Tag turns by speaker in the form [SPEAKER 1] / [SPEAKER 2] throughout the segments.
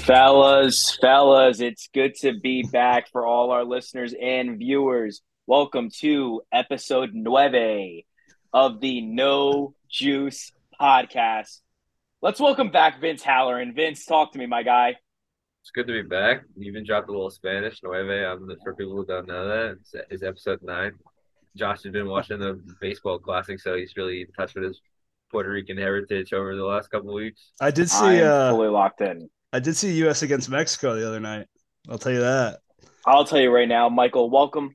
[SPEAKER 1] Fellas, fellas, it's good to be back for all our listeners and viewers. Welcome to episode nueve of the No Juice podcast. Let's welcome back Vince Halloran. Vince, talk to me, my guy.
[SPEAKER 2] It's good to be back. You even dropped a little Spanish, Nueve. I'm the, for people who don't know that, it's, it's episode nine. Josh has been watching the baseball classic, so he's really in touch with his Puerto Rican heritage over the last couple weeks.
[SPEAKER 3] I did
[SPEAKER 1] I
[SPEAKER 3] see
[SPEAKER 1] am
[SPEAKER 3] uh
[SPEAKER 1] fully locked in.
[SPEAKER 3] I did see US against Mexico the other night. I'll tell you that.
[SPEAKER 1] I'll tell you right now, Michael. Welcome.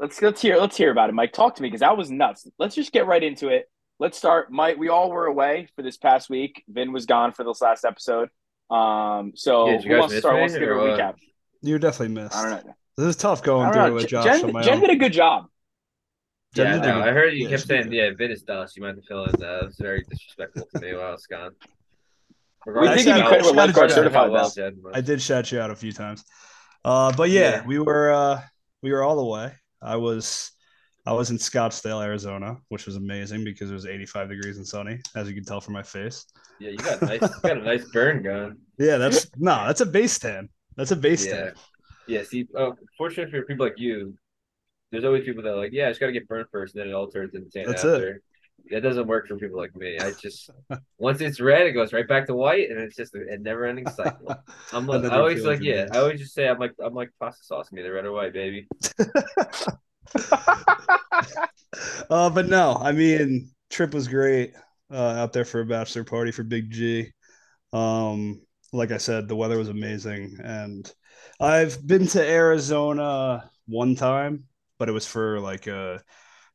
[SPEAKER 1] Let's let's hear let's hear about it, Mike. Talk to me because that was nuts. Let's just get right into it. Let's start, Mike. We all were away for this past week. Vin was gone for this last episode. Um, so
[SPEAKER 2] Yeah, did you
[SPEAKER 1] who
[SPEAKER 2] guys
[SPEAKER 1] wants to
[SPEAKER 2] miss
[SPEAKER 1] start?
[SPEAKER 2] me,
[SPEAKER 1] Wants to give a
[SPEAKER 2] or what?
[SPEAKER 1] recap?
[SPEAKER 3] You were definitely missed.
[SPEAKER 1] I don't know.
[SPEAKER 3] This is tough
[SPEAKER 1] I
[SPEAKER 3] going
[SPEAKER 1] don't
[SPEAKER 3] through it
[SPEAKER 1] know.
[SPEAKER 3] with Josh on
[SPEAKER 1] Jen,
[SPEAKER 3] my
[SPEAKER 1] Jen
[SPEAKER 3] own.
[SPEAKER 1] did a good job.
[SPEAKER 3] Jen
[SPEAKER 2] Yeah,
[SPEAKER 3] did a
[SPEAKER 2] no,
[SPEAKER 3] good-
[SPEAKER 2] I heard you
[SPEAKER 3] yeah,
[SPEAKER 2] kept
[SPEAKER 3] she did
[SPEAKER 2] saying, "Yeah, Vin is dust." You might have to fill in that. It was very disrespectful to me while I was gone.
[SPEAKER 1] We did
[SPEAKER 3] did give
[SPEAKER 1] give
[SPEAKER 3] you
[SPEAKER 1] you
[SPEAKER 2] how-
[SPEAKER 1] credit with
[SPEAKER 3] credit
[SPEAKER 2] how
[SPEAKER 3] where lifeguard
[SPEAKER 1] lifeguard
[SPEAKER 2] well
[SPEAKER 1] certified though.
[SPEAKER 2] Jen was.
[SPEAKER 3] I did shout you out a few times. Uh but yeah,
[SPEAKER 2] Yeah.
[SPEAKER 3] we were uh we were all the way. I was I was in Scottsdale, Arizona, which was amazing because it was 85 degrees and sunny, as you can tell from my face.
[SPEAKER 2] Yeah, you got a nice, you got a nice burn going.
[SPEAKER 3] Yeah, that's no, that's a base tan. That's a base
[SPEAKER 2] Yeah.
[SPEAKER 3] tan.
[SPEAKER 2] Yeah, see, oh, fortunately for people like you, there's always people that are like, yeah, I just got to get burned first, and then it all turns into tan
[SPEAKER 3] That's it.
[SPEAKER 2] after. That doesn't work for people like me. I just once it's red, it goes right back to white, and it's just a, a never-ending cycle. I'm like,
[SPEAKER 3] Another
[SPEAKER 2] I always
[SPEAKER 3] feeling
[SPEAKER 2] like,
[SPEAKER 3] to
[SPEAKER 2] yeah,
[SPEAKER 3] this.
[SPEAKER 2] I always just say, I'm like, I'm like pasta sauce me the red or white, baby.
[SPEAKER 3] Uh, but no, I mean, trip was great uh, out there for a bachelor party for Big G. Um, like I said, the weather was amazing, and I've been to Arizona one time, but it was for like a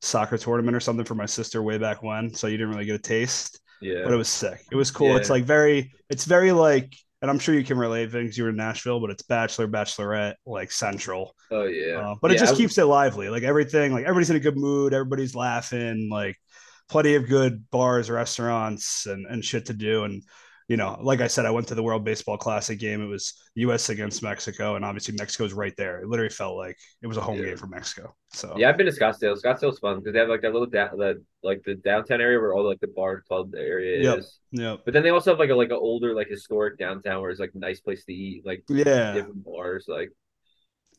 [SPEAKER 3] soccer tournament or something for my sister way back when, so you didn't really get a taste.
[SPEAKER 2] Yeah,
[SPEAKER 3] But it was sick. It was cool. It's
[SPEAKER 2] Yeah.
[SPEAKER 3] like very, it's very like, and I'm sure you can relate because you were in Nashville, but it's bachelor, bachelorette, like central.
[SPEAKER 2] oh yeah,
[SPEAKER 3] Uh, but it
[SPEAKER 2] Yeah,
[SPEAKER 3] just
[SPEAKER 2] I-
[SPEAKER 3] keeps it lively. Like everything, like everybody's in a good mood, everybody's laughing, like plenty of good bars, restaurants, and, and shit to do. And, you know, like I said, I went to the World Baseball Classic game. It was US against Mexico, and obviously Mexico's right there. It literally felt like it was a home
[SPEAKER 2] Yeah.
[SPEAKER 3] game for Mexico. So,
[SPEAKER 2] Yeah, I've been to Scottsdale. Scottsdale's fun because they have like that little down, that like the downtown area where all like the bar club area
[SPEAKER 3] Yep.
[SPEAKER 2] is.
[SPEAKER 3] yeah.
[SPEAKER 2] But then they also have like a like an older like historic downtown where it's like a nice place to eat, like
[SPEAKER 3] Yeah.
[SPEAKER 2] different bars, like.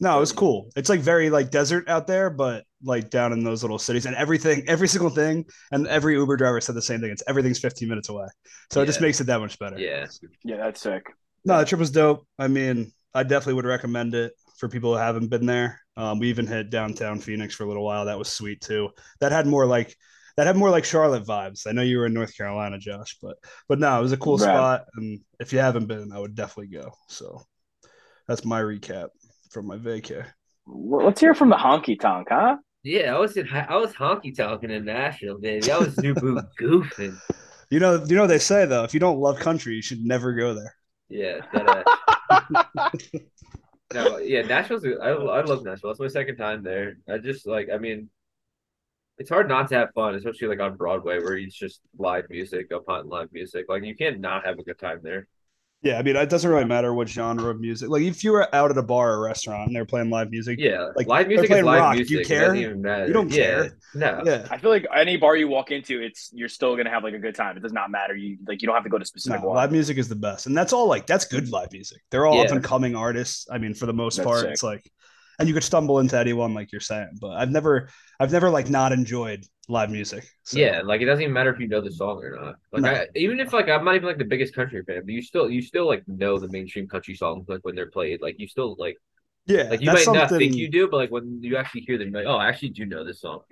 [SPEAKER 3] No, it was cool. It's like very like desert out there, but like down in those little cities and everything, every single thing. And every Uber driver said the same thing. It's everything's 15 minutes away. So it just
[SPEAKER 2] Yeah.
[SPEAKER 3] makes it that much better.
[SPEAKER 2] Yeah.
[SPEAKER 1] yeah, that's sick.
[SPEAKER 3] No, the trip was dope. I mean, I definitely would recommend it for people who haven't been there. Um, we even hit downtown Phoenix for a little while. That was sweet too. That had more like that had more like Charlotte vibes. I know you were in North Carolina, Josh, but but no, it was a cool
[SPEAKER 1] Right.
[SPEAKER 3] spot. And if you haven't been, I would definitely go. So that's my recap from my vacay.
[SPEAKER 1] Well, Let's hear from the honky tonk, huh?
[SPEAKER 2] Yeah, I was in I was honky talking in Nashville, baby. I was new boot goofing.
[SPEAKER 3] You know, you know they say though, if you don't love country, you should never go there.
[SPEAKER 2] Yeah, that, uh, no, yeah, Nashville's. I I love Nashville. It's my second time there. I just like. I mean, it's hard not to have fun, especially like on Broadway where it's just live music, up on live music. Like you can't not have a good time there.
[SPEAKER 3] Yeah, I mean, it doesn't really matter what genre of music. Like if you were out at a bar or restaurant and they're playing live music,
[SPEAKER 2] Yeah,
[SPEAKER 3] Like,
[SPEAKER 2] live music is
[SPEAKER 3] playing
[SPEAKER 2] live
[SPEAKER 3] rock. Do you
[SPEAKER 2] music. It
[SPEAKER 3] care?
[SPEAKER 2] doesn't even matter.
[SPEAKER 3] You don't
[SPEAKER 2] Yeah,
[SPEAKER 3] care.
[SPEAKER 2] No.
[SPEAKER 3] yeah.
[SPEAKER 1] I feel like any bar you walk into, it's you're still gonna have like a good time. It does not matter. You like you don't have to go to
[SPEAKER 3] No,
[SPEAKER 1] specific ones.
[SPEAKER 3] live music is the best, and that's all like that's good live music. They're all
[SPEAKER 2] Yeah.
[SPEAKER 3] up and coming artists. I mean, for the most
[SPEAKER 1] That's
[SPEAKER 3] part,
[SPEAKER 1] sick.
[SPEAKER 3] it's like, and you could stumble into anyone like you're saying. But I've never, I've never like not enjoyed live music. So,
[SPEAKER 2] Yeah, like it doesn't even matter if you know the song or not. Like
[SPEAKER 3] No.
[SPEAKER 2] I even if like I'm not even like the biggest country fan, but you still you still like know the mainstream country songs like when they're played. Like you still like
[SPEAKER 3] yeah,
[SPEAKER 2] like you might
[SPEAKER 3] that's something.
[SPEAKER 2] not think you do, but like when you actually hear them, you're like, oh, I actually do know this song.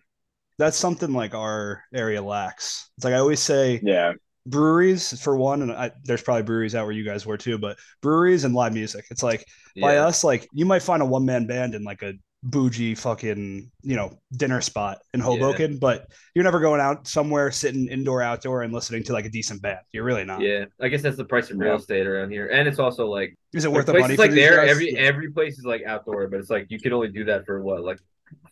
[SPEAKER 3] That's something like our area lacks. It's like I always say,
[SPEAKER 1] yeah,
[SPEAKER 3] breweries for one, and I, there's probably breweries out where you guys were too, but breweries and live music. It's like by
[SPEAKER 2] Yeah.
[SPEAKER 3] us, like you might find a one man band in like a bougie fucking, you know, dinner spot in Hoboken, but you're never going out somewhere sitting indoor, outdoor and listening to like a decent band. You're really not.
[SPEAKER 2] Yeah, I guess that's the price of real
[SPEAKER 1] Yeah.
[SPEAKER 2] estate around here, and it's also like,
[SPEAKER 3] Is it
[SPEAKER 2] like
[SPEAKER 3] worth the
[SPEAKER 2] places
[SPEAKER 3] money?
[SPEAKER 2] like
[SPEAKER 3] for these
[SPEAKER 2] there,
[SPEAKER 3] guys?
[SPEAKER 2] every every place is like outdoor, but it's like you can only do that for what like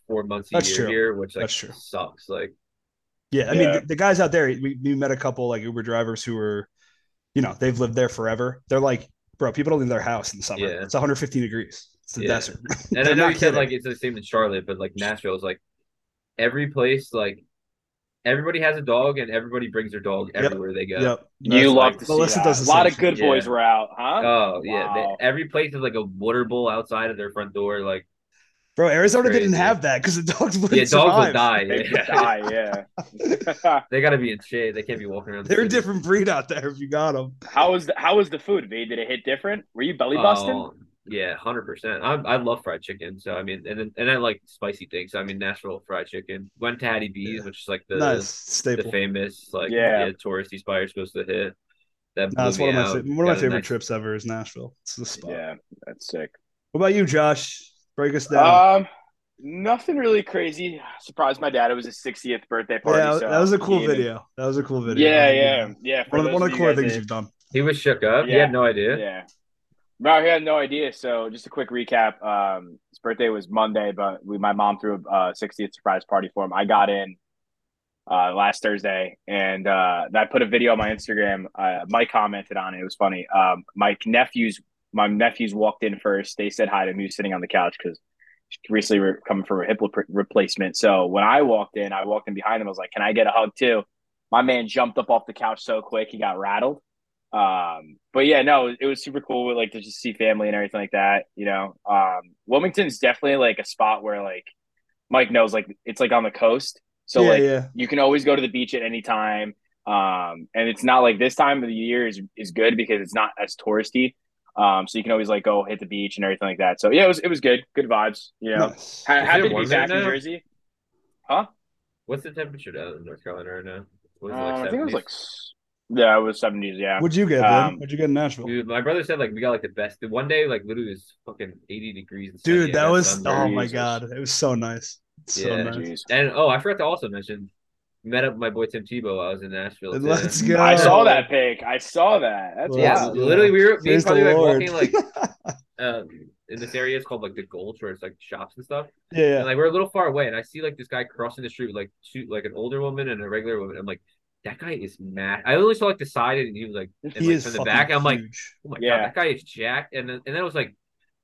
[SPEAKER 2] four months a
[SPEAKER 3] That's
[SPEAKER 2] year
[SPEAKER 3] true.
[SPEAKER 2] here, which like
[SPEAKER 3] That's true.
[SPEAKER 2] sucks. Like
[SPEAKER 3] Yeah, I mean,
[SPEAKER 1] Yeah.
[SPEAKER 3] the- the guys out there, we, we met a couple like Uber drivers who were, you know, they've lived there forever. They're like, bro, people don't leave their house in the summer.
[SPEAKER 2] Yeah.
[SPEAKER 3] It's 115 degrees. It's the
[SPEAKER 2] Yeah.
[SPEAKER 3] desert.
[SPEAKER 2] And I
[SPEAKER 3] They're
[SPEAKER 2] know you
[SPEAKER 3] not
[SPEAKER 2] said
[SPEAKER 3] kidding.
[SPEAKER 2] like it's the same in Charlotte, but like Nashville is like every place, like everybody has a dog and everybody brings their dog
[SPEAKER 3] Yep.
[SPEAKER 2] everywhere they go.
[SPEAKER 3] Yep.
[SPEAKER 1] you
[SPEAKER 3] That's-
[SPEAKER 1] love
[SPEAKER 2] like-
[SPEAKER 1] to see
[SPEAKER 3] Melissa
[SPEAKER 1] that.
[SPEAKER 3] does
[SPEAKER 1] a
[SPEAKER 3] the
[SPEAKER 1] lot
[SPEAKER 3] same
[SPEAKER 1] of good
[SPEAKER 2] thing.
[SPEAKER 1] boys
[SPEAKER 2] Yeah.
[SPEAKER 1] were out, huh?
[SPEAKER 2] Oh yeah, they-
[SPEAKER 1] Wow.
[SPEAKER 2] every place is like a water bowl outside of their front door. Like
[SPEAKER 3] Bro, Arizona didn't
[SPEAKER 2] Crazy.
[SPEAKER 3] have that because the dogs wouldn't
[SPEAKER 2] yeah, dogs
[SPEAKER 3] survive.
[SPEAKER 2] would die.
[SPEAKER 1] They would
[SPEAKER 2] Yeah.
[SPEAKER 1] die, yeah.
[SPEAKER 2] they gotta be in shade. They can't be walking around. the
[SPEAKER 3] They're a
[SPEAKER 2] city.
[SPEAKER 3] different breed out there if you got them.
[SPEAKER 1] how was the how was the food, V? Did it hit different? Were you belly busting?
[SPEAKER 2] Oh, yeah, hundred percent. I I love fried chicken. So I mean, and then- and I like spicy things. So, I mean, Nashville fried chicken. Went to Hattie B's,
[SPEAKER 3] Yeah.
[SPEAKER 2] which is like the
[SPEAKER 3] nice
[SPEAKER 2] the
[SPEAKER 3] staple.
[SPEAKER 2] famous like
[SPEAKER 1] Yeah.
[SPEAKER 2] yeah, touristy spot you're supposed to hit. That
[SPEAKER 3] No, it's
[SPEAKER 2] blew
[SPEAKER 3] one
[SPEAKER 2] me
[SPEAKER 3] of my
[SPEAKER 2] out.
[SPEAKER 3] fa- one of my
[SPEAKER 2] Got a
[SPEAKER 3] favorite
[SPEAKER 2] nice-
[SPEAKER 3] trips ever is Nashville. It's the spot.
[SPEAKER 1] Yeah, that's sick.
[SPEAKER 3] What about you, Josh? Break us down.
[SPEAKER 1] Um, nothing really crazy. Surprised my dad. It was his 60th birthday party.
[SPEAKER 3] yeah,
[SPEAKER 1] so
[SPEAKER 3] that was a cool
[SPEAKER 1] he even-
[SPEAKER 3] video. That was a cool video.
[SPEAKER 1] Yeah,
[SPEAKER 3] That was a good
[SPEAKER 1] yeah,
[SPEAKER 3] one.
[SPEAKER 1] yeah. for
[SPEAKER 3] One of, the-
[SPEAKER 1] those
[SPEAKER 3] one of
[SPEAKER 1] you
[SPEAKER 3] the cooler
[SPEAKER 1] guys
[SPEAKER 3] things
[SPEAKER 1] that-
[SPEAKER 3] you've done.
[SPEAKER 2] He was shook up. He
[SPEAKER 1] Yeah.
[SPEAKER 2] had no idea.
[SPEAKER 1] Yeah. No, he had no idea. So just a quick recap. Um, his birthday was Monday, but we my mom threw a uh, 60th surprise party for him. I got in uh, last Thursday, and uh, I put a video on my Instagram. Uh, Mike commented on it. It was funny. Um, my nephews, my nephews walked in first. They said hi to me sitting on the couch because recently we're coming from a hip rep- replacement. So when I walked in, I walked in behind them. I was like, "Can I get a hug too?" My man jumped up off the couch so quick he got rattled. Um, but yeah, no, it was super cool. Like to just see family and everything like that. You know, um, Wilmington's definitely like a spot where like Mike knows like it's like on the coast. So
[SPEAKER 3] yeah,
[SPEAKER 1] like
[SPEAKER 3] yeah.
[SPEAKER 1] you can always go to the beach at any time. Um, and it's not like this time of the year is is good because it's not as touristy. Um, so you can always like go hit the beach and everything like that. So yeah, it was it was good, good vibes. You know,
[SPEAKER 3] Nice.
[SPEAKER 1] Ha-
[SPEAKER 2] Is
[SPEAKER 1] happy
[SPEAKER 2] it
[SPEAKER 1] to be
[SPEAKER 2] warm
[SPEAKER 1] back
[SPEAKER 2] there
[SPEAKER 1] in
[SPEAKER 2] now?
[SPEAKER 1] Jersey.
[SPEAKER 2] What's the temperature down in North Carolina right now? Was
[SPEAKER 1] Um,
[SPEAKER 2] it,
[SPEAKER 1] I think it was
[SPEAKER 2] 70s?
[SPEAKER 1] like s- yeah, it was seventies. Yeah,
[SPEAKER 3] What'd you get,
[SPEAKER 1] Um,
[SPEAKER 3] man? What'd you get in Nashville?
[SPEAKER 2] Dude, my brother said like we got like the best. One day like literally it was fucking eighty degrees. and sunny,
[SPEAKER 3] Dude,
[SPEAKER 2] and
[SPEAKER 3] that
[SPEAKER 2] I
[SPEAKER 3] was
[SPEAKER 2] sunburned.
[SPEAKER 3] oh my
[SPEAKER 1] Jesus.
[SPEAKER 3] god, it was so nice. So
[SPEAKER 2] Yeah.
[SPEAKER 3] nice.
[SPEAKER 1] Jeez.
[SPEAKER 2] And oh, I forgot to also mention, met up with my boy Tim Tebow. while I was in Nashville.
[SPEAKER 3] And
[SPEAKER 2] too.
[SPEAKER 3] Let's go.
[SPEAKER 1] I saw that pic. I saw that. That's
[SPEAKER 3] Let's
[SPEAKER 2] Yeah,
[SPEAKER 1] wild.
[SPEAKER 3] go.
[SPEAKER 2] literally, we were- me and
[SPEAKER 3] Praise the
[SPEAKER 2] Carly, like,
[SPEAKER 3] Lord.
[SPEAKER 2] walking, like- Um, in this area, it's called like the Gulch, where it's like shops and stuff.
[SPEAKER 3] yeah, yeah.
[SPEAKER 2] And like we're a little far away, and I see like this guy crossing the street with like two, like an older woman and a regular woman. I'm like, that guy is mad. I only saw like the side, and he was like, and,
[SPEAKER 3] he
[SPEAKER 2] like,
[SPEAKER 3] is
[SPEAKER 2] from
[SPEAKER 3] fucking
[SPEAKER 2] the back. I'm like,
[SPEAKER 3] huge.
[SPEAKER 2] oh my
[SPEAKER 1] Yeah.
[SPEAKER 2] god, that guy is jacked. And then and then I was like,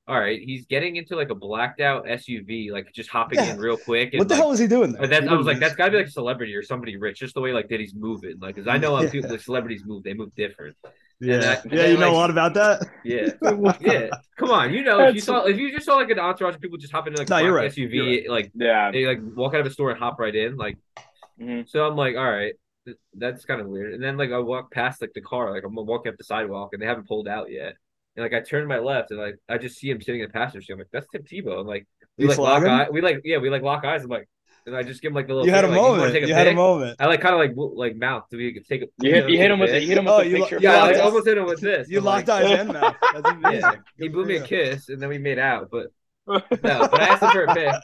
[SPEAKER 2] all right, he's getting into like a blacked out SUV, like just hopping
[SPEAKER 3] Yeah.
[SPEAKER 2] in real quick. And,
[SPEAKER 3] what the
[SPEAKER 2] like,
[SPEAKER 3] hell was he doing there?
[SPEAKER 2] But that's,
[SPEAKER 3] He
[SPEAKER 2] I was
[SPEAKER 3] didn't
[SPEAKER 2] like,
[SPEAKER 3] miss.
[SPEAKER 2] that's got to be like a celebrity or somebody rich, just the way like that he's moving. Like, 'cause I know how
[SPEAKER 3] Yeah.
[SPEAKER 2] people, like, celebrities move, they move different.
[SPEAKER 3] yeah,
[SPEAKER 2] that-
[SPEAKER 3] yeah.
[SPEAKER 2] and
[SPEAKER 3] You know a
[SPEAKER 2] like-
[SPEAKER 3] lot about that.
[SPEAKER 2] Yeah,
[SPEAKER 1] yeah,
[SPEAKER 2] yeah. Come on, you know, if you
[SPEAKER 1] That's-
[SPEAKER 2] saw if you just saw like an entourage of people just hopping in like a
[SPEAKER 3] No, you're
[SPEAKER 2] black
[SPEAKER 3] right.
[SPEAKER 2] SUV,
[SPEAKER 3] You're right.
[SPEAKER 2] like they like walk out of a store and hop right in, like.
[SPEAKER 1] Mhm.
[SPEAKER 2] So I'm like, all right, th- that's kind of weird. And then like I walk past like the car, like I'm walking up the sidewalk, and they haven't pulled out yet. And like I turn to my left, and like I just see him sitting in the passenger seat. I'm like, that's Tim Tebow. And like we
[SPEAKER 3] You
[SPEAKER 2] like
[SPEAKER 3] flag
[SPEAKER 2] lock
[SPEAKER 3] him?
[SPEAKER 2] eye, we like yeah, we like lock eyes. I'm like, and I just give him like the little.
[SPEAKER 3] You had a
[SPEAKER 2] finger, like, wanna
[SPEAKER 3] moment.
[SPEAKER 2] take
[SPEAKER 3] You had a
[SPEAKER 2] pic?"
[SPEAKER 3] moment.
[SPEAKER 2] I like kind of like w- like mouth. Do we could take a?
[SPEAKER 1] You hit, you hit him with the,
[SPEAKER 2] it.
[SPEAKER 1] you hit him with
[SPEAKER 3] Oh,
[SPEAKER 1] the
[SPEAKER 3] you lo-
[SPEAKER 1] picture.
[SPEAKER 3] you
[SPEAKER 1] from
[SPEAKER 2] Yeah,
[SPEAKER 1] the
[SPEAKER 3] locked
[SPEAKER 2] I
[SPEAKER 1] list.
[SPEAKER 3] eyes.
[SPEAKER 2] almost hit him with this.
[SPEAKER 3] You
[SPEAKER 2] I'm
[SPEAKER 3] locked
[SPEAKER 2] like,
[SPEAKER 3] eyes and mouth. That's amazing.
[SPEAKER 2] Yeah. He
[SPEAKER 3] Good
[SPEAKER 2] blew
[SPEAKER 3] for
[SPEAKER 2] me a
[SPEAKER 3] you.
[SPEAKER 2] kiss, and then we made out. But no, but I asked him for a pic,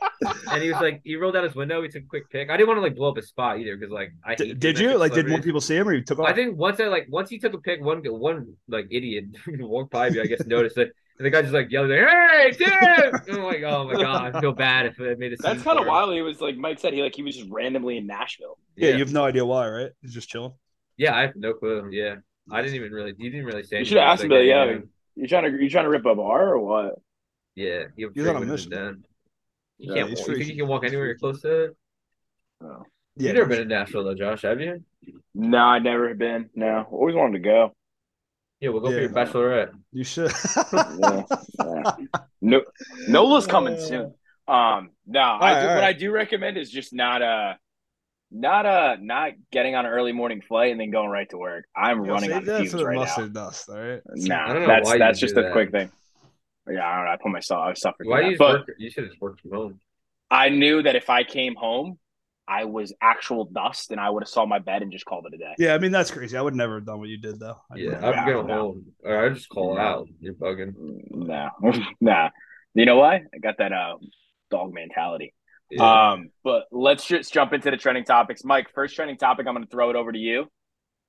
[SPEAKER 2] and he was like, he rolled out his window. We took a quick pic. I didn't want to like blow up his spot either because like I
[SPEAKER 3] D-
[SPEAKER 2] hate
[SPEAKER 3] did
[SPEAKER 2] doing that
[SPEAKER 3] you
[SPEAKER 2] to
[SPEAKER 3] like? Did more
[SPEAKER 2] celebrities.
[SPEAKER 3] people see him, or you took off?
[SPEAKER 2] I think once I like once he took a pic, one one like idiot walked by me. I guess noticed it, and the guy just like yelled like, "Hey, dude!" And I'm like, "Oh my god, I feel bad if I made a."
[SPEAKER 1] That's
[SPEAKER 2] scene
[SPEAKER 1] kind
[SPEAKER 2] for
[SPEAKER 1] of
[SPEAKER 2] it."
[SPEAKER 1] wild. He was like Mike said. He like he was just randomly in Nashville.
[SPEAKER 3] yeah,
[SPEAKER 2] Yeah,
[SPEAKER 3] you have no idea why, right? He's just chilling.
[SPEAKER 2] yeah. I have no clue. Yeah, I didn't even really. You didn't really say.
[SPEAKER 1] You should've asked him,
[SPEAKER 2] anything,
[SPEAKER 1] but
[SPEAKER 2] I
[SPEAKER 1] yeah.
[SPEAKER 2] knew.
[SPEAKER 1] You trying to you trying to rip a bar or what?
[SPEAKER 2] Yeah, he
[SPEAKER 3] He's on a
[SPEAKER 2] would've been
[SPEAKER 3] mission.
[SPEAKER 2] done. You
[SPEAKER 1] Yeah,
[SPEAKER 2] can't.
[SPEAKER 3] he's
[SPEAKER 2] walk- You think
[SPEAKER 3] freaky.
[SPEAKER 2] you can walk
[SPEAKER 3] He's
[SPEAKER 2] anywhere
[SPEAKER 3] freaky.
[SPEAKER 2] close to it?
[SPEAKER 1] No,
[SPEAKER 3] Yeah,
[SPEAKER 2] You've never been in Nashville though, Josh, have you?
[SPEAKER 1] no I never been. No, always wanted to go.
[SPEAKER 2] Yeah, we'll go for
[SPEAKER 3] Yeah.
[SPEAKER 2] your bachelorette.
[SPEAKER 3] you should.
[SPEAKER 1] Yeah, yeah. No, Nola's coming
[SPEAKER 3] Uh,
[SPEAKER 1] soon. Um, no, I do,
[SPEAKER 3] right, all
[SPEAKER 1] what
[SPEAKER 3] right.
[SPEAKER 1] I do recommend is just not uh not uh not getting on an early morning flight and then going right to work. I'm
[SPEAKER 3] Yo,
[SPEAKER 1] running
[SPEAKER 3] save
[SPEAKER 1] on
[SPEAKER 3] that
[SPEAKER 1] fumes
[SPEAKER 3] for the
[SPEAKER 1] right now.
[SPEAKER 3] mustard dust. All right.
[SPEAKER 1] Nah,
[SPEAKER 2] I don't know
[SPEAKER 1] that's
[SPEAKER 2] why you
[SPEAKER 1] that's
[SPEAKER 2] do
[SPEAKER 1] just a
[SPEAKER 2] that.
[SPEAKER 1] quick thing. Yeah, I don't know. I put myself. I suffered.
[SPEAKER 2] Why do you
[SPEAKER 1] that.
[SPEAKER 2] just
[SPEAKER 1] But
[SPEAKER 2] work? You should have just worked from home.
[SPEAKER 1] I knew that if I came home, I was actual dust, and I would have saw my bed and just called it a day.
[SPEAKER 3] Yeah, I mean that's crazy. I would never have done what you did though. I
[SPEAKER 2] Yeah,
[SPEAKER 3] never-
[SPEAKER 2] I'm
[SPEAKER 1] Yeah,
[SPEAKER 2] going
[SPEAKER 1] no.
[SPEAKER 2] home. Or I just call out. You're bugging.
[SPEAKER 1] No, nah. You know why? I got that uh dog mentality.
[SPEAKER 2] Yeah.
[SPEAKER 1] Um, but let's just jump into the trending topics. Mike, first trending topic, I'm going to throw it over to you.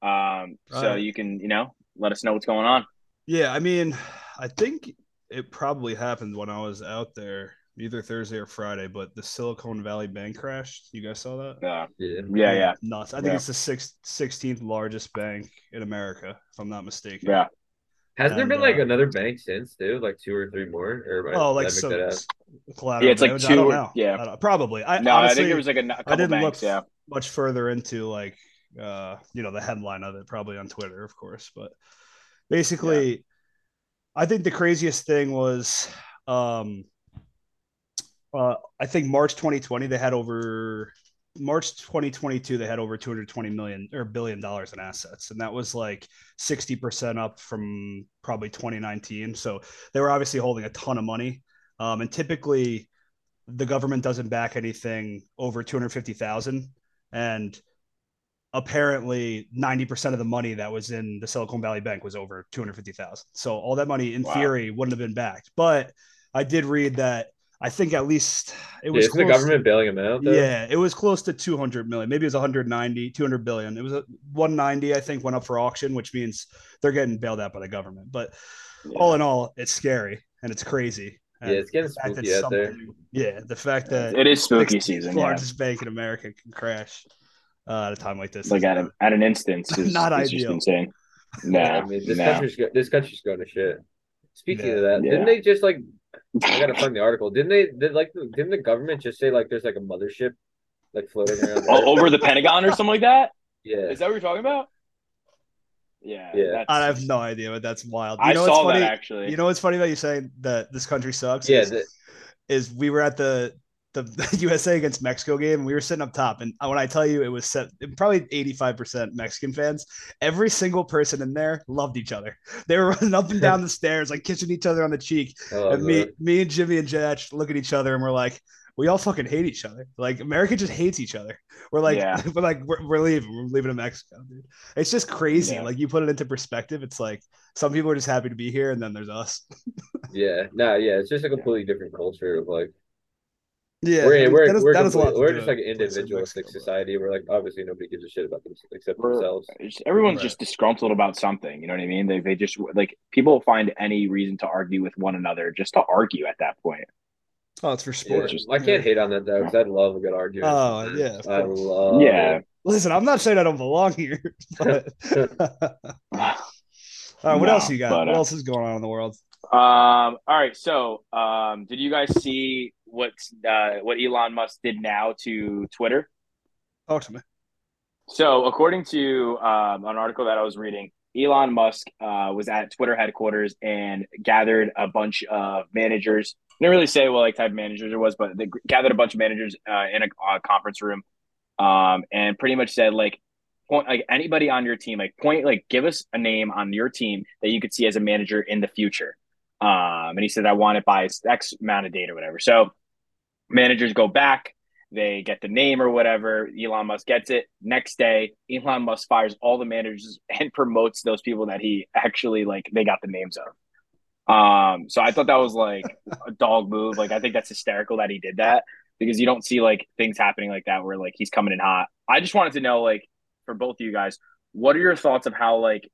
[SPEAKER 1] Um, so
[SPEAKER 3] Alright.
[SPEAKER 1] you can, you know, let us know what's going on.
[SPEAKER 3] Yeah, I mean, I think it probably happened when I was out there, either Thursday or Friday. But the Silicon Valley bank crashed. You guys saw that?
[SPEAKER 1] Uh,
[SPEAKER 2] yeah.
[SPEAKER 1] yeah, yeah,
[SPEAKER 3] Nuts. I think
[SPEAKER 1] Yeah.
[SPEAKER 3] it's the sixth, 16th largest bank in America, if I'm not mistaken.
[SPEAKER 1] yeah.
[SPEAKER 2] Has there
[SPEAKER 3] And,
[SPEAKER 2] been like
[SPEAKER 3] uh,
[SPEAKER 2] another bank since too? Like two or three more? Or am I- did
[SPEAKER 3] Oh,
[SPEAKER 2] I
[SPEAKER 3] like
[SPEAKER 2] make that
[SPEAKER 3] so.
[SPEAKER 2] up?
[SPEAKER 3] collateral
[SPEAKER 1] Yeah, it's like
[SPEAKER 3] damage?
[SPEAKER 1] two
[SPEAKER 3] I don't
[SPEAKER 1] or-
[SPEAKER 3] know.
[SPEAKER 1] yeah.
[SPEAKER 3] I don't- probably. I
[SPEAKER 1] No, I
[SPEAKER 3] honestly,
[SPEAKER 1] think there was like a, a couple
[SPEAKER 3] I didn't
[SPEAKER 1] banks.
[SPEAKER 3] look.
[SPEAKER 1] Yeah.
[SPEAKER 3] much further into like uh you know the headline of it probably on Twitter of course but basically I think the craziest thing was um uh I think March 2020 they had over March 2022 they had over 220 million or billion dollars in assets and that was like 60% up from probably 2019 so they were obviously holding a ton of money um and typically the government doesn't back anything over 250,000 and apparently 90% of the money that was in the Silicon Valley Bank was over 250,000. So all that money in
[SPEAKER 1] Wow.
[SPEAKER 3] theory wouldn't have been backed. But I did read that I think at least it was
[SPEAKER 2] Is the
[SPEAKER 3] close-
[SPEAKER 2] government bailing him out? Though?
[SPEAKER 3] yeah, it was close to 200 million. Maybe it was 190, 200 billion. It was a 190 I think went up for auction, which means they're getting bailed out by the government. But all in all, it's scary and it's crazy.
[SPEAKER 2] yeah,
[SPEAKER 3] And
[SPEAKER 2] it's getting
[SPEAKER 3] the fact that
[SPEAKER 2] spooky out there.
[SPEAKER 3] something- Yeah, the fact that
[SPEAKER 1] It is spooky
[SPEAKER 3] Sixth
[SPEAKER 1] season. Yeah.
[SPEAKER 3] largest bank in America can crash uh, at a time like this.
[SPEAKER 1] Like at, a, at an instance, is,
[SPEAKER 3] Not
[SPEAKER 1] is just
[SPEAKER 3] ideal.
[SPEAKER 1] insane. No,
[SPEAKER 2] I mean, this
[SPEAKER 1] no.
[SPEAKER 2] country's go- this country's going to shit. Speaking
[SPEAKER 3] Yeah.
[SPEAKER 2] of that,
[SPEAKER 1] Yeah.
[SPEAKER 2] didn't they just like I gotta find the article? Didn't they? Did like the- didn't the government just say like there's like a mothership like floating around?
[SPEAKER 1] O- over the Pentagon or something like that.
[SPEAKER 2] yeah,
[SPEAKER 1] Oh, Is that what you're talking about? Yeah.
[SPEAKER 2] Yeah.
[SPEAKER 1] that's-
[SPEAKER 3] I have no idea, but that's wild. You
[SPEAKER 1] I
[SPEAKER 3] know what's
[SPEAKER 1] saw
[SPEAKER 3] funny?
[SPEAKER 1] that actually.
[SPEAKER 3] You know what's funny about you saying that this country sucks?
[SPEAKER 2] yeah.
[SPEAKER 3] is,
[SPEAKER 2] The,
[SPEAKER 3] is we were at the the USA against Mexico game. And we were sitting up top, and when I tell you it was set, probably eighty five percent Mexican fans. Every single person in there loved each other. They were running up and down the stairs, like kissing each other on the cheek.
[SPEAKER 2] oh,
[SPEAKER 3] and me, me and Jimmy and Jatch look at each other and we're like, we all fucking hate each other. Like America just hates each other. We're like,
[SPEAKER 1] Yeah.
[SPEAKER 3] we're like, we're, we're leaving. We're leaving to Mexico, dude. It's just crazy.
[SPEAKER 1] Yeah.
[SPEAKER 3] Like you put it into perspective. It's like some people are just happy to be here, and then there's us.
[SPEAKER 2] yeah, no, yeah. It's just a completely different culture of like
[SPEAKER 3] Yeah,
[SPEAKER 2] we're
[SPEAKER 3] that
[SPEAKER 2] we're
[SPEAKER 3] has-
[SPEAKER 2] we're,
[SPEAKER 3] that has a lot
[SPEAKER 2] complete-
[SPEAKER 3] to
[SPEAKER 2] we're
[SPEAKER 3] do
[SPEAKER 2] just
[SPEAKER 3] with
[SPEAKER 2] like an
[SPEAKER 3] the place in
[SPEAKER 2] individualistic
[SPEAKER 3] Mexico, but-
[SPEAKER 2] society. We're like obviously nobody gives a shit about them except
[SPEAKER 1] We're-
[SPEAKER 2] themselves.
[SPEAKER 1] It's- everyone's
[SPEAKER 3] Right.
[SPEAKER 1] just disgruntled about something. You know what I mean? They they just like people find any reason to argue with one another just to argue at that point.
[SPEAKER 3] Oh, it's for
[SPEAKER 2] Yeah.
[SPEAKER 3] sports.
[SPEAKER 2] I can't hate on that though because I'd love a good argument.
[SPEAKER 3] Oh, yeah, of
[SPEAKER 2] I
[SPEAKER 3] course.
[SPEAKER 2] love
[SPEAKER 1] yeah.
[SPEAKER 3] Listen, I'm not saying I don't belong here. But... All
[SPEAKER 1] Um,
[SPEAKER 3] right, what
[SPEAKER 1] No,
[SPEAKER 3] else you got?
[SPEAKER 1] but,
[SPEAKER 3] what
[SPEAKER 1] uh,
[SPEAKER 3] else is going on in the world?
[SPEAKER 1] Um. All right. So, um, did you guys see what uh, what Elon Musk did now to Twitter?
[SPEAKER 3] Talk to me.
[SPEAKER 1] So, according to um, an article that I was reading, Elon Musk uh, was at Twitter headquarters and gathered a bunch of managers. Didn't really say what like type of managers it was, but they gathered a bunch of managers uh, in a uh, conference room, um, and pretty much said like, point like anybody on your team, like point like give us a name on your team that you could see as a manager in the future. Um, and he said, I want it by X amount of date or whatever. So managers go back, they get the name or whatever. Elon Musk gets it. Next day, Elon Musk fires all the managers and promotes those people that he actually like they got the names of. Um, so I thought that was like a dog move. Like I think that's hysterical that he did that because you don't see like things happening like that where like he's coming in hot. I just wanted to know like for both of you guys, what are your thoughts of how like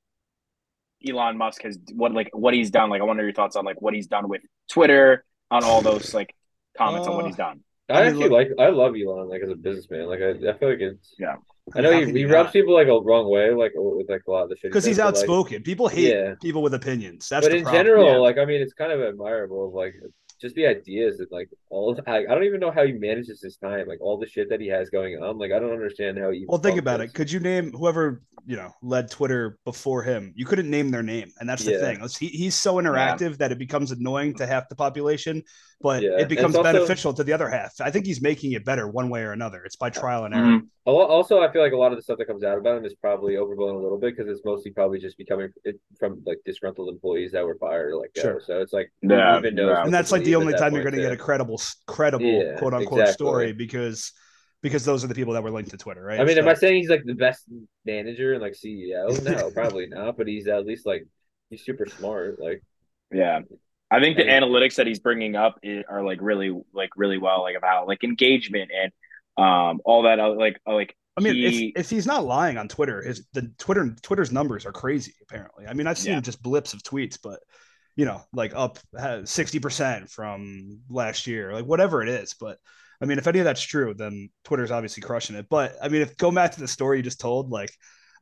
[SPEAKER 1] Elon Musk has what like what he's done? Like I wonder your thoughts on like what he's done with Twitter on all those like comments on what
[SPEAKER 3] Uh,
[SPEAKER 1] he's done.
[SPEAKER 2] I
[SPEAKER 3] I mean,
[SPEAKER 2] actually like I love Elon like as a businessman. Like I, I feel like it's
[SPEAKER 1] Yeah.
[SPEAKER 2] I know
[SPEAKER 3] How
[SPEAKER 2] he,
[SPEAKER 3] can
[SPEAKER 2] he
[SPEAKER 3] you
[SPEAKER 2] rubs
[SPEAKER 3] not?
[SPEAKER 2] people like a wrong way, like with like a lot of the shit. he
[SPEAKER 3] because he's
[SPEAKER 2] does, but, like,
[SPEAKER 3] outspoken. people hate
[SPEAKER 2] Yeah.
[SPEAKER 3] people with opinions. That's
[SPEAKER 2] but
[SPEAKER 3] the
[SPEAKER 2] in
[SPEAKER 3] problem.
[SPEAKER 2] general,
[SPEAKER 1] yeah.
[SPEAKER 2] like I mean, it's kind of admirable of like just the ideas that like all. I, I don't even know how he manages his time, like all the shit that he has going on. Like I don't understand how he.
[SPEAKER 3] Well, think
[SPEAKER 2] functions.
[SPEAKER 3] about it. Could you name whoever you know led Twitter before him? You couldn't name their name, and that's the
[SPEAKER 2] Yeah.
[SPEAKER 3] thing. It's- He, he's so interactive that it becomes annoying to half the population, but
[SPEAKER 2] Yeah. And
[SPEAKER 3] it
[SPEAKER 2] it's
[SPEAKER 3] becomes
[SPEAKER 2] also-
[SPEAKER 3] beneficial to the other half. I think he's making it better one way or another. It's
[SPEAKER 2] Uh,
[SPEAKER 3] by trial
[SPEAKER 1] Hmm.
[SPEAKER 3] and error.
[SPEAKER 2] Al- Also, I feel like a lot of the stuff that comes out about him is probably overblown a little bit because it's mostly probably just becoming it from like disgruntled employees that were fired, like that.
[SPEAKER 3] Sure.
[SPEAKER 2] So it's like who
[SPEAKER 1] Yeah,
[SPEAKER 2] even knows
[SPEAKER 1] yeah.
[SPEAKER 2] what
[SPEAKER 3] and
[SPEAKER 2] to
[SPEAKER 3] that's like the
[SPEAKER 2] believe at
[SPEAKER 3] only
[SPEAKER 2] that
[SPEAKER 3] time you're
[SPEAKER 2] point,
[SPEAKER 3] going to get
[SPEAKER 2] yeah.
[SPEAKER 3] a credible, credible
[SPEAKER 2] Yeah,
[SPEAKER 3] quote unquote
[SPEAKER 2] exactly.
[SPEAKER 3] story because because those are the people that were linked to Twitter, right?
[SPEAKER 2] I mean, am I
[SPEAKER 3] So-
[SPEAKER 2] saying he's like the best manager and like CEO? No, probably not. But he's at least like he's super smart. Like
[SPEAKER 1] Yeah. I think the
[SPEAKER 2] Yeah.
[SPEAKER 1] analytics that he's bringing up i- are like really, like really well, like about like engagement and um all that, other like, uh, like
[SPEAKER 3] I mean,
[SPEAKER 1] He-
[SPEAKER 3] if, if he's not lying on Twitter, his the Twitter Twitter's numbers are crazy. Apparently, I mean, I've seen
[SPEAKER 1] Yeah.
[SPEAKER 3] just blips of tweets, but you know, like up uh, sixty percent from last year, like whatever it is. But I mean, if any of that's true, then Twitter's obviously crushing it. But I mean, if go back to the story you just told, like,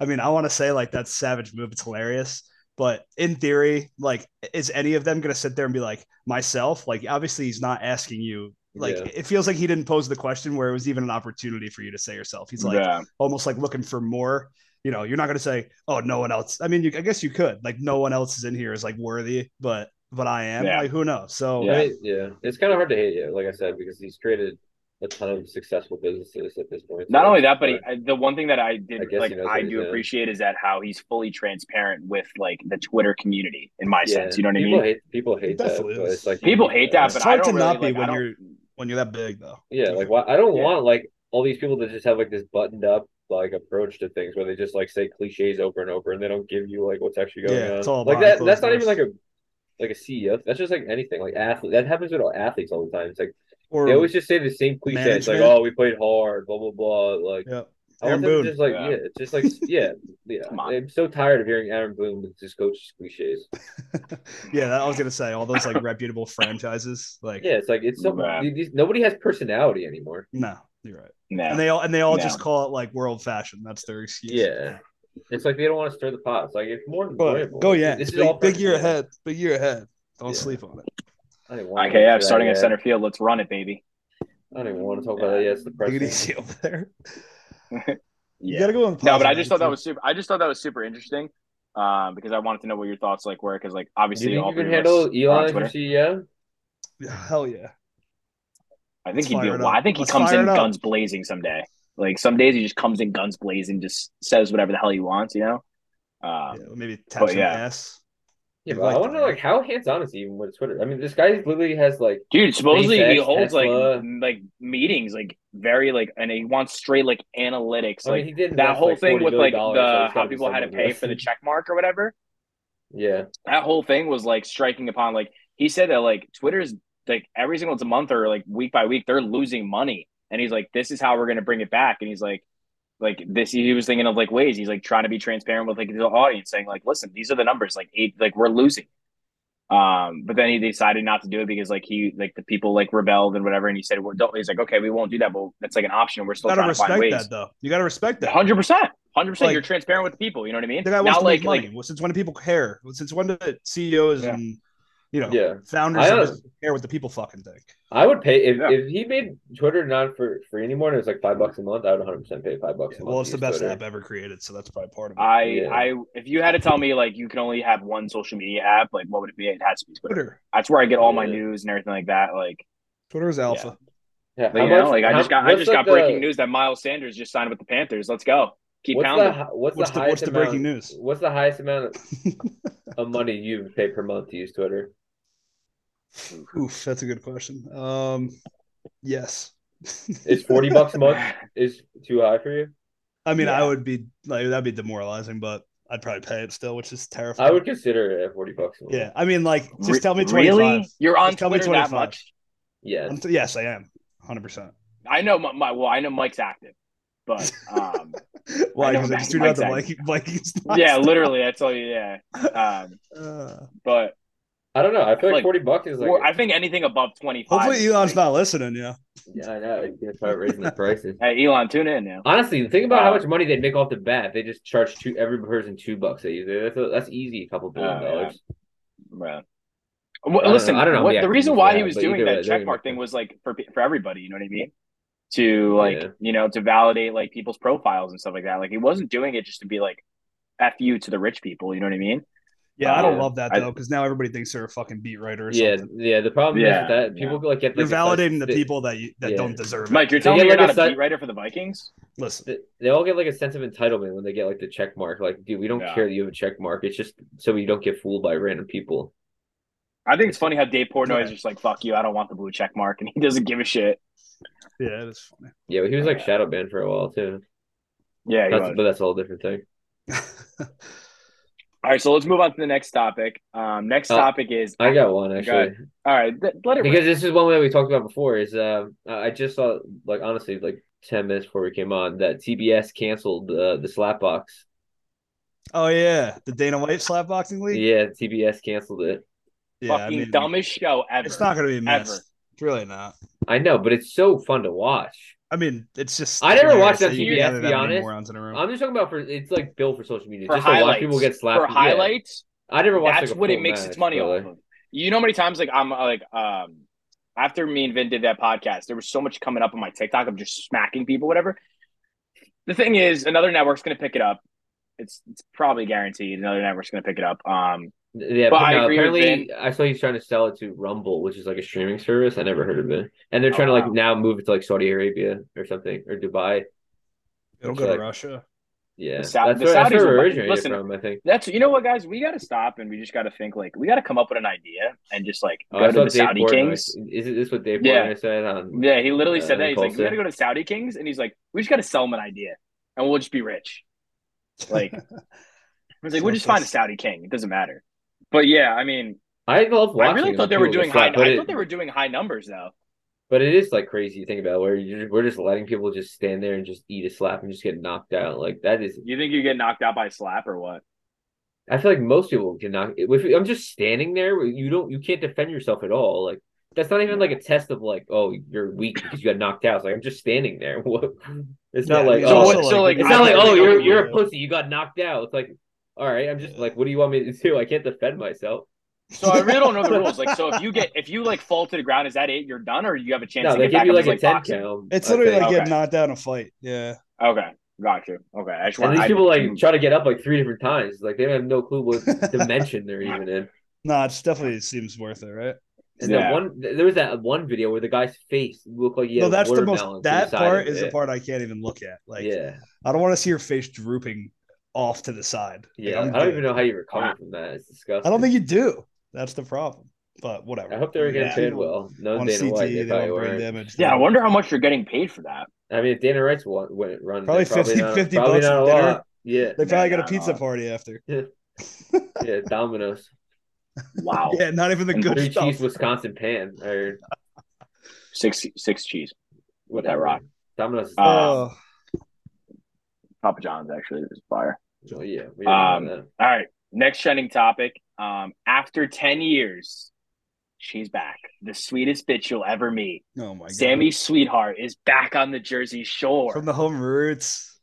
[SPEAKER 3] I mean, I want to say like that's savage move. It's hilarious. But in theory, like, is any of them going to sit there and be like, myself? Like, obviously, he's not asking you like
[SPEAKER 2] Yeah.
[SPEAKER 3] it feels like he didn't pose the question where it was even an opportunity for you to say yourself. He's like
[SPEAKER 1] yeah.
[SPEAKER 3] almost like looking for more. You know, you're not going to say, "Oh, no one else." I mean, you, I guess you could. Like, no one else is in here is like worthy, but but I am.
[SPEAKER 1] Yeah.
[SPEAKER 3] Like, who knows? So
[SPEAKER 1] Yeah.
[SPEAKER 2] I mean, yeah, it's kind of hard to hate it, like I said, because he's created a ton of successful businesses at this point.
[SPEAKER 1] Not
[SPEAKER 2] So,
[SPEAKER 1] only that, but he,
[SPEAKER 2] uh,
[SPEAKER 1] I- the one thing that I did
[SPEAKER 2] I guess
[SPEAKER 1] like
[SPEAKER 2] he knows
[SPEAKER 1] I
[SPEAKER 2] what he's
[SPEAKER 1] do
[SPEAKER 2] doing.
[SPEAKER 1] appreciate is that how he's fully transparent with like the Twitter community in my sense. You know what I
[SPEAKER 2] people
[SPEAKER 1] mean?
[SPEAKER 2] Hate, people hate that.
[SPEAKER 3] Definitely
[SPEAKER 2] but
[SPEAKER 3] is.
[SPEAKER 2] it's like
[SPEAKER 1] People hate that,
[SPEAKER 3] It's
[SPEAKER 1] but I
[SPEAKER 3] hard
[SPEAKER 1] don't
[SPEAKER 3] to
[SPEAKER 1] really,
[SPEAKER 3] not be
[SPEAKER 1] like, I
[SPEAKER 3] when
[SPEAKER 1] don't-
[SPEAKER 3] you're- when you're that big, though.
[SPEAKER 2] Yeah, like why I don't
[SPEAKER 1] Yeah.
[SPEAKER 2] want like all these people to just have like this buttoned up like approach to things where they just like say cliches over and over and they don't give you like what's actually going
[SPEAKER 3] Yeah,
[SPEAKER 2] on.
[SPEAKER 3] it's all
[SPEAKER 2] like
[SPEAKER 3] behind
[SPEAKER 2] that. That's not
[SPEAKER 3] closed
[SPEAKER 2] even
[SPEAKER 3] doors.
[SPEAKER 2] like a like a CEO. That's just like anything. Like athlete. That happens with all athletes all the time. It's like
[SPEAKER 3] Or
[SPEAKER 2] they always just say the same cliche. It's like
[SPEAKER 3] management.
[SPEAKER 2] oh we played hard, blah blah blah. Like
[SPEAKER 3] yeah.
[SPEAKER 2] I want
[SPEAKER 3] Aaron
[SPEAKER 2] them to
[SPEAKER 3] Boone.
[SPEAKER 2] just like
[SPEAKER 1] Yeah.
[SPEAKER 2] yeah. it's just like yeah, yeah.
[SPEAKER 1] Come on.
[SPEAKER 2] I'm so tired of hearing Aaron Boone with his coach cliches.
[SPEAKER 3] yeah, that, I was gonna say all those like reputable franchises, like
[SPEAKER 2] Yeah, it's like it's so
[SPEAKER 1] Nah.
[SPEAKER 2] these, nobody has personality anymore.
[SPEAKER 3] no, you're right.
[SPEAKER 1] No.
[SPEAKER 3] And they all and they all
[SPEAKER 1] No.
[SPEAKER 3] just call it like world fashion. That's their excuse.
[SPEAKER 2] Yeah. It's like they don't want to stir the pot. It's like it's more than
[SPEAKER 3] but
[SPEAKER 2] enjoyable.
[SPEAKER 3] go yeah,
[SPEAKER 2] This is all
[SPEAKER 3] big, big year
[SPEAKER 2] personal.
[SPEAKER 3] ahead, big year ahead. Don't
[SPEAKER 2] Yeah.
[SPEAKER 3] sleep on it.
[SPEAKER 2] I don't want to
[SPEAKER 1] IKF
[SPEAKER 2] get to
[SPEAKER 1] starting
[SPEAKER 2] that
[SPEAKER 1] at
[SPEAKER 2] yet.
[SPEAKER 1] center field. Let's run it, baby.
[SPEAKER 2] I don't even want to talk about that yet. It's
[SPEAKER 3] Take it
[SPEAKER 2] depressing.
[SPEAKER 3] easy over there. You
[SPEAKER 1] Yeah.
[SPEAKER 3] gotta go on.
[SPEAKER 1] No, but I just thought that was super. I just thought that was super interesting, um, because I wanted to know what your thoughts like were, because like
[SPEAKER 2] Do you
[SPEAKER 1] obviously
[SPEAKER 2] think
[SPEAKER 1] all
[SPEAKER 2] you can
[SPEAKER 1] three of us are
[SPEAKER 2] handle
[SPEAKER 1] on
[SPEAKER 2] Elon
[SPEAKER 1] Twitter.
[SPEAKER 2] as your E CEO?
[SPEAKER 3] hell yeah.
[SPEAKER 1] I think
[SPEAKER 3] Let's
[SPEAKER 1] he'd be.
[SPEAKER 3] fire it
[SPEAKER 1] a- I
[SPEAKER 3] up.
[SPEAKER 1] think he
[SPEAKER 3] Let's
[SPEAKER 1] comes
[SPEAKER 3] fire
[SPEAKER 1] in
[SPEAKER 3] it up.
[SPEAKER 1] guns blazing someday. Like some days he just comes in guns blazing, just says whatever the hell he wants, you know. Um,
[SPEAKER 3] Yeah, maybe
[SPEAKER 1] but
[SPEAKER 3] tap some
[SPEAKER 1] yeah.
[SPEAKER 3] ass.
[SPEAKER 2] Yeah,
[SPEAKER 3] He'd
[SPEAKER 2] but I
[SPEAKER 3] like
[SPEAKER 2] wonder
[SPEAKER 3] that.
[SPEAKER 2] like how hands on is he even with Twitter? I mean, this guy literally has like
[SPEAKER 1] Dude, supposedly he
[SPEAKER 2] SpaceX,
[SPEAKER 1] holds
[SPEAKER 2] Tesla.
[SPEAKER 1] like m- like meetings, like very like, and he wants straight like analytics,
[SPEAKER 2] I mean,
[SPEAKER 1] like
[SPEAKER 2] he did
[SPEAKER 1] that
[SPEAKER 2] invest,
[SPEAKER 1] whole
[SPEAKER 2] like,
[SPEAKER 1] thing
[SPEAKER 2] $40
[SPEAKER 1] with like
[SPEAKER 2] million,
[SPEAKER 1] the
[SPEAKER 2] so it's gotta
[SPEAKER 1] how
[SPEAKER 2] be
[SPEAKER 1] people had to
[SPEAKER 2] someone
[SPEAKER 1] pay for the
[SPEAKER 2] invested.
[SPEAKER 1] check mark or whatever.
[SPEAKER 2] Yeah,
[SPEAKER 1] That whole thing was like striking upon like he said that like Twitter's like every single month or like week by week they're losing money, and he's like, this is how we're gonna bring it back, and he's like. Like this, he was thinking of like ways. He's like trying to be transparent with like the audience, saying like, "Listen, these are the numbers. Like eight, like we're losing." Um, but then he decided not to do it because like he like the people like rebelled and whatever, and he said, "Well, don't." He's like, "Okay, we won't do that, but that's like an option. We're
[SPEAKER 3] You
[SPEAKER 1] still
[SPEAKER 3] gotta
[SPEAKER 1] trying to find
[SPEAKER 3] respect
[SPEAKER 1] ways."
[SPEAKER 3] that though. You gotta respect that.
[SPEAKER 1] Hundred percent, hundred percent.
[SPEAKER 3] Like-
[SPEAKER 1] You're transparent with the people. You know what I mean?
[SPEAKER 3] The guy wants
[SPEAKER 1] Not
[SPEAKER 3] to make
[SPEAKER 1] like
[SPEAKER 3] money.
[SPEAKER 1] like
[SPEAKER 3] Well, since when do people care? Well, Since when do CEOs
[SPEAKER 1] Yeah.
[SPEAKER 3] and you know
[SPEAKER 2] yeah.
[SPEAKER 3] founders
[SPEAKER 2] I
[SPEAKER 3] of
[SPEAKER 2] don't-
[SPEAKER 3] business care what the people fucking think?
[SPEAKER 2] I would pay if,
[SPEAKER 1] Yeah.
[SPEAKER 2] if he made Twitter not for free anymore and it was like five bucks a month. I would 100 percent pay five bucks.
[SPEAKER 3] Yeah,
[SPEAKER 2] a month
[SPEAKER 3] well,
[SPEAKER 2] to
[SPEAKER 3] it's the
[SPEAKER 2] use
[SPEAKER 3] best
[SPEAKER 2] Twitter.
[SPEAKER 3] app ever created, so that's probably part of it.
[SPEAKER 1] I
[SPEAKER 2] Yeah.
[SPEAKER 1] I if you had to tell me like you can only have one social media app, like what would it be? It has to be Twitter.
[SPEAKER 3] Twitter.
[SPEAKER 1] That's where I get all my
[SPEAKER 2] Yeah.
[SPEAKER 1] news and everything like that. Like
[SPEAKER 3] Twitter is alpha.
[SPEAKER 2] Yeah,
[SPEAKER 1] but,
[SPEAKER 2] how
[SPEAKER 1] you know,
[SPEAKER 2] much-
[SPEAKER 1] like I
[SPEAKER 2] how-
[SPEAKER 1] just got I
[SPEAKER 2] what's,
[SPEAKER 1] just got
[SPEAKER 2] like,
[SPEAKER 1] breaking
[SPEAKER 2] the-
[SPEAKER 1] news that Miles Sanders just signed with the Panthers. Let's go. Keep
[SPEAKER 2] what's
[SPEAKER 1] pounding.
[SPEAKER 2] The, hi- what's,
[SPEAKER 3] What's
[SPEAKER 2] the
[SPEAKER 3] the-
[SPEAKER 2] highest
[SPEAKER 3] what's the breaking
[SPEAKER 2] amount-
[SPEAKER 3] news?
[SPEAKER 2] What's the highest amount of money you pay per month to use Twitter?
[SPEAKER 3] Oof, that's a good question. Um, yes.
[SPEAKER 2] Is forty bucks a month is too high for you?
[SPEAKER 3] I mean, I
[SPEAKER 1] Yeah.
[SPEAKER 3] would be like that'd be demoralizing, but I'd probably pay it still, which is terrifying.
[SPEAKER 2] I would consider it at forty bucks. A month.
[SPEAKER 3] Yeah, I mean, like,
[SPEAKER 1] Re-
[SPEAKER 3] just tell me twenty-five.
[SPEAKER 1] really you're on
[SPEAKER 3] Just tell me
[SPEAKER 1] Twitter that
[SPEAKER 3] 25.
[SPEAKER 1] much.
[SPEAKER 2] yeah.
[SPEAKER 3] I'm t- yes, I am, hundred percent.
[SPEAKER 1] I know my, my well, I know Mike's active, but um,
[SPEAKER 3] Why?
[SPEAKER 1] know
[SPEAKER 3] Because I
[SPEAKER 1] that-
[SPEAKER 3] just tuned out the
[SPEAKER 1] Mike's
[SPEAKER 3] Viking- Vikings.
[SPEAKER 1] yeah,
[SPEAKER 3] last-
[SPEAKER 1] literally, I tell you, yeah. Um,
[SPEAKER 3] Uh,
[SPEAKER 1] but
[SPEAKER 2] I don't know. I feel like,
[SPEAKER 1] Like,
[SPEAKER 2] forty bucks is like.
[SPEAKER 1] or I think anything above twenty five.
[SPEAKER 3] hopefully, Elon's not listening. Yeah,
[SPEAKER 2] yeah, I know. It's gonna start raising the prices.
[SPEAKER 1] Hey, Elon, tune in now.
[SPEAKER 2] Honestly, think
[SPEAKER 1] Uh,
[SPEAKER 2] about how much money they make off the bat. They just charge two every person two bucks. They use it. That's, a, that's easy, a couple billion
[SPEAKER 1] Oh, yeah.
[SPEAKER 2] dollars.
[SPEAKER 1] Well,
[SPEAKER 2] don't
[SPEAKER 1] listen,
[SPEAKER 2] know- I don't know
[SPEAKER 1] what-
[SPEAKER 2] the
[SPEAKER 1] the reason
[SPEAKER 2] acronyms
[SPEAKER 1] why
[SPEAKER 2] for
[SPEAKER 1] he
[SPEAKER 2] that,
[SPEAKER 1] was
[SPEAKER 2] but either
[SPEAKER 1] doing
[SPEAKER 2] way,
[SPEAKER 1] that
[SPEAKER 2] they're
[SPEAKER 1] checkmark thing
[SPEAKER 2] gonna-
[SPEAKER 1] was like for pe- for everybody, you know what I mean? To like
[SPEAKER 2] Yeah.
[SPEAKER 1] you know to validate like people's profiles and stuff like that. Like he wasn't doing it just to be like f you to the rich people. You know what I mean?
[SPEAKER 3] yeah, I don't
[SPEAKER 2] Yeah.
[SPEAKER 3] love that
[SPEAKER 1] I-
[SPEAKER 3] though, because now everybody thinks they're a fucking beat writer. Or
[SPEAKER 2] Yeah,
[SPEAKER 3] something.
[SPEAKER 2] yeah. The problem
[SPEAKER 1] Yeah,
[SPEAKER 2] is that
[SPEAKER 1] yeah.
[SPEAKER 2] people like get
[SPEAKER 3] you're
[SPEAKER 2] like, excited-
[SPEAKER 3] validating the
[SPEAKER 2] they-
[SPEAKER 3] people that you that
[SPEAKER 2] yeah.
[SPEAKER 3] don't deserve it.
[SPEAKER 1] Mike, you're
[SPEAKER 2] They
[SPEAKER 1] telling me you're
[SPEAKER 2] get, like,
[SPEAKER 1] not a
[SPEAKER 2] a side-
[SPEAKER 1] beat writer for the Vikings?
[SPEAKER 3] Listen,
[SPEAKER 2] they- they all get like a sense of entitlement when they get like the check mark. Like, dude, we don't
[SPEAKER 1] Yeah.
[SPEAKER 2] care that you have a check mark. It's just so you don't get fooled by random people.
[SPEAKER 1] I think it's funny how Dave Portnoy is
[SPEAKER 3] Yeah.
[SPEAKER 1] just like fuck you. I don't want the blue check mark, and he doesn't give a shit.
[SPEAKER 3] yeah, it is funny.
[SPEAKER 2] Yeah, but he was like
[SPEAKER 1] Yeah.
[SPEAKER 2] shadow banned for a while too.
[SPEAKER 1] Yeah, he
[SPEAKER 2] That's,
[SPEAKER 1] was.
[SPEAKER 2] but that's a whole different thing.
[SPEAKER 1] all right. So let's move on to the next topic. Um, next
[SPEAKER 2] Uh,
[SPEAKER 1] topic is
[SPEAKER 2] I got one
[SPEAKER 1] ahead.
[SPEAKER 2] actually
[SPEAKER 1] all right. Th- let it rip.
[SPEAKER 2] because this is one that we talked about before. Is um, I I just saw like honestly like ten minutes before we came on that TBS canceled uh, the Slapbox.
[SPEAKER 3] oh yeah, the Dana White slap boxing league.
[SPEAKER 2] Yeah, TBS canceled it.
[SPEAKER 3] Yeah,
[SPEAKER 1] fucking
[SPEAKER 3] I mean,
[SPEAKER 1] dumbest show ever.
[SPEAKER 3] It's not going to be
[SPEAKER 1] Ever.
[SPEAKER 3] missed. It's really not.
[SPEAKER 2] I know, but it's so fun to watch.
[SPEAKER 3] I mean, it's just.
[SPEAKER 2] I never
[SPEAKER 3] hilarious
[SPEAKER 2] watched that
[SPEAKER 3] you can
[SPEAKER 2] TBS,
[SPEAKER 3] gather
[SPEAKER 2] to
[SPEAKER 3] that
[SPEAKER 2] be
[SPEAKER 3] many
[SPEAKER 2] honest.
[SPEAKER 3] morons in a room.
[SPEAKER 2] I'm just talking about for it's like Bill for social media.
[SPEAKER 1] for
[SPEAKER 2] just to
[SPEAKER 1] highlights.
[SPEAKER 2] watch people get slapped
[SPEAKER 1] for
[SPEAKER 2] yeah.
[SPEAKER 1] highlights.
[SPEAKER 2] I never watched.
[SPEAKER 1] that's
[SPEAKER 2] like, a
[SPEAKER 1] what it
[SPEAKER 2] full
[SPEAKER 1] makes
[SPEAKER 2] match,
[SPEAKER 1] its money
[SPEAKER 2] but,
[SPEAKER 1] off
[SPEAKER 2] like,
[SPEAKER 1] of. You know how many times like I'm like um after me and Vin did that podcast, there was so much coming up on my TikTok of just smacking people, whatever. The thing is, another network's going to pick it up. It's, it's probably guaranteed another network's going to pick it up. Um,
[SPEAKER 2] Yeah,
[SPEAKER 1] But I
[SPEAKER 2] no,
[SPEAKER 1] agree with
[SPEAKER 2] apparently I saw he's trying to sell it to Rumble, which is like a streaming service. I never heard of it. And they're
[SPEAKER 1] Oh,
[SPEAKER 2] trying to like
[SPEAKER 1] wow.
[SPEAKER 2] now move it to like Saudi Arabia or something or Dubai.
[SPEAKER 3] It'll
[SPEAKER 2] It's
[SPEAKER 3] go
[SPEAKER 2] like-
[SPEAKER 3] to Russia.
[SPEAKER 2] Yeah.
[SPEAKER 1] The Sau-
[SPEAKER 2] that's
[SPEAKER 1] the
[SPEAKER 2] where, that's
[SPEAKER 1] Saudis
[SPEAKER 2] where
[SPEAKER 1] are-
[SPEAKER 2] it originated
[SPEAKER 1] listen,
[SPEAKER 2] from, I think.
[SPEAKER 1] That's you know what, guys, we gotta stop and we just gotta think like we gotta come up with an idea and just like
[SPEAKER 2] Oh,
[SPEAKER 1] go
[SPEAKER 2] I
[SPEAKER 1] to the
[SPEAKER 2] saw Dave
[SPEAKER 1] Saudi
[SPEAKER 2] Portnoy.
[SPEAKER 1] Kings.
[SPEAKER 2] Is it this what Dave
[SPEAKER 1] Yeah.
[SPEAKER 2] Portnoy said on
[SPEAKER 1] Yeah, he literally
[SPEAKER 2] Uh,
[SPEAKER 1] said that. He's like, we
[SPEAKER 2] Colson.
[SPEAKER 1] gotta go to Saudi Kings, and he's like, we just gotta sell them an idea, and we'll just be rich. Like, I was like, we'll just find a Saudi King. It doesn't matter. But yeah, I mean,
[SPEAKER 2] I love watching.
[SPEAKER 1] I really
[SPEAKER 2] it
[SPEAKER 1] thought
[SPEAKER 2] when
[SPEAKER 1] they were
[SPEAKER 2] people
[SPEAKER 1] doing
[SPEAKER 2] get
[SPEAKER 1] high.
[SPEAKER 2] slapped, but
[SPEAKER 1] I
[SPEAKER 2] it-
[SPEAKER 1] thought they were doing high numbers though.
[SPEAKER 2] But it is like crazy to think about where you we're just letting people just stand there and just eat a slap and just get knocked out. Like that is,
[SPEAKER 1] You think you get knocked out by a slap or what?
[SPEAKER 2] I feel like most people can knock. If I'm just standing there, you don't, you can't defend yourself at all. Like that's not even like a test of like, oh, you're weak because you got knocked out. It's like I'm just standing there. What? It's not
[SPEAKER 3] Yeah,
[SPEAKER 2] like,
[SPEAKER 3] it's
[SPEAKER 2] oh,
[SPEAKER 3] also
[SPEAKER 1] what- so, like,
[SPEAKER 2] it's
[SPEAKER 1] I
[SPEAKER 2] not like,
[SPEAKER 1] can't
[SPEAKER 2] oh,
[SPEAKER 1] really
[SPEAKER 2] you're
[SPEAKER 1] argue
[SPEAKER 2] you're a
[SPEAKER 3] with
[SPEAKER 2] pussy. You got knocked out. It's like, all right, I'm just
[SPEAKER 3] Yeah.
[SPEAKER 2] like, what do you want me to do? I can't defend myself.
[SPEAKER 3] it.
[SPEAKER 1] So I really don't know the rules. Like, so if you get if you like fall to the ground, is that it? You're done, or you have a chance?
[SPEAKER 2] No,
[SPEAKER 1] to
[SPEAKER 2] they
[SPEAKER 1] get
[SPEAKER 2] give
[SPEAKER 1] back
[SPEAKER 2] you
[SPEAKER 1] up
[SPEAKER 2] like
[SPEAKER 1] as,
[SPEAKER 2] a ten
[SPEAKER 1] boxing?
[SPEAKER 2] count. um,
[SPEAKER 3] It's
[SPEAKER 2] I
[SPEAKER 3] literally
[SPEAKER 2] think.
[SPEAKER 3] like
[SPEAKER 1] Okay.
[SPEAKER 3] getting knocked out in a fight. Yeah.
[SPEAKER 1] Okay, got you. Okay, I just
[SPEAKER 2] And
[SPEAKER 1] want
[SPEAKER 2] these
[SPEAKER 1] I-
[SPEAKER 2] people like try to get up like three different times. Like they have no clue what dimension they're even in.
[SPEAKER 3] No, it's definitely it seems worth it, right?
[SPEAKER 2] And
[SPEAKER 1] Yeah.
[SPEAKER 2] that one, th- there was that one video where the guy's face looked like he had
[SPEAKER 3] no, that's the
[SPEAKER 2] watermelon
[SPEAKER 3] most.
[SPEAKER 2] to
[SPEAKER 3] That
[SPEAKER 2] side
[SPEAKER 3] part
[SPEAKER 2] of
[SPEAKER 3] is
[SPEAKER 2] it.
[SPEAKER 3] the part I can't even look at. Like,
[SPEAKER 2] yeah,
[SPEAKER 3] I don't want to see your face drooping off to the side. Like,
[SPEAKER 2] yeah.
[SPEAKER 3] I'm
[SPEAKER 2] I don't
[SPEAKER 3] good.
[SPEAKER 2] even know how you
[SPEAKER 1] Ah.
[SPEAKER 2] recover from that. It's disgusting.
[SPEAKER 3] I don't think you do. That's the problem. But whatever.
[SPEAKER 2] I hope they were getting
[SPEAKER 1] Yeah.
[SPEAKER 2] paid well. No
[SPEAKER 3] On
[SPEAKER 2] Dana
[SPEAKER 3] CTE,
[SPEAKER 2] White,
[SPEAKER 3] E, they
[SPEAKER 2] they
[SPEAKER 3] don't
[SPEAKER 2] probably
[SPEAKER 3] brain
[SPEAKER 2] were.
[SPEAKER 3] damage.
[SPEAKER 1] yeah, I wonder how much you're getting paid for that.
[SPEAKER 2] I mean, if Dana Wright's won, went run,
[SPEAKER 3] Probably
[SPEAKER 2] they're
[SPEAKER 3] 50
[SPEAKER 2] not,
[SPEAKER 3] 50
[SPEAKER 2] probably
[SPEAKER 3] bucks
[SPEAKER 2] not a
[SPEAKER 3] at dinner.
[SPEAKER 2] lot. Yeah,
[SPEAKER 3] They probably got a
[SPEAKER 1] Yeah,
[SPEAKER 3] pizza
[SPEAKER 1] uh,
[SPEAKER 3] party after.
[SPEAKER 2] yeah. Domino's,
[SPEAKER 1] Wow,
[SPEAKER 3] Yeah, not even the
[SPEAKER 1] And
[SPEAKER 3] good
[SPEAKER 2] three
[SPEAKER 3] stuff.
[SPEAKER 2] cheese Wisconsin pan or
[SPEAKER 1] six six cheese.
[SPEAKER 2] whatever.
[SPEAKER 1] rock.
[SPEAKER 2] Domino's, is
[SPEAKER 1] Uh,
[SPEAKER 3] Oh,
[SPEAKER 1] Papa John's actually is fire.
[SPEAKER 2] oh, yeah. We
[SPEAKER 1] um,
[SPEAKER 2] already know that.
[SPEAKER 1] All right, next trending topic. Um, after ten years, she's back. The sweetest bitch you'll ever meet.
[SPEAKER 3] oh my god.
[SPEAKER 1] Sammy Sweetheart is back on the Jersey Shore.
[SPEAKER 3] from the home roots. She's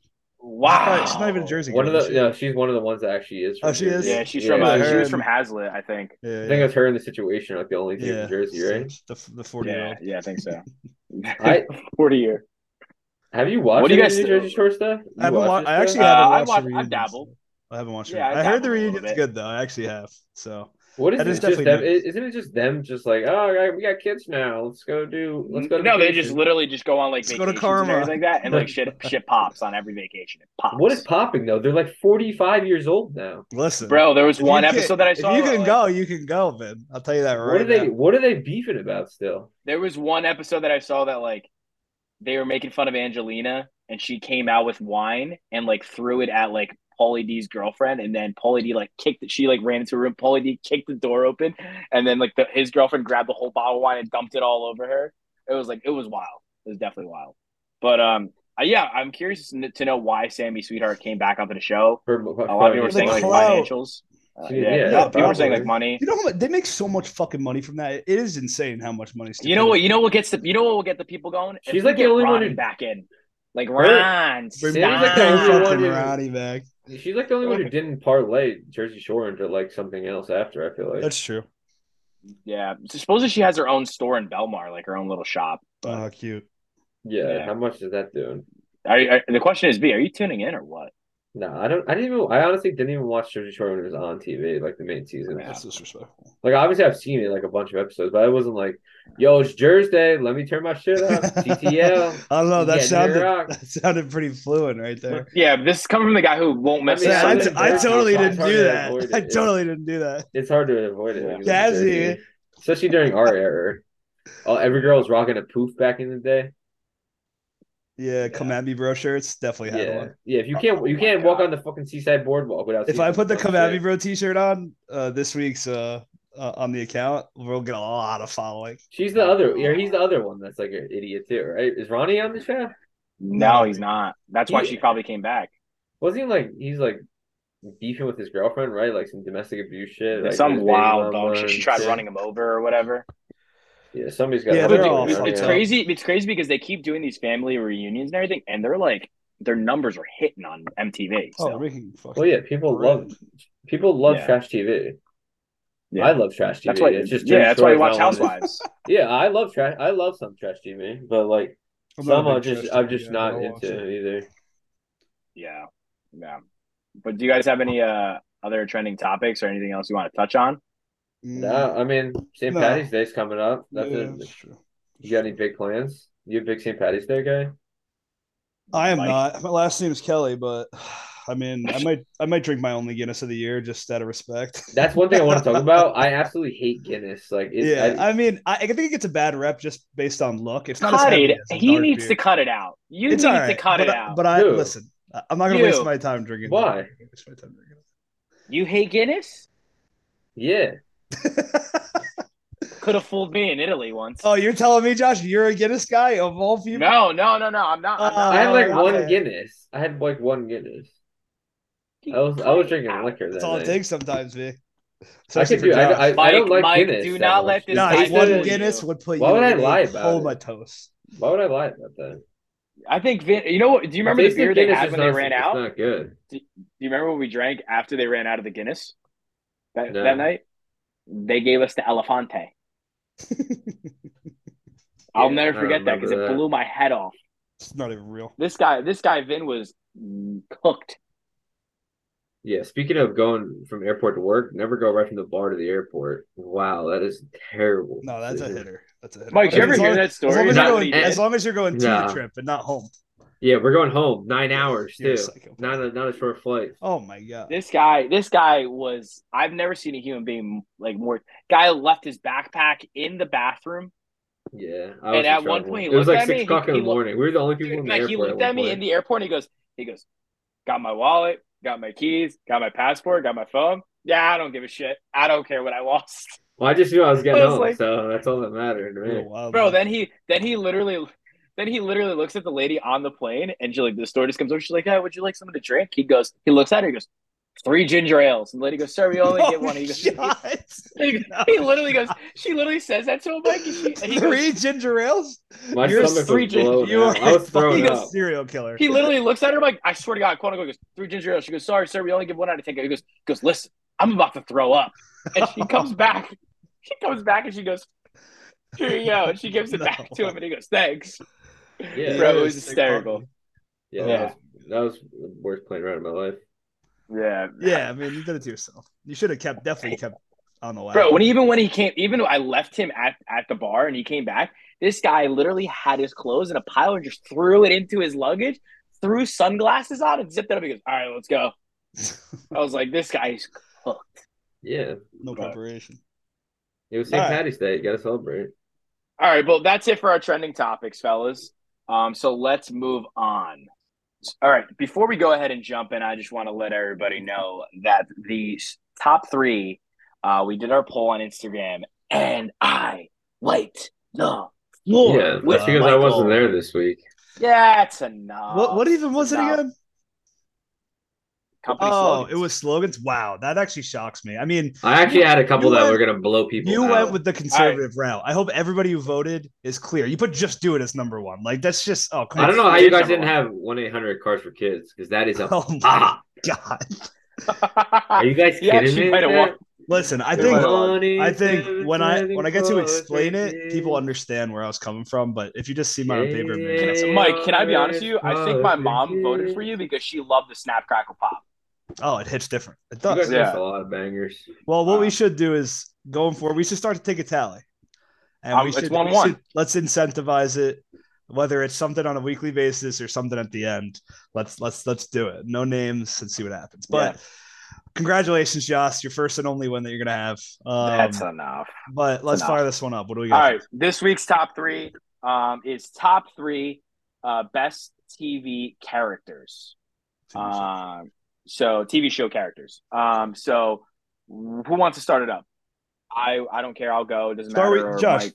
[SPEAKER 1] wow,
[SPEAKER 3] not- She's not even a Jersey.
[SPEAKER 2] One of
[SPEAKER 3] girl,
[SPEAKER 2] the
[SPEAKER 3] is she?
[SPEAKER 2] no, she's one of the ones that actually is. From
[SPEAKER 3] Oh, she is?
[SPEAKER 2] Jersey.
[SPEAKER 1] Yeah, she's
[SPEAKER 2] yeah.
[SPEAKER 1] from. Uh,
[SPEAKER 3] Yeah.
[SPEAKER 1] she was from Hazlitt, I think.
[SPEAKER 3] Yeah,
[SPEAKER 2] I
[SPEAKER 3] yeah.
[SPEAKER 2] think it was her in the situation, like the only team
[SPEAKER 3] yeah.
[SPEAKER 2] in Jersey, right?
[SPEAKER 3] The the forty year
[SPEAKER 1] Yeah,
[SPEAKER 3] old.
[SPEAKER 1] yeah, I think so.
[SPEAKER 2] I
[SPEAKER 1] Forty year.
[SPEAKER 2] have you watched
[SPEAKER 1] What do you
[SPEAKER 2] any
[SPEAKER 1] guys
[SPEAKER 2] of the
[SPEAKER 1] think?
[SPEAKER 2] Jersey Shore stuff? You
[SPEAKER 3] I haven't
[SPEAKER 2] watched
[SPEAKER 3] watched.
[SPEAKER 2] this
[SPEAKER 3] I
[SPEAKER 2] stuff?
[SPEAKER 3] actually
[SPEAKER 1] Uh,
[SPEAKER 3] haven't
[SPEAKER 1] I
[SPEAKER 3] watched. the
[SPEAKER 1] watch- I
[SPEAKER 3] reunions.
[SPEAKER 1] dabble.
[SPEAKER 3] I haven't watched.
[SPEAKER 1] Yeah,
[SPEAKER 3] Yeah,
[SPEAKER 1] I
[SPEAKER 3] I, heard the
[SPEAKER 1] dabble a little
[SPEAKER 3] reunion's
[SPEAKER 1] bit.
[SPEAKER 3] good though. I actually have. So
[SPEAKER 2] What is
[SPEAKER 3] That
[SPEAKER 2] it?
[SPEAKER 3] is
[SPEAKER 2] It's just
[SPEAKER 3] definitely
[SPEAKER 2] them, i- isn't it just them? Just like, oh, all right, we got kids now. Let's go do. Let's go. To
[SPEAKER 1] No, they just
[SPEAKER 2] vacation."
[SPEAKER 1] literally just go on like
[SPEAKER 3] Let's go to
[SPEAKER 1] vacations and
[SPEAKER 3] Karma.
[SPEAKER 1] everything like that, and like shit, shit pops on every vacation. It pops.
[SPEAKER 2] What is popping though? They're like forty-five years old now.
[SPEAKER 3] listen,
[SPEAKER 1] Bro, there was
[SPEAKER 3] if you
[SPEAKER 1] one
[SPEAKER 3] can-
[SPEAKER 1] episode that I saw.
[SPEAKER 3] If you can
[SPEAKER 1] like,
[SPEAKER 3] go, you can go, man. I'll tell you that right
[SPEAKER 2] what are they?
[SPEAKER 3] now.
[SPEAKER 2] What are they beefing about still?
[SPEAKER 1] There was one episode that I saw that like they were making fun of Angelina, and she came out with wine and like threw it at like Paulie D's girlfriend, and then Paulie D like kicked it. She like ran into a room. Paulie D kicked the door open, and then like the, his girlfriend grabbed the whole bottle of wine and dumped it all over her. It was like it was wild. It was definitely wild. But um, uh, yeah, I'm curious n- to know why Sammy Sweetheart came back onto the show.
[SPEAKER 2] For,
[SPEAKER 1] A lot of people were
[SPEAKER 3] The
[SPEAKER 1] saying like
[SPEAKER 3] clout.
[SPEAKER 1] financials. Uh,
[SPEAKER 2] She-
[SPEAKER 1] yeah,
[SPEAKER 2] yeah,
[SPEAKER 1] no, people were saying like
[SPEAKER 3] probably.
[SPEAKER 1] money.
[SPEAKER 3] You know how much, they make so much fucking money from that. It is insane how much money.
[SPEAKER 1] You know what? You know what gets the you know what will get the people going? If we
[SPEAKER 2] She's like the
[SPEAKER 1] get
[SPEAKER 2] only one
[SPEAKER 1] Ronnie
[SPEAKER 2] who-
[SPEAKER 1] back in, like
[SPEAKER 2] Her-
[SPEAKER 1] Ron.
[SPEAKER 3] Bring
[SPEAKER 2] Sam's like the
[SPEAKER 1] stop.
[SPEAKER 2] only one
[SPEAKER 3] fucking
[SPEAKER 2] who-
[SPEAKER 3] Ronnie back.
[SPEAKER 2] she's like the only one who didn't parlay Jersey Shore into like something else after. I feel like
[SPEAKER 3] That's true.
[SPEAKER 1] Yeah, supposedly she has her own store in Belmar, like her own little shop.
[SPEAKER 3] Oh, how cute.
[SPEAKER 2] yeah,
[SPEAKER 1] Yeah.
[SPEAKER 2] How much is that doing?
[SPEAKER 1] Are, you- are- the question is, B, are you tuning in or what?
[SPEAKER 2] No, I don't. I didn't even. I honestly didn't even watch Jersey Shore when it was on TV, like the main season.
[SPEAKER 1] Yeah.
[SPEAKER 3] That's disrespectful.
[SPEAKER 2] Like obviously, I've seen it like a bunch of episodes, but I wasn't like, "Yo, it's Jersey Day. Let me turn my shit up." TTL.
[SPEAKER 3] I don't know. Oh, That
[SPEAKER 2] Yeah, uh,
[SPEAKER 3] sounded
[SPEAKER 2] Rock.
[SPEAKER 3] that sounded pretty fluid right there.
[SPEAKER 1] Yeah, this is coming from the guy who won't miss.
[SPEAKER 2] mean,
[SPEAKER 1] a
[SPEAKER 3] Yeah, I,
[SPEAKER 2] sounded
[SPEAKER 3] t-
[SPEAKER 1] Sunday
[SPEAKER 3] I
[SPEAKER 1] Jersey.
[SPEAKER 3] totally
[SPEAKER 2] It's
[SPEAKER 3] didn't
[SPEAKER 2] hard
[SPEAKER 3] do
[SPEAKER 2] to
[SPEAKER 3] that.
[SPEAKER 2] avoid it,
[SPEAKER 3] I
[SPEAKER 2] yeah.
[SPEAKER 3] totally didn't do that.
[SPEAKER 2] It's hard to avoid it, when you live in
[SPEAKER 3] Jazzy.
[SPEAKER 2] Jersey. especially during our era. Oh, every girl was rocking a poof back in the day.
[SPEAKER 3] Yeah, come at me, bro shirts definitely had
[SPEAKER 2] Yeah,
[SPEAKER 3] one.
[SPEAKER 2] yeah. If you can't, you
[SPEAKER 1] my
[SPEAKER 2] can't walk
[SPEAKER 1] God.
[SPEAKER 2] on the fucking seaside boardwalk without.
[SPEAKER 3] If
[SPEAKER 2] seeing
[SPEAKER 3] I
[SPEAKER 2] some
[SPEAKER 3] put the
[SPEAKER 2] dumb
[SPEAKER 3] come at me,
[SPEAKER 2] shit.
[SPEAKER 3] bro T-shirt on uh, this week's uh, uh on the account, we'll get a lot of following.
[SPEAKER 2] she's the other. Yeah, he's the other one that's like an idiot too, right? Is Ronnie on the show?
[SPEAKER 1] No, he's not. That's why
[SPEAKER 2] He-
[SPEAKER 1] she probably came back.
[SPEAKER 2] Wasn't he like he's like beefing with his girlfriend, right? Like some domestic abuse shit. like,
[SPEAKER 1] Some
[SPEAKER 2] his baby
[SPEAKER 1] wild
[SPEAKER 2] mama
[SPEAKER 1] dog shit. She
[SPEAKER 2] and
[SPEAKER 1] tried
[SPEAKER 2] shit.
[SPEAKER 1] running him over or whatever.
[SPEAKER 2] Yeah, somebody's got.
[SPEAKER 3] Yeah,
[SPEAKER 2] a
[SPEAKER 3] they're
[SPEAKER 2] lot
[SPEAKER 3] all
[SPEAKER 2] of
[SPEAKER 1] it's,
[SPEAKER 2] money
[SPEAKER 1] it's
[SPEAKER 2] on it.
[SPEAKER 1] crazy. It's crazy because they keep doing these family reunions and everything, and they're like their numbers are hitting on MTV.
[SPEAKER 3] So
[SPEAKER 1] So.
[SPEAKER 3] we can fucking
[SPEAKER 2] Well, yeah, people love people love
[SPEAKER 1] Yeah.
[SPEAKER 2] trash TV.
[SPEAKER 1] Yeah.
[SPEAKER 2] I love trash TV.
[SPEAKER 1] That's why.
[SPEAKER 2] It's just
[SPEAKER 1] yeah,
[SPEAKER 2] Jim
[SPEAKER 1] that's why
[SPEAKER 2] Troy
[SPEAKER 1] you watch
[SPEAKER 2] telling me-
[SPEAKER 1] Housewives.
[SPEAKER 2] Yeah, I love trash. I love some trash TV, but like
[SPEAKER 3] I'm not a
[SPEAKER 2] some I'm
[SPEAKER 3] big
[SPEAKER 2] just
[SPEAKER 3] trash
[SPEAKER 2] I'm
[SPEAKER 3] TV
[SPEAKER 2] just
[SPEAKER 3] guy, but
[SPEAKER 2] not
[SPEAKER 3] I'll watch
[SPEAKER 2] into
[SPEAKER 3] it.
[SPEAKER 2] either.
[SPEAKER 1] yeah, yeah. But do you guys have any uh, other trending topics or anything else you want to touch on?
[SPEAKER 3] Mm,
[SPEAKER 2] No, I mean St.
[SPEAKER 3] No.
[SPEAKER 2] Patty's Day's coming up. That's
[SPEAKER 3] yeah,
[SPEAKER 2] it.
[SPEAKER 3] that's true.
[SPEAKER 2] You got any big plans? You a big St. Patty's Day guy?
[SPEAKER 3] I am
[SPEAKER 1] Mike?
[SPEAKER 3] not. My last name is Kelly, but I mean, I might, I might drink my only Guinness of the year just out of respect.
[SPEAKER 2] That's one thing I want to talk about. I absolutely hate Guinness. Like, it's,
[SPEAKER 3] yeah,
[SPEAKER 2] I,
[SPEAKER 3] I, mean, I, I think it gets a bad rep just based on look. It's not as
[SPEAKER 1] Cut
[SPEAKER 3] heavy
[SPEAKER 1] it.
[SPEAKER 3] as a
[SPEAKER 1] He
[SPEAKER 3] dark
[SPEAKER 1] needs
[SPEAKER 3] beer.
[SPEAKER 1] to cut it out. You
[SPEAKER 3] It's
[SPEAKER 1] need
[SPEAKER 3] all right,
[SPEAKER 1] to cut
[SPEAKER 3] but, uh,
[SPEAKER 1] it out.
[SPEAKER 3] But I
[SPEAKER 2] Dude.
[SPEAKER 3] listen. I- I'm not gonna waste
[SPEAKER 1] You.
[SPEAKER 3] my time drinking.
[SPEAKER 2] Why?
[SPEAKER 3] that. I'm not gonna waste my time drinking
[SPEAKER 1] you hate Guinness?
[SPEAKER 2] yeah.
[SPEAKER 3] that.
[SPEAKER 1] Could have fooled me in Italy once.
[SPEAKER 3] oh, you're telling me, Josh, you're a Guinness guy of all people?
[SPEAKER 1] no, no, no, no. I'm not. I'm not
[SPEAKER 3] Uh,
[SPEAKER 2] I had like
[SPEAKER 1] I'm
[SPEAKER 2] one
[SPEAKER 3] okay.
[SPEAKER 2] Guinness. I had like one Guinness. I was I was drinking liquor.
[SPEAKER 3] That's
[SPEAKER 2] that
[SPEAKER 3] all it
[SPEAKER 2] night.
[SPEAKER 3] takes sometimes, V.
[SPEAKER 2] I
[SPEAKER 3] Especially
[SPEAKER 2] could
[SPEAKER 3] for
[SPEAKER 2] do. I, I,
[SPEAKER 3] Josh.
[SPEAKER 2] I don't
[SPEAKER 1] Mike,
[SPEAKER 2] like
[SPEAKER 1] Mike,
[SPEAKER 2] Guinness.
[SPEAKER 1] do
[SPEAKER 2] that
[SPEAKER 1] not let
[SPEAKER 2] much.
[SPEAKER 1] this
[SPEAKER 3] Nah,
[SPEAKER 1] guy I
[SPEAKER 3] one
[SPEAKER 1] feel you.
[SPEAKER 3] Guinness would put
[SPEAKER 2] Why
[SPEAKER 3] you
[SPEAKER 2] would
[SPEAKER 3] in
[SPEAKER 2] I
[SPEAKER 3] a
[SPEAKER 2] lie about it?
[SPEAKER 3] comatose.
[SPEAKER 2] Why would I lie about that?
[SPEAKER 1] I think Vin. You know what? Do you remember the
[SPEAKER 2] Tasting
[SPEAKER 1] beer they
[SPEAKER 2] Guinness
[SPEAKER 1] had
[SPEAKER 2] is
[SPEAKER 1] when they
[SPEAKER 2] not-
[SPEAKER 1] ran
[SPEAKER 2] it's
[SPEAKER 1] out?
[SPEAKER 2] Not good.
[SPEAKER 1] Do you remember what we drank after they ran out of the Guinness that,
[SPEAKER 2] No.
[SPEAKER 1] that night? They gave us the Elefante. I'll
[SPEAKER 2] Yeah,
[SPEAKER 1] never
[SPEAKER 2] I
[SPEAKER 1] forget that because it
[SPEAKER 2] remember that.
[SPEAKER 1] blew my head off.
[SPEAKER 3] It's not even real.
[SPEAKER 1] This guy, this guy Vin was cooked.
[SPEAKER 2] Yeah. Speaking of going from airport to work, never go right from the bar to the airport. Wow, that is terrible.
[SPEAKER 3] No, that's a
[SPEAKER 2] decision.
[SPEAKER 3] hitter. That's a hitter.
[SPEAKER 1] Mike,
[SPEAKER 3] I
[SPEAKER 1] you
[SPEAKER 3] mean,
[SPEAKER 1] ever
[SPEAKER 3] as
[SPEAKER 1] hear
[SPEAKER 3] long-
[SPEAKER 1] that
[SPEAKER 3] As long
[SPEAKER 1] story?
[SPEAKER 3] as,
[SPEAKER 2] Not
[SPEAKER 3] you're
[SPEAKER 1] about
[SPEAKER 3] going,
[SPEAKER 1] the-
[SPEAKER 3] as long as you're going to
[SPEAKER 2] Nah.
[SPEAKER 3] the trip and not home.
[SPEAKER 2] Yeah, we're going home. Nine hours
[SPEAKER 3] You're a
[SPEAKER 2] too.
[SPEAKER 3] psycho.
[SPEAKER 2] Not a not a short flight.
[SPEAKER 3] Oh my god.
[SPEAKER 1] This guy, this guy was. I've never seen a human being like more. Guy left his backpack in the bathroom.
[SPEAKER 2] Yeah. I
[SPEAKER 1] And
[SPEAKER 2] was in
[SPEAKER 1] at one
[SPEAKER 2] trouble.
[SPEAKER 1] point he
[SPEAKER 2] it was
[SPEAKER 1] looked
[SPEAKER 2] like
[SPEAKER 1] at me,
[SPEAKER 2] six
[SPEAKER 1] he-
[SPEAKER 2] o'clock in
[SPEAKER 1] he
[SPEAKER 2] the
[SPEAKER 1] looked-
[SPEAKER 2] morning. We were the only people in
[SPEAKER 1] Dude,
[SPEAKER 2] the
[SPEAKER 1] Mike,
[SPEAKER 2] airport.
[SPEAKER 1] he looked
[SPEAKER 2] one
[SPEAKER 1] at me in
[SPEAKER 2] point.
[SPEAKER 1] the airport. And he goes, he goes, got my wallet, got my keys, got my passport, got my phone. Yeah, I don't give a shit. I don't care what I lost.
[SPEAKER 2] Well, I just knew I was getting
[SPEAKER 1] I was
[SPEAKER 2] home,
[SPEAKER 1] like-
[SPEAKER 2] so that's all that mattered to
[SPEAKER 3] You're a
[SPEAKER 2] me.
[SPEAKER 3] wild
[SPEAKER 1] bro
[SPEAKER 3] Oh, man.
[SPEAKER 1] then he then he literally then he literally looks at the lady on the plane and she like the stewardess comes over she's like hey would you like something to drink he goes he looks at her he goes three ginger ales and the lady goes sir we only get
[SPEAKER 3] Oh,
[SPEAKER 1] one he goes
[SPEAKER 3] God.
[SPEAKER 1] he, he literally goes she literally says that to him Mike and, she, and he goes
[SPEAKER 3] three ginger ales.
[SPEAKER 2] My
[SPEAKER 3] You're
[SPEAKER 2] stomach
[SPEAKER 1] three
[SPEAKER 2] was
[SPEAKER 1] gin-
[SPEAKER 2] blown.
[SPEAKER 3] You are
[SPEAKER 2] out. I
[SPEAKER 3] a
[SPEAKER 2] was throwing
[SPEAKER 3] fucking
[SPEAKER 2] up.
[SPEAKER 3] serial killer.
[SPEAKER 1] he literally looks at her like I swear to God quote unquote he goes three ginger ales she goes sorry sir we only give one out of ten he goes he goes listen I'm about to throw up and she comes back she comes back and she goes here you go and she gives it
[SPEAKER 3] No.
[SPEAKER 1] back to him and he goes thanks
[SPEAKER 2] Yeah,
[SPEAKER 1] Bro, it
[SPEAKER 3] You're a
[SPEAKER 1] was
[SPEAKER 3] sick
[SPEAKER 1] hysterical.
[SPEAKER 3] puppy.
[SPEAKER 2] yeah,
[SPEAKER 1] Yeah.
[SPEAKER 2] That, was, that was the worst plane ride of my life.
[SPEAKER 1] yeah
[SPEAKER 3] Yeah, I mean, you did it to yourself. You should have kept, definitely kept on the ladder.
[SPEAKER 1] Bro, when he- even when he came, even when I left him at, at the bar and he came back, this guy literally had his clothes in a pile and just threw it into his luggage, threw sunglasses on and zipped it up. He goes, All right, let's go. I was like, This guy's
[SPEAKER 2] Yeah,
[SPEAKER 3] no
[SPEAKER 1] Right.
[SPEAKER 3] preparation.
[SPEAKER 2] it was St.
[SPEAKER 3] Alright.
[SPEAKER 2] Patty's Day. You gotta celebrate.
[SPEAKER 1] all right. Well, that's it for our trending topics, fellas. Um, so let's move on. All right. Before we go ahead and jump in, I just want to let everybody know that the s- top three, uh, we did our poll on Instagram and I liked the floor.
[SPEAKER 2] yeah, that's
[SPEAKER 1] with
[SPEAKER 2] because I
[SPEAKER 1] Michael.
[SPEAKER 2] wasn't there this week.
[SPEAKER 1] Yeah, it's enough.
[SPEAKER 3] What what even was it
[SPEAKER 1] no.
[SPEAKER 3] again?
[SPEAKER 1] Company
[SPEAKER 3] Oh,
[SPEAKER 1] slogans.
[SPEAKER 3] it was slogans. Wow, that actually shocks me. I mean,
[SPEAKER 2] I actually had a couple
[SPEAKER 3] you
[SPEAKER 2] that
[SPEAKER 3] went-
[SPEAKER 2] were gonna blow people.
[SPEAKER 3] you
[SPEAKER 2] out.
[SPEAKER 3] went with the conservative route. I hope everybody who voted is clear. You put just do it as number one. Like that's just oh come
[SPEAKER 2] I don't
[SPEAKER 3] on.
[SPEAKER 2] know how you guys
[SPEAKER 1] Number
[SPEAKER 2] didn't have one eight hundred cars for kids because that is a
[SPEAKER 3] Oh my
[SPEAKER 2] ah.
[SPEAKER 3] god.
[SPEAKER 2] Are you guys
[SPEAKER 1] You
[SPEAKER 2] kidding
[SPEAKER 1] actually
[SPEAKER 2] me?
[SPEAKER 1] might have won.
[SPEAKER 3] Listen, I
[SPEAKER 1] It
[SPEAKER 3] think
[SPEAKER 1] was-
[SPEAKER 3] I think when I when I get to explain it, people understand where I was coming from. But if you just see my on paper, it makes no sense.
[SPEAKER 1] Can- Mike, can I be honest with you? I think my mom voted for you because she loved the Snap Crackle Pop.
[SPEAKER 3] oh, it hits different. It
[SPEAKER 2] You guys
[SPEAKER 3] does.
[SPEAKER 1] Yeah.
[SPEAKER 2] missed a lot of bangers.
[SPEAKER 3] Well, what
[SPEAKER 1] Um,
[SPEAKER 3] we should do is going forward, we should start to take a tally. And
[SPEAKER 1] Um,
[SPEAKER 3] we
[SPEAKER 1] it's
[SPEAKER 3] should,
[SPEAKER 1] one
[SPEAKER 3] we
[SPEAKER 1] one.
[SPEAKER 3] should- let's incentivize it, whether it's something on a weekly basis or something at the end. Let's let's let's do it. No names and see what happens. But congratulations, Joss, your first and only one that you're gonna have.
[SPEAKER 1] That's
[SPEAKER 3] Um,
[SPEAKER 1] enough.
[SPEAKER 3] but let's
[SPEAKER 1] enough.
[SPEAKER 3] fire this one up. What do we
[SPEAKER 1] All
[SPEAKER 3] got?
[SPEAKER 1] right. This week's top three um, is top three uh, best TV characters. Um, so TV show characters. Um, so who wants to start it up? I I don't care. I'll go. It doesn't
[SPEAKER 3] Start
[SPEAKER 1] matter.
[SPEAKER 3] with
[SPEAKER 1] or
[SPEAKER 3] Josh.
[SPEAKER 1] Mike.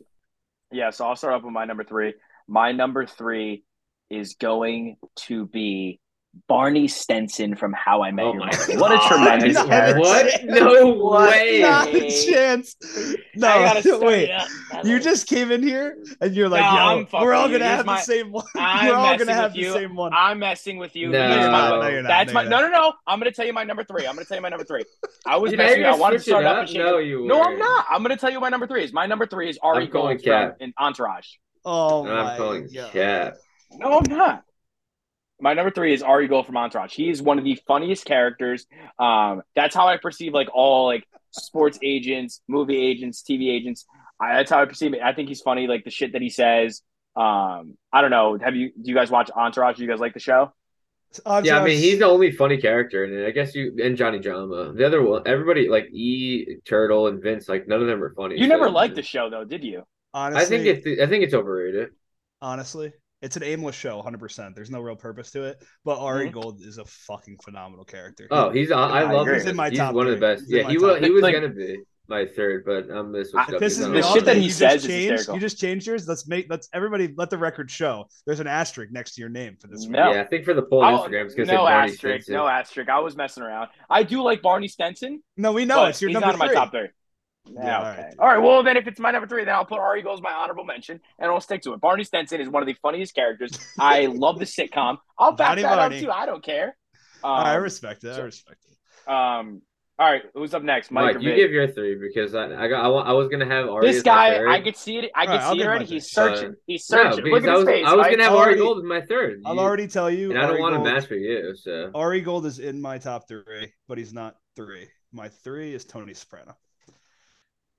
[SPEAKER 1] Yeah, so I'll start off with my number three. My number three is going to be Barney Stenson from How I Met
[SPEAKER 2] Oh
[SPEAKER 1] Your
[SPEAKER 2] my
[SPEAKER 1] Mother.
[SPEAKER 2] God.
[SPEAKER 1] What a tremendous
[SPEAKER 3] Not
[SPEAKER 1] character.
[SPEAKER 2] What?
[SPEAKER 3] a chance.
[SPEAKER 2] No
[SPEAKER 1] What?
[SPEAKER 2] way.
[SPEAKER 3] Not a chance. No,
[SPEAKER 1] I gotta start
[SPEAKER 3] wait.
[SPEAKER 1] it up.
[SPEAKER 3] You just came in here and you're like,
[SPEAKER 1] No, I'm
[SPEAKER 3] yo, we're all
[SPEAKER 1] fucking-
[SPEAKER 3] gonna
[SPEAKER 1] here's
[SPEAKER 3] have
[SPEAKER 1] my-
[SPEAKER 3] the same one.
[SPEAKER 1] I'm
[SPEAKER 3] we're all
[SPEAKER 1] messing
[SPEAKER 3] gonna
[SPEAKER 1] with
[SPEAKER 3] have the
[SPEAKER 1] you.
[SPEAKER 3] same one.
[SPEAKER 1] I'm messing with you.
[SPEAKER 2] No.
[SPEAKER 1] Here's my-
[SPEAKER 2] No,
[SPEAKER 3] you're not,
[SPEAKER 1] That's
[SPEAKER 3] no,
[SPEAKER 1] my
[SPEAKER 3] you're
[SPEAKER 1] no
[SPEAKER 3] not.
[SPEAKER 1] no no. I'm gonna tell you my number three. I'm gonna tell you my number three. I was
[SPEAKER 2] You're not
[SPEAKER 1] messing. I
[SPEAKER 2] gonna
[SPEAKER 1] wanted to
[SPEAKER 2] switch it
[SPEAKER 1] start up.
[SPEAKER 2] up?
[SPEAKER 1] and shake
[SPEAKER 2] No,
[SPEAKER 1] it.
[SPEAKER 2] you
[SPEAKER 1] No, I'm
[SPEAKER 2] weren't.
[SPEAKER 1] not. I'm gonna tell you my number three is. My number three is Ari
[SPEAKER 2] I'm calling
[SPEAKER 1] Gold from
[SPEAKER 2] Cap.
[SPEAKER 1] in Entourage.
[SPEAKER 3] Oh my
[SPEAKER 2] I'm calling
[SPEAKER 3] God.
[SPEAKER 2] cap.
[SPEAKER 1] No, I'm not. My number three is Ari Gold from Entourage. He is one of the funniest characters. Um, that's how I perceive like all like sports agents, movie agents, TV agents. I, that's how I perceive it. I think he's funny, like the shit that he says. Um, I don't know. Have you? Do you guys watch Entourage? Do you guys like the show?
[SPEAKER 3] I'm
[SPEAKER 2] yeah, I mean
[SPEAKER 3] sorry.
[SPEAKER 2] he's the only funny character, and I guess you and Johnny Drama. The other one, everybody like E Turtle and Vince, like none of them are funny.
[SPEAKER 1] You never
[SPEAKER 2] so-
[SPEAKER 1] liked the show though, did you?
[SPEAKER 3] honestly,
[SPEAKER 2] I think it's I think it's overrated.
[SPEAKER 3] honestly, it's an aimless show, 100. percent There's no real purpose to it. But Ari
[SPEAKER 1] Mhm.
[SPEAKER 3] Gold is a fucking phenomenal character.
[SPEAKER 2] Mm-hmm. Oh, he's I,
[SPEAKER 1] I
[SPEAKER 2] I love
[SPEAKER 1] agree.
[SPEAKER 2] him.
[SPEAKER 1] He's
[SPEAKER 2] He's,
[SPEAKER 1] in
[SPEAKER 3] my top
[SPEAKER 2] one of the
[SPEAKER 3] three.
[SPEAKER 2] best.
[SPEAKER 3] He's in
[SPEAKER 2] Yeah,
[SPEAKER 3] my
[SPEAKER 2] he was
[SPEAKER 3] top
[SPEAKER 2] he was
[SPEAKER 1] three.
[SPEAKER 2] gonna be my third, but I'm this.
[SPEAKER 1] I-
[SPEAKER 3] If this
[SPEAKER 1] He's
[SPEAKER 3] is
[SPEAKER 1] not
[SPEAKER 3] the
[SPEAKER 1] the shit that he
[SPEAKER 3] you
[SPEAKER 1] says
[SPEAKER 3] just
[SPEAKER 1] is
[SPEAKER 3] changed.
[SPEAKER 1] hysterical.
[SPEAKER 3] You just changed yours. Let's make let's everybody let the record show. There's an asterisk next to your name for this.
[SPEAKER 1] No.
[SPEAKER 2] Yeah, I think for the poll on
[SPEAKER 1] Oh,
[SPEAKER 2] Instagram, it's gonna say
[SPEAKER 1] no
[SPEAKER 2] Barney
[SPEAKER 1] asterisk,
[SPEAKER 2] Stinson.
[SPEAKER 1] no asterisk. I was messing around. I do like Barney Stenson.
[SPEAKER 3] No, we know
[SPEAKER 1] but
[SPEAKER 3] it's your
[SPEAKER 1] he's
[SPEAKER 3] number
[SPEAKER 1] not in
[SPEAKER 3] three.
[SPEAKER 1] my top three.
[SPEAKER 3] Yeah,
[SPEAKER 1] Yeah,
[SPEAKER 3] all
[SPEAKER 1] okay.
[SPEAKER 3] right.
[SPEAKER 1] All right. Well, then if it's my number three, then I'll put Ari Gold as my honorable mention, and I'll stick to it. Barney Stenson is one of the funniest characters. I love the sitcom. I'll back
[SPEAKER 3] Johnny
[SPEAKER 1] that
[SPEAKER 3] Barney.
[SPEAKER 1] up too. I don't care. Um,
[SPEAKER 3] I respect it. I
[SPEAKER 1] so-
[SPEAKER 3] respect it.
[SPEAKER 1] um, all right. Who's up next? Mike.
[SPEAKER 2] Mike,
[SPEAKER 1] or
[SPEAKER 2] you
[SPEAKER 1] Vic?
[SPEAKER 2] give your three because I I got I, wa- I was gonna have Ari
[SPEAKER 1] this
[SPEAKER 2] as my
[SPEAKER 1] guy.
[SPEAKER 2] third.
[SPEAKER 1] I could see it. I could
[SPEAKER 3] All right, I'll
[SPEAKER 1] see it
[SPEAKER 3] give
[SPEAKER 1] already.
[SPEAKER 3] my
[SPEAKER 1] He's
[SPEAKER 2] pick. Uh,
[SPEAKER 1] searching. He's
[SPEAKER 2] no,
[SPEAKER 1] searching. Look
[SPEAKER 2] because
[SPEAKER 1] at
[SPEAKER 2] I
[SPEAKER 1] his
[SPEAKER 2] was
[SPEAKER 1] face.
[SPEAKER 2] I was
[SPEAKER 1] Mike.
[SPEAKER 2] gonna have
[SPEAKER 3] Ari-
[SPEAKER 2] Ari Gold as my third.
[SPEAKER 3] I'll
[SPEAKER 2] You-
[SPEAKER 3] already tell you.
[SPEAKER 2] and I don't
[SPEAKER 3] Ari
[SPEAKER 2] want to
[SPEAKER 3] Gold-
[SPEAKER 2] match for you. So
[SPEAKER 3] Ari Gold is in my top three, but he's not three. My three is Tony Soprano.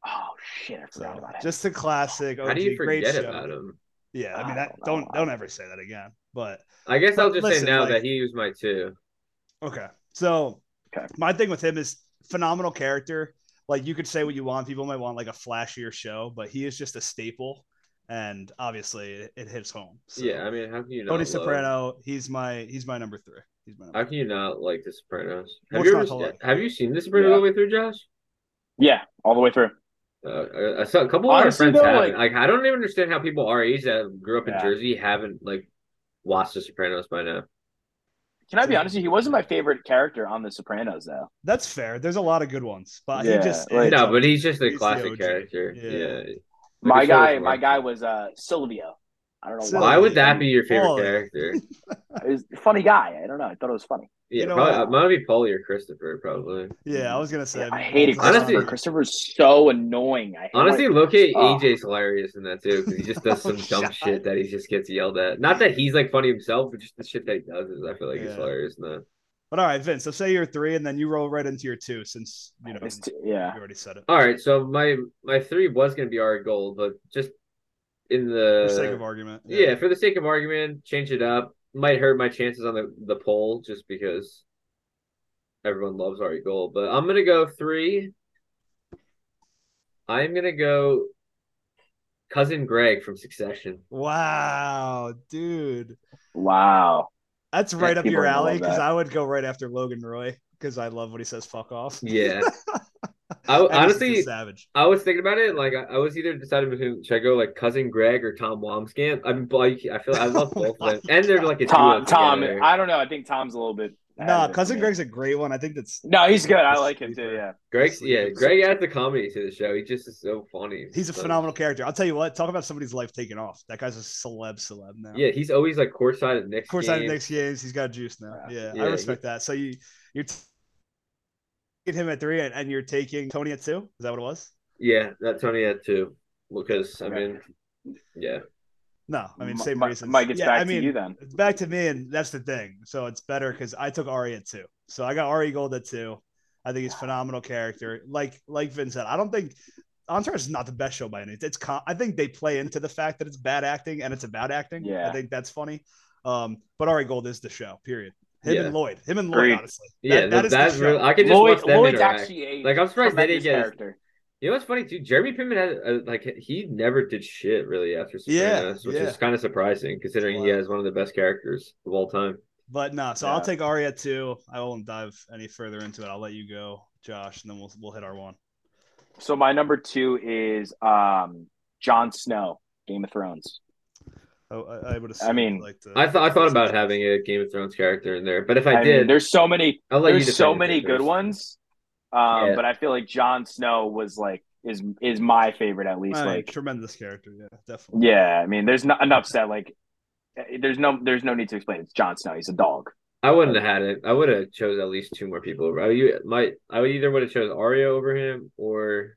[SPEAKER 1] Oh shit! I forgot
[SPEAKER 3] So
[SPEAKER 1] about it.
[SPEAKER 3] just a classic. OG,
[SPEAKER 2] how do you
[SPEAKER 3] great
[SPEAKER 2] forget
[SPEAKER 3] show.
[SPEAKER 2] about him?
[SPEAKER 3] Yeah, I mean,
[SPEAKER 1] I
[SPEAKER 3] that,
[SPEAKER 1] don't know.
[SPEAKER 3] don't don't ever say that again. But
[SPEAKER 2] I guess
[SPEAKER 3] But
[SPEAKER 2] I'll just
[SPEAKER 3] listen,
[SPEAKER 2] say now
[SPEAKER 3] like-
[SPEAKER 2] that he was my two.
[SPEAKER 3] okay, so
[SPEAKER 1] Okay.
[SPEAKER 3] my thing with him is phenomenal character. Like you could say what you want. People might want like a flashier show, but he is just a staple, and obviously it, it hits home. So,
[SPEAKER 2] Yeah, I mean, how can you not?
[SPEAKER 3] Tony
[SPEAKER 2] love-
[SPEAKER 3] Soprano. He's my he's my number three. He's my
[SPEAKER 2] How
[SPEAKER 3] number
[SPEAKER 2] can you not like The Sopranos? Have
[SPEAKER 3] What's
[SPEAKER 2] you
[SPEAKER 3] not
[SPEAKER 2] ever,
[SPEAKER 3] to like?
[SPEAKER 2] have you seen The Sopranos
[SPEAKER 1] Yeah.
[SPEAKER 2] all the way through, Josh?
[SPEAKER 1] Yeah, all the way through.
[SPEAKER 2] Uh, I- I saw a couple of our
[SPEAKER 1] Honestly,
[SPEAKER 2] friends
[SPEAKER 1] though,
[SPEAKER 2] haven't. Like, I don't even understand how people our age that grew up in
[SPEAKER 1] Yeah.
[SPEAKER 2] Jersey haven't like watched The Sopranos by now.
[SPEAKER 1] Can I be honest with you? He wasn't my favorite character on The Sopranos, though.
[SPEAKER 3] That's fair. There's a lot of good ones, but
[SPEAKER 1] Yeah,
[SPEAKER 3] he just
[SPEAKER 1] like-
[SPEAKER 3] it
[SPEAKER 2] No,
[SPEAKER 3] hits
[SPEAKER 2] but
[SPEAKER 3] home.
[SPEAKER 2] he's just a
[SPEAKER 3] He's the
[SPEAKER 2] classic
[SPEAKER 3] OG.
[SPEAKER 2] character.
[SPEAKER 3] Yeah.
[SPEAKER 2] Yeah.
[SPEAKER 1] My
[SPEAKER 2] Like, the show
[SPEAKER 1] guy,
[SPEAKER 2] is
[SPEAKER 1] my
[SPEAKER 2] rough.
[SPEAKER 1] guy was uh, Silvio. I don't know
[SPEAKER 3] Silvio.
[SPEAKER 1] why.
[SPEAKER 2] Why would that be your
[SPEAKER 3] Oh.
[SPEAKER 2] favorite character?
[SPEAKER 1] It was a funny guy. I don't know. I thought it was funny.
[SPEAKER 2] Yeah,
[SPEAKER 3] You know
[SPEAKER 2] probably,
[SPEAKER 3] what?
[SPEAKER 2] uh, might be Paulie or Christopher, probably.
[SPEAKER 3] Yeah, I was gonna say.
[SPEAKER 1] Yeah, I hated
[SPEAKER 3] Bolton's
[SPEAKER 1] Christopher.
[SPEAKER 2] Honestly-
[SPEAKER 3] on-
[SPEAKER 1] Christopher's so annoying. I hate
[SPEAKER 2] Honestly,
[SPEAKER 1] like,
[SPEAKER 2] look at
[SPEAKER 1] Oh.
[SPEAKER 2] AJ's hilarious in that too, because he just does
[SPEAKER 3] Oh,
[SPEAKER 2] some dumb
[SPEAKER 3] God.
[SPEAKER 2] shit that he just gets yelled at. Not that he's like funny himself, but just the shit that he does is I feel like
[SPEAKER 3] Yeah.
[SPEAKER 2] he's hilarious. in that.
[SPEAKER 3] But all right, Vince. So say you're three, and then you roll right into your two, since you know
[SPEAKER 1] it's
[SPEAKER 3] you
[SPEAKER 1] t- yeah.
[SPEAKER 3] already said it.
[SPEAKER 2] All right, so my my three was gonna be our goal, but just in the
[SPEAKER 3] For sake of argument.
[SPEAKER 2] yeah. for the sake of argument, change it up. Might hurt my chances on the the poll just because everyone loves Ari Gold, but I'm gonna go three. I'm gonna go cousin Greg from Succession.
[SPEAKER 3] Wow, dude,
[SPEAKER 1] Wow.
[SPEAKER 3] that's right up
[SPEAKER 1] people
[SPEAKER 3] your
[SPEAKER 1] love
[SPEAKER 3] alley. Because
[SPEAKER 1] that.
[SPEAKER 3] I would go right after Logan Roy because I love when he says "fuck off."
[SPEAKER 2] Yeah. I
[SPEAKER 3] And he's just a
[SPEAKER 2] honestly
[SPEAKER 3] savage.
[SPEAKER 2] I was thinking about it, like I, I was either deciding between should I go like cousin Greg or Tom Wamscamp. I'm like I feel I love
[SPEAKER 3] Oh
[SPEAKER 2] both
[SPEAKER 3] my
[SPEAKER 2] of them, and they're like a
[SPEAKER 1] Tom,
[SPEAKER 2] duo
[SPEAKER 1] Tom.
[SPEAKER 2] together.
[SPEAKER 1] I don't know. I think Tom's a little bit.
[SPEAKER 3] Nah, cousin Greg's a great one. I think that's
[SPEAKER 1] No, he's good. I like him too.
[SPEAKER 3] Sleeper.
[SPEAKER 1] Yeah.
[SPEAKER 2] Greg's yeah, Greg adds the comedy to the show. He just is so funny.
[SPEAKER 3] he's a
[SPEAKER 2] Like,
[SPEAKER 3] phenomenal character. I'll tell you what. Talk about somebody's life taking off. That guy's a celeb, celeb now.
[SPEAKER 2] Yeah, he's always like courtside at Knicks.
[SPEAKER 3] Of course, out of
[SPEAKER 2] games.
[SPEAKER 3] next games, he's got juice now. Yeah,
[SPEAKER 2] Yeah,
[SPEAKER 3] I
[SPEAKER 2] he-
[SPEAKER 3] respect that. So you you're taking him at three, and, and you're taking Tony at two. Is that what it was?
[SPEAKER 2] Yeah, that Tony had too, because I
[SPEAKER 1] Okay.
[SPEAKER 2] mean, yeah,
[SPEAKER 3] No, I mean
[SPEAKER 1] Mi-
[SPEAKER 3] same
[SPEAKER 1] Mi-
[SPEAKER 3] reason.
[SPEAKER 1] Mike, it's
[SPEAKER 3] yeah,
[SPEAKER 1] back
[SPEAKER 3] I mean,
[SPEAKER 1] to you then.
[SPEAKER 3] It's back to me, and that's the thing. So it's better because I took Ari at two. So I got Ari Gold at two. I think he's a phenomenal character. Like like Vin said, I don't think Entourage is not the best show by any. It's com- I think they play into the fact that it's bad acting and it's about acting.
[SPEAKER 1] Yeah.
[SPEAKER 3] I think that's funny. Um, but Ari Gold is the show. Period. Him
[SPEAKER 2] Yeah.
[SPEAKER 3] and Lloyd. Him and Lloyd.
[SPEAKER 1] Agreed.
[SPEAKER 3] Honestly.
[SPEAKER 2] yeah.
[SPEAKER 3] That-
[SPEAKER 2] That,
[SPEAKER 3] that is the
[SPEAKER 2] that's
[SPEAKER 3] show.
[SPEAKER 2] real. I could just
[SPEAKER 1] Lloyd,
[SPEAKER 2] watch them
[SPEAKER 1] Lloyd's
[SPEAKER 2] interact.
[SPEAKER 1] actually a
[SPEAKER 2] Like I'm surprised they
[SPEAKER 1] tremendous
[SPEAKER 2] didn't get. His,
[SPEAKER 1] character.
[SPEAKER 2] you know what's funny too? Jeremy Piven had uh, like he never did shit really after
[SPEAKER 3] Yeah,
[SPEAKER 2] Sopranos, which
[SPEAKER 3] yeah.
[SPEAKER 2] is kind of surprising considering he
[SPEAKER 3] Wow.
[SPEAKER 2] has one of the best characters of all time.
[SPEAKER 3] But no, so
[SPEAKER 1] Yeah.
[SPEAKER 3] I'll take Aria too. I won't dive any further into it. I'll let you go, Josh, and then we'll we'll hit our one.
[SPEAKER 1] So my number two is um Jon Snow, Game of Thrones.
[SPEAKER 3] I, I would assume.
[SPEAKER 1] mean,
[SPEAKER 3] like the,
[SPEAKER 2] I thought I thought about having a Game of Thrones character in there, but if I,
[SPEAKER 1] I mean,
[SPEAKER 2] did,
[SPEAKER 1] there's so many.
[SPEAKER 2] I'll let you
[SPEAKER 1] There's
[SPEAKER 2] defend
[SPEAKER 1] so
[SPEAKER 2] it
[SPEAKER 1] many good
[SPEAKER 2] first.
[SPEAKER 1] ones. Um,
[SPEAKER 2] Yeah.
[SPEAKER 1] but I feel like Jon Snow was like is is my favorite at least.
[SPEAKER 3] Aye,
[SPEAKER 1] Like,
[SPEAKER 3] tremendous character. Yeah, definitely.
[SPEAKER 1] yeah, I mean, there's not enough said. Like, eh, there's no there's no need to explain. It's Jon Snow. He's a dog.
[SPEAKER 2] I wouldn't have had it. I would have chose at least two more people. I you might I would either would have chose Arya over him or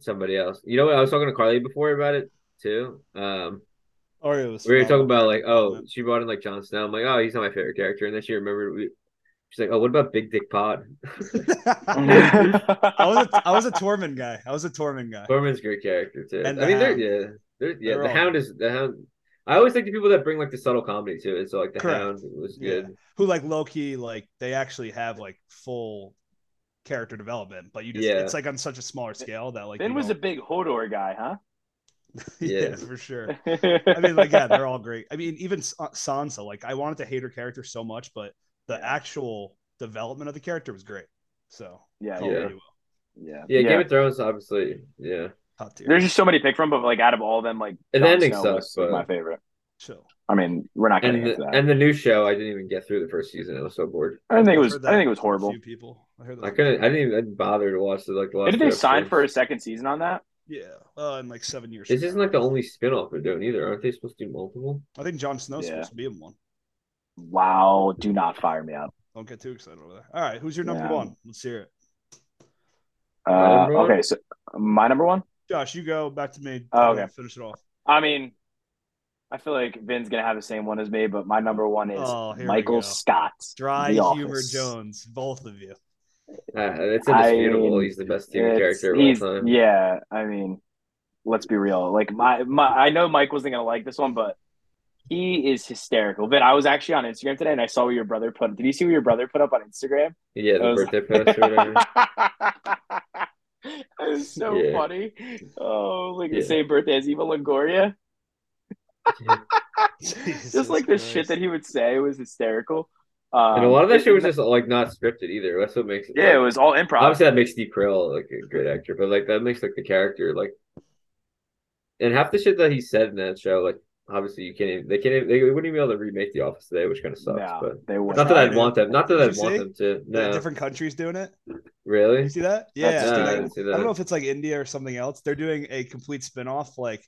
[SPEAKER 2] somebody else. You know what? I was talking to Carly before about it too. Um,
[SPEAKER 3] Arya was.
[SPEAKER 2] we were talking
[SPEAKER 3] phenomenal.
[SPEAKER 2] about like, oh, she brought in like Jon Snow. I'm like, oh, he's not my favorite character. And then she remembered we. She's like, oh, what about Big Dick Pod?
[SPEAKER 3] I was a, I was a Tormund guy. I was a Tormund guy.
[SPEAKER 2] Tormund's a great character too.
[SPEAKER 3] And um,
[SPEAKER 2] I
[SPEAKER 3] the
[SPEAKER 2] mean, they're
[SPEAKER 3] Hound.
[SPEAKER 2] yeah, they're, yeah.
[SPEAKER 3] They're
[SPEAKER 2] the
[SPEAKER 3] all-
[SPEAKER 2] Hound is the Hound. I always think the people that bring like the subtle comedy to it. So like the
[SPEAKER 3] Correct.
[SPEAKER 2] Hound was
[SPEAKER 3] Yeah.
[SPEAKER 2] good.
[SPEAKER 3] Who like Loki? Like they actually have like full character development, but you just
[SPEAKER 2] Yeah.
[SPEAKER 3] it's like on such a smaller scale that like
[SPEAKER 1] ben
[SPEAKER 3] you
[SPEAKER 1] was a
[SPEAKER 3] don't-
[SPEAKER 1] big Hodor guy, huh?
[SPEAKER 3] yeah,
[SPEAKER 2] yeah.
[SPEAKER 3] for sure. I
[SPEAKER 1] I
[SPEAKER 3] mean, like yeah, they're all great. I mean, even Sa- Sansa. Like I wanted to hate her character so much, but the actual development of the character was great. So
[SPEAKER 1] yeah,
[SPEAKER 3] all
[SPEAKER 1] yeah,
[SPEAKER 2] Yeah.
[SPEAKER 3] really well.
[SPEAKER 1] yeah.
[SPEAKER 2] Yeah, Game of Thrones, obviously. Yeah,
[SPEAKER 3] top tier.
[SPEAKER 1] There's just so many to pick from, but like out of all of them, like
[SPEAKER 2] And
[SPEAKER 1] Jon
[SPEAKER 2] ending
[SPEAKER 1] Snow was,
[SPEAKER 2] sucks,
[SPEAKER 1] like,
[SPEAKER 2] but-
[SPEAKER 1] my favorite.
[SPEAKER 3] Chill.
[SPEAKER 1] I mean, we're not getting
[SPEAKER 2] and
[SPEAKER 1] into
[SPEAKER 2] the,
[SPEAKER 1] that.
[SPEAKER 2] and the new show, I didn't even get through the first season. I was so bored.
[SPEAKER 1] I think it
[SPEAKER 3] I've
[SPEAKER 1] was.
[SPEAKER 3] heard
[SPEAKER 1] I
[SPEAKER 3] that
[SPEAKER 1] think it was
[SPEAKER 3] from a
[SPEAKER 1] horrible.
[SPEAKER 3] Few people. I heard that.
[SPEAKER 2] I couldn't. I didn't even I didn't bother to watch the like. The last
[SPEAKER 1] Didn't they
[SPEAKER 2] two
[SPEAKER 1] sign
[SPEAKER 2] episodes.
[SPEAKER 1] for a second season on that?
[SPEAKER 3] Yeah. Uh, in like seven years.
[SPEAKER 2] This
[SPEAKER 3] from
[SPEAKER 2] isn't
[SPEAKER 3] now.
[SPEAKER 2] like the only spin-off they're doing either. Aren't they supposed to do multiple?
[SPEAKER 3] I think Jon Snow's
[SPEAKER 1] Yeah.
[SPEAKER 3] supposed to be in one.
[SPEAKER 1] Wow! Do not fire me up.
[SPEAKER 3] Don't get too excited over there. All right, who's your number
[SPEAKER 1] Yeah.
[SPEAKER 3] one? Let's hear it.
[SPEAKER 1] Uh,
[SPEAKER 2] number one?
[SPEAKER 1] okay, so my number one.
[SPEAKER 3] Josh, you go back to me.
[SPEAKER 1] Oh,
[SPEAKER 3] I'll
[SPEAKER 1] okay.
[SPEAKER 3] Finish it off.
[SPEAKER 1] I mean, I feel like Vin's gonna have the same one as me, but my number one is
[SPEAKER 3] Oh, here we go.
[SPEAKER 1] Michael Scott.
[SPEAKER 3] Dry
[SPEAKER 1] The
[SPEAKER 3] humor,
[SPEAKER 1] Office.
[SPEAKER 3] Jones, both of you.
[SPEAKER 2] Uh, it's indisputable.
[SPEAKER 1] I-
[SPEAKER 2] He's the best TV
[SPEAKER 1] It's-
[SPEAKER 2] character of all
[SPEAKER 1] he's-
[SPEAKER 2] time.
[SPEAKER 1] Yeah, I mean, let's be real. Like my my, I know Mike wasn't gonna like this one, but he is hysterical. Vin, I was actually on Instagram today, and I saw what your brother put. Did you see what your brother put up on Instagram?
[SPEAKER 2] Yeah, the
[SPEAKER 1] I was-
[SPEAKER 2] birthday post or whatever.
[SPEAKER 1] It's so
[SPEAKER 2] Yeah.
[SPEAKER 1] funny. Oh, like the
[SPEAKER 2] Yeah.
[SPEAKER 1] same birthday as Eva Longoria.
[SPEAKER 3] Jesus
[SPEAKER 1] just like the shit
[SPEAKER 3] Christ.
[SPEAKER 1] that he would say was hysterical.
[SPEAKER 2] and a lot of that
[SPEAKER 1] Um,
[SPEAKER 2] shit was just like not scripted either. That's what makes it.
[SPEAKER 1] yeah, it
[SPEAKER 2] like-
[SPEAKER 1] was all improv.
[SPEAKER 2] obviously that makes Steve Carell like a great actor, but like that makes like the character like, and half the shit that he said in that show, like obviously you can't. Even, they can't. Even, they wouldn't even be able to remake The Office today, which kind of sucks.
[SPEAKER 1] no,
[SPEAKER 2] But
[SPEAKER 1] they were
[SPEAKER 2] Not that I'd
[SPEAKER 3] Right.
[SPEAKER 2] want them. Not that
[SPEAKER 3] Did
[SPEAKER 2] I'd
[SPEAKER 3] you
[SPEAKER 2] want
[SPEAKER 3] see?
[SPEAKER 2] them to.
[SPEAKER 3] The
[SPEAKER 2] No,
[SPEAKER 3] different countries doing it. You
[SPEAKER 2] really.
[SPEAKER 3] see that? Yeah.
[SPEAKER 1] That's
[SPEAKER 3] it's
[SPEAKER 1] dope.
[SPEAKER 3] doing-
[SPEAKER 1] I
[SPEAKER 2] didn't see
[SPEAKER 3] I don't
[SPEAKER 2] that.
[SPEAKER 3] know if it's like India or something else. They're doing a complete spin-off, like